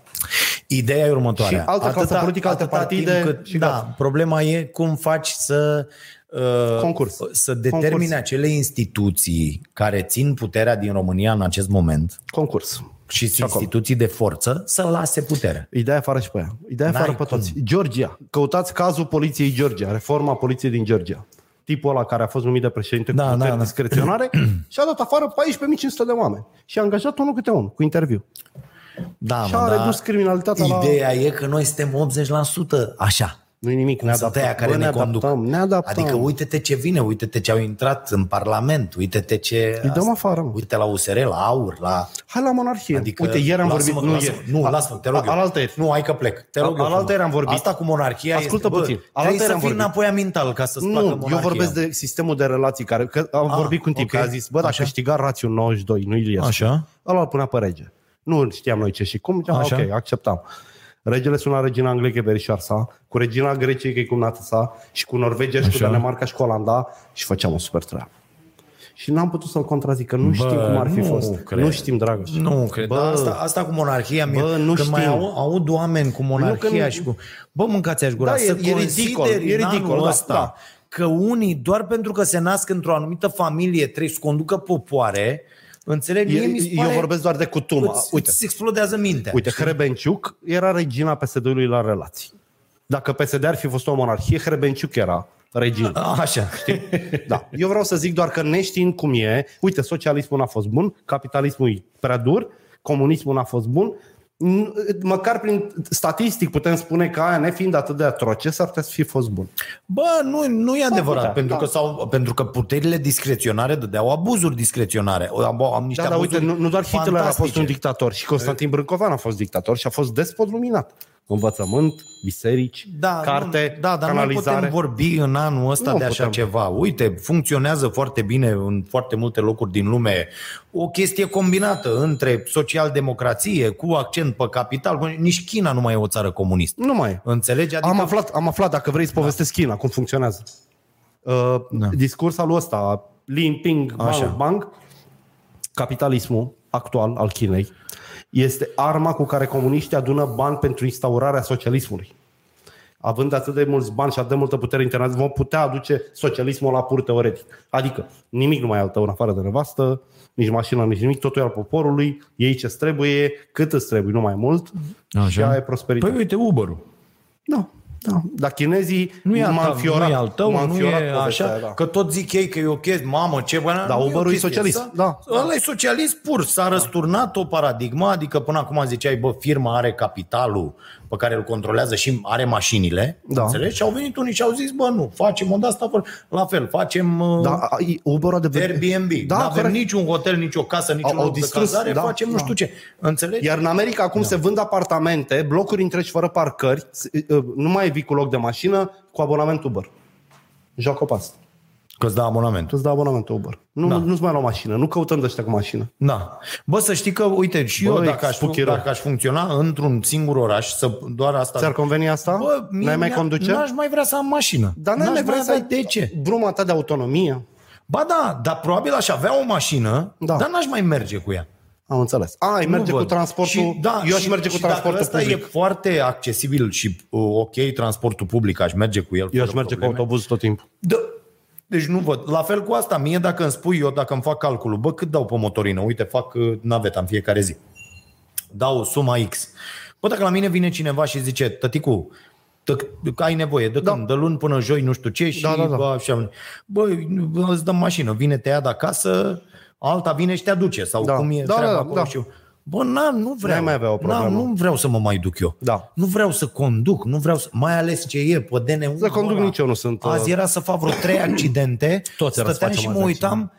Speaker 2: Ideea e următoarea.
Speaker 3: Și altă clasă politică, alte
Speaker 2: atâta timp
Speaker 3: partide
Speaker 2: Cât,
Speaker 3: și
Speaker 2: da,
Speaker 3: gata.
Speaker 2: problema e cum faci să uh,
Speaker 3: Concurs.
Speaker 2: să determine
Speaker 3: Concurs.
Speaker 2: acele instituții care țin puterea din România în acest moment
Speaker 3: Concurs.
Speaker 2: și sunt
Speaker 3: acolo.
Speaker 2: instituții de forță să lase puterea.
Speaker 3: Îi dai afară și pe ea. Îi dai
Speaker 2: N-ai
Speaker 3: afară pe
Speaker 2: cum.
Speaker 3: toți. Georgia. Căutați cazul poliției Georgia, reforma poliției din Georgia. Tipul ăla care a fost numit de președinte da,
Speaker 2: Da,
Speaker 3: cu puteri da,
Speaker 2: da, da.
Speaker 3: discreționare și a dat afară 14.500 de oameni. Și a angajat unul câte unul, cu interviu.
Speaker 2: Da,
Speaker 3: Și
Speaker 2: mă,
Speaker 3: a
Speaker 2: da.
Speaker 3: redus criminalitatea la-
Speaker 2: Ideea e că noi suntem 80% așa.
Speaker 3: Nu-i nimic, ne
Speaker 2: sunt
Speaker 3: adaptăm.
Speaker 2: aia care
Speaker 3: Bă,
Speaker 2: ne,
Speaker 3: ne
Speaker 2: conduc.
Speaker 3: adaptăm, ne adaptăm.
Speaker 2: Adică uite-te ce vine, uite-te ce au intrat în Parlament, uite-te ce...
Speaker 3: Îi dăm afară, mă.
Speaker 2: Uite la USR, la AUR, la...
Speaker 3: Hai la monarhie.
Speaker 2: Adică,
Speaker 3: Uite, ieri am
Speaker 2: lasă-mă,
Speaker 3: vorbit... Nu,
Speaker 2: lasă-mă,
Speaker 3: ieri.
Speaker 2: nu
Speaker 3: A-
Speaker 2: lasă-mă, te rog
Speaker 3: a- Alaltă
Speaker 2: eu.
Speaker 3: ieri.
Speaker 2: Nu, hai că plec. Te
Speaker 3: A-
Speaker 2: rog eu
Speaker 3: alaltă
Speaker 2: frumos.
Speaker 3: ieri am vorbit.
Speaker 2: Asta cu monarhia
Speaker 3: Ascultă
Speaker 2: este,
Speaker 3: puțin.
Speaker 2: Bă, trebuie
Speaker 3: Alaltă ieri
Speaker 2: să
Speaker 3: am
Speaker 2: fii
Speaker 3: vorbit.
Speaker 2: înapoi amintal ca să-ți placă
Speaker 3: Nu, eu
Speaker 2: monarhia.
Speaker 3: vorbesc de sistemul de relații care că am
Speaker 2: Ah,
Speaker 3: vorbit cu un tip
Speaker 2: ok.
Speaker 3: okay. care a zis, bă, dacă
Speaker 2: Așa.
Speaker 3: câștiga rațiul 92, nu Iliescu.
Speaker 2: Așa.
Speaker 3: Ăla îl punea pe rege. Nu știam noi ce și cum, ah,
Speaker 2: Așa.
Speaker 3: ok, acceptam. Regele suna regina Angliei, că e verișoara sa, cu regina Greciei, că e cumnată sa, și cu Norvegia și cu
Speaker 2: Așa.
Speaker 3: Danemarca și cu Olanda și făceam un super treabă. Și n-am putut să-l contrazic, că nu
Speaker 2: Bă,
Speaker 3: știm cum ar fi
Speaker 2: nu
Speaker 3: fost.
Speaker 2: cred.
Speaker 3: Nu știm, Dragoș.
Speaker 2: Nu, cred. Bă,
Speaker 3: Bă.
Speaker 2: asta, asta cu monarhia, mie,
Speaker 3: Bă, nu
Speaker 2: când
Speaker 3: știm.
Speaker 2: mai au, aud oameni cu
Speaker 3: Nu,
Speaker 2: monarhia
Speaker 3: că
Speaker 2: nu,
Speaker 3: nu-
Speaker 2: și cu... Bă, mâncați aș gura.
Speaker 3: Da,
Speaker 2: să
Speaker 3: e- e ridicol,
Speaker 2: consideri
Speaker 3: e
Speaker 2: în
Speaker 3: ridicol,
Speaker 2: anul
Speaker 3: da,
Speaker 2: ăsta
Speaker 3: da.
Speaker 2: că unii, doar pentru că se nasc într-o anumită familie, trebuie să conducă popoare, înțelegi? Mie
Speaker 3: Eu,
Speaker 2: mi se
Speaker 3: eu
Speaker 2: pare
Speaker 3: vorbesc doar de
Speaker 2: că
Speaker 3: cutuma.
Speaker 2: Îți,
Speaker 3: Uite,
Speaker 2: îți explodează mintea.
Speaker 3: Uite, Hrebenciuc era regina PSD-ului la relații. Dacă PSD ar fi fost o monarhie, Hrebenciuc era regina.
Speaker 2: Așa.
Speaker 3: [LAUGHS] Da. Eu vreau să zic doar că neștiind cum e, uite, socialismul n-a fost bun, capitalismul e prea dur, comunismul n-a fost bun, n- măcar prin statistic putem spune că aia, nefiind atât de atroce, s-ar putea să fi fost bun.
Speaker 2: Bă, nu, nu e adevărat,
Speaker 3: putea,
Speaker 2: pentru,
Speaker 3: da.
Speaker 2: că sau, pentru că puterile discreționare dădeau abuzuri discreționare. Am, am niște
Speaker 3: Da, dar uite,
Speaker 2: abuzuri
Speaker 3: nu, nu doar Hitler a fost
Speaker 2: fantastice.
Speaker 3: un dictator și Constantin Brâncovan a fost dictator și a fost despot luminat. Învățământ, biserici,
Speaker 2: da,
Speaker 3: carte,
Speaker 2: nu, da, dar
Speaker 3: canalizare.
Speaker 2: nu putem vorbi în anul ăsta
Speaker 3: Nu
Speaker 2: de așa
Speaker 3: putem.
Speaker 2: ceva. Uite, funcționează foarte bine în foarte multe locuri din lume o chestie combinată între social-democrație cu accent pe capital. Nici China nu mai e o țară comunistă.
Speaker 3: Nu mai e.
Speaker 2: Înțelegi? Adică
Speaker 3: Am aflat, am aflat, dacă vrei să povestesc China, cum funcționează. Uh,
Speaker 2: Da.
Speaker 3: da. Discursul lui ăsta, Li Jinping,
Speaker 2: Așa.
Speaker 3: Bang, Bang, capitalismul actual al Chinei, este arma cu care comuniștii adună bani pentru instaurarea socialismului. Având atât de mulți bani și atât de multă putere internațională, vom putea aduce socialismul la pur teoretic. Adică nimic nu mai e al tău în afară de nevastă, nici mașină, nici nimic, totul e al poporului, ei ce trebuie, cât îți trebuie, nu mai mult, Așa. și aia e prosperitate.
Speaker 2: Păi uite, Uber-ul.
Speaker 3: Da, da. Dar chinezii
Speaker 2: Nu e, al
Speaker 3: m-a
Speaker 2: tău, nu
Speaker 3: înfiorat,
Speaker 2: e al tău,
Speaker 3: m-a
Speaker 2: nu
Speaker 3: înfiorat
Speaker 2: e așa,
Speaker 3: povestea aia, da.
Speaker 2: că tot zic ei că e o chestie, mamă, ce bani...
Speaker 3: Da, Uber-ul e socialist, da.
Speaker 2: Ăla e socialist pur, s-a răsturnat o paradigma, adică până acum ziceai, bă, firma are capitalul pe care îl controlează și are mașinile,
Speaker 3: Da.
Speaker 2: înțelegi? Și au venit unii și au zis, bă, nu, facem o de-asta, fă- la fel, facem uh,
Speaker 3: Da, a- i- Uber a devenit...
Speaker 2: Airbnb,
Speaker 3: Da,
Speaker 2: da, avem
Speaker 3: corect.
Speaker 2: niciun hotel, nicio casă, niciun
Speaker 3: Au- au
Speaker 2: loc de
Speaker 3: distrus,
Speaker 2: cazare,
Speaker 3: da,
Speaker 2: facem nu
Speaker 3: da.
Speaker 2: știu ce, înțelegi?
Speaker 3: Iar în America acum da. se vând apartamente, blocuri întregi fără parcări, s- uh, nu mai vii cu loc de mașină, cu abonament Uber. Joacă pe asta.
Speaker 2: Că-ți da abonament.
Speaker 3: Îți dă abonament Uber. Nu,
Speaker 2: Da.
Speaker 3: da. Nu-ți mai lua mașină, nu căutăm de ăștia cu mașină.
Speaker 2: Da. Bă, să știi că, uite, și
Speaker 3: Bă,
Speaker 2: eu
Speaker 3: e
Speaker 2: dacă aș,
Speaker 3: spooky rău.
Speaker 2: dacă aș funcționa într-un singur oraș, să doar asta...
Speaker 3: Ți-ar conveni asta?
Speaker 2: Bă, mie
Speaker 3: N-ai mai
Speaker 2: mi-a-
Speaker 3: conduce?
Speaker 2: N-aș mai vrea să am mașină.
Speaker 3: Dar n-ai
Speaker 2: n-aș
Speaker 3: mai vrea să ai
Speaker 2: avea de ce.
Speaker 3: bruma ta de autonomie?
Speaker 2: Ba da, dar probabil aș avea o mașină,
Speaker 3: Da.
Speaker 2: dar n-aș mai merge cu ea.
Speaker 3: Am înțeles. A, ai
Speaker 2: Nu
Speaker 3: merge cu
Speaker 2: văd.
Speaker 3: transportul...
Speaker 2: Și, da,
Speaker 3: eu aș
Speaker 2: și,
Speaker 3: merge cu
Speaker 2: și
Speaker 3: transportul
Speaker 2: dacă
Speaker 3: public.
Speaker 2: Ăsta e foarte accesibil și uh, ok transportul public, aș merge cu el.
Speaker 3: Eu
Speaker 2: fără
Speaker 3: aș merge cu
Speaker 2: probleme.
Speaker 3: autobuzul tot timpul.
Speaker 2: Da. Deci nu văd. La fel cu asta, mie dacă îmi spui eu, dacă îmi fac calculul, bă, cât dau pe motorină? Uite, fac uh, naveta în fiecare zi. Dau suma X. Bă, dacă la mine vine cineva și zice, tăticu, tă- ai nevoie de când? De luni până joi, nu știu ce, și
Speaker 3: Da, da, da.
Speaker 2: Bă, așa. Bă, îți dăm mașină, vine, te ia de acasă, alta vine și te aduce, sau
Speaker 3: Da.
Speaker 2: cum e
Speaker 3: Da,
Speaker 2: treaba
Speaker 3: da, da,
Speaker 2: acolo
Speaker 3: da.
Speaker 2: și eu. Bă, na, nu vreau.
Speaker 3: N-ai mai avea o problemă.
Speaker 2: Na, nu vreau să mă mai duc eu.
Speaker 3: Da.
Speaker 2: Nu vreau să conduc, nu vreau să... Mai ales ce e pe DN1.
Speaker 3: Să conduc
Speaker 2: ăla.
Speaker 3: nici eu nu sunt, uh,
Speaker 2: Azi era să fac vreo trei accidente,
Speaker 3: [CLEARS THROAT] Toți era să
Speaker 2: stăteam
Speaker 3: facem
Speaker 2: și mă
Speaker 3: azi
Speaker 2: uitam,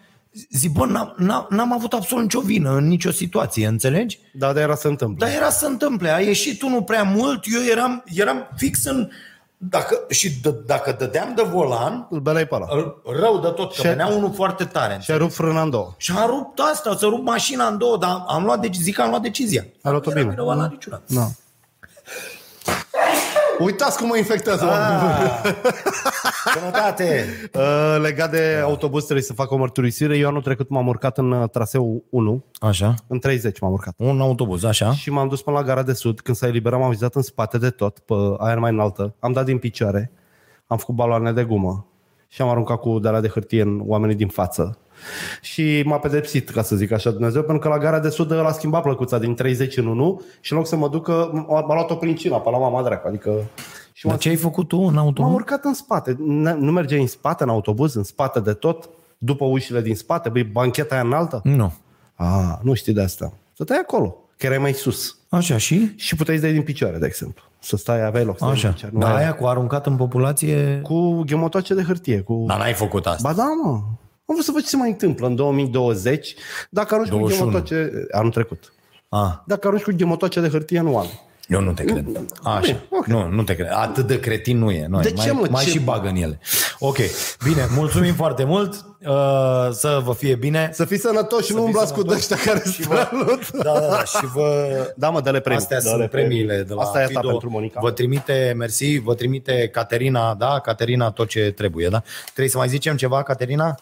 Speaker 2: zic, bă, n-am, n-am, n-am avut absolut nicio vină în nicio situație, înțelegi?
Speaker 3: Da, dar era să întâmplă.
Speaker 2: Dar era să întâmple, a ieșit unul prea mult, eu eram, eram fix în... Dacă, și d- dacă dădeam de volan,
Speaker 3: Îl beleai pe ăla.
Speaker 2: îl- rău de tot, că
Speaker 3: Și-
Speaker 2: venea unul foarte tare.
Speaker 3: Și a rupt frâna în două.
Speaker 2: Și a rupt asta, să rup mașina în două, dar am luat, deci, zic că am luat decizia.
Speaker 3: A luat-o
Speaker 2: Era
Speaker 3: bine.
Speaker 2: rău la niciuna.
Speaker 3: Da. Uitați cum mă infectează oamenii.
Speaker 2: Ah.
Speaker 3: [LAUGHS]
Speaker 2: Sănătate!
Speaker 3: Ah. Uh, Legat de autobuz trebuie să fac o mărturisire. Eu anul trecut m-am urcat în uh, traseu 1,
Speaker 2: Așa,
Speaker 3: în 30 m-am urcat.
Speaker 2: un autobuz, așa.
Speaker 3: Și m-am dus până la gara de sud. Când s-a eliberat, m-am vizat în spate de tot, pe aer mai înaltă. Am dat din picioare, am făcut baloane de gumă și am aruncat cu de de hârtie în oamenii din față. Și m-a pedepsit, ca să zic așa, Dumnezeu, pentru că la gara de sud l-a schimbat plăcuța din 30 în 1 și în loc să mă ducă, m-a m-a luat-o prin cina, pe la mama dracu, adică... Și m-a
Speaker 2: Dar ce ai făcut tu în
Speaker 3: M-am
Speaker 2: autobuz?
Speaker 3: urcat în spate. N- Nu mergeai în spate, în autobuz, în spate de tot, după ușile din spate, băi, bancheta aia înaltă.
Speaker 2: Nu.
Speaker 3: A, nu știi de asta. Stăteai acolo, că erai mai sus.
Speaker 2: Așa, și?
Speaker 3: Și puteai să dai din picioare, de exemplu. Să stai, aveai loc. să
Speaker 2: Așa.
Speaker 3: te duci, Deci, nu
Speaker 2: Dar
Speaker 3: ai-
Speaker 2: aia cu aruncat în populație...
Speaker 3: Cu ghemotoace de hârtie. Cu...
Speaker 2: Dar n-ai făcut asta.
Speaker 3: Ba da, mă. Am vrut să văd ce se mai întâmplă în 2020 dacă arunci
Speaker 2: 21.
Speaker 3: cu ghemotoace... Anul trecut.
Speaker 2: A,
Speaker 3: Dacă arunci cu ghemotoace de hârtie, nu am.
Speaker 2: eu nu te cred. Așa.
Speaker 3: Bine, ok.
Speaker 2: Nu, nu te cred. Atât de cretin nu e. Noi.
Speaker 3: De ce,
Speaker 2: mai,
Speaker 3: mă?
Speaker 2: mai
Speaker 3: Ce-
Speaker 2: și bagă în ele. Ok. Bine, mulțumim foarte mult. Uh, să vă fie bine.
Speaker 3: [LAUGHS] Să fii sănătos și nu umblați cu ăștia care strălut.
Speaker 2: Da, da, da. Și vă...
Speaker 3: Da, mă, dă-le premii.
Speaker 2: Astea
Speaker 3: dă-le
Speaker 2: sunt premiile de la
Speaker 3: Asta e asta
Speaker 2: Fido.
Speaker 3: pentru Monica.
Speaker 2: Vă trimite, mersi, vă trimite Caterina, da, Caterina tot ce trebuie, da? Trebuie să mai zicem ceva, Caterina?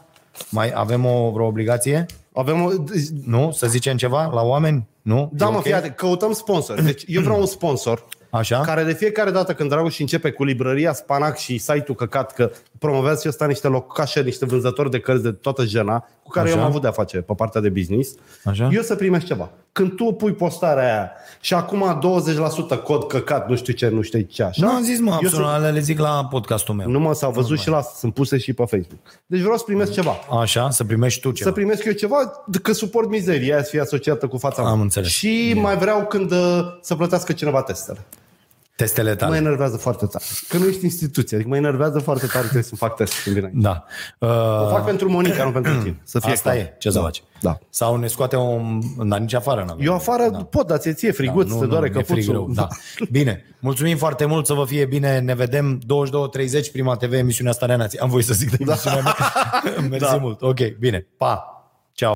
Speaker 2: Mai avem o vreo obligație?
Speaker 3: Avem o... deci,
Speaker 2: Nu? Să zicem ceva la oameni? Nu?
Speaker 3: Da,
Speaker 2: E
Speaker 3: mă,
Speaker 2: ok?
Speaker 3: fii atent, căutăm sponsor. Deci eu vreau un sponsor
Speaker 2: Așa?
Speaker 3: care de fiecare dată când Dragoș începe cu librăria Spanac și site-ul căcat că promovează și ăsta niște locașe, niște vânzători de cărți de toată jena, cu care
Speaker 2: Așa.
Speaker 3: eu am avut de-a face pe partea de business,
Speaker 2: Așa.
Speaker 3: eu să primești ceva. Când tu pui postarea aia și acum 20% cod căcat, nu știu ce, nu știu ce, așa.
Speaker 2: Nu Da, am zis, mă,
Speaker 3: eu să-
Speaker 2: absolut, alea le zic la podcastul meu.
Speaker 3: Nu mă, s-a văzut și la asta, sunt puse și pe Facebook. Deci vreau să primesc ceva.
Speaker 2: Așa? Să primești tu ceva.
Speaker 3: Să primesc eu ceva, d- că suport mizeria aia să fie asociată cu fața
Speaker 2: Am
Speaker 3: mea.
Speaker 2: înțeles.
Speaker 3: Și mai vreau când uh, să plătească cineva testele.
Speaker 2: Testele tale.
Speaker 3: Mă enervează foarte tare. Că nu ești instituție, adică mă enervează foarte tare că trebuie să fac test când vine aici.
Speaker 2: Da. Uh,
Speaker 3: O fac pentru Monica, nu pentru tine. Să fie
Speaker 2: asta
Speaker 3: clar.
Speaker 2: e, ce să
Speaker 3: da.
Speaker 2: faci.
Speaker 3: Da.
Speaker 2: Sau ne scoate un... Dar nici afară n-avem.
Speaker 3: Eu afară da. pot, dar ție ție friguț, da, te doare
Speaker 2: mi-e frig
Speaker 3: căpuțul.
Speaker 2: rău,
Speaker 3: [LAUGHS]
Speaker 2: Da. Bine, mulțumim foarte mult, să vă fie bine, ne vedem 22.30, Prima TV,
Speaker 3: Da. [LAUGHS]
Speaker 2: emisiunea Starea Nației. Am voie să zic de emisiunea mea. Mersi mult, ok, bine, pa, ceau.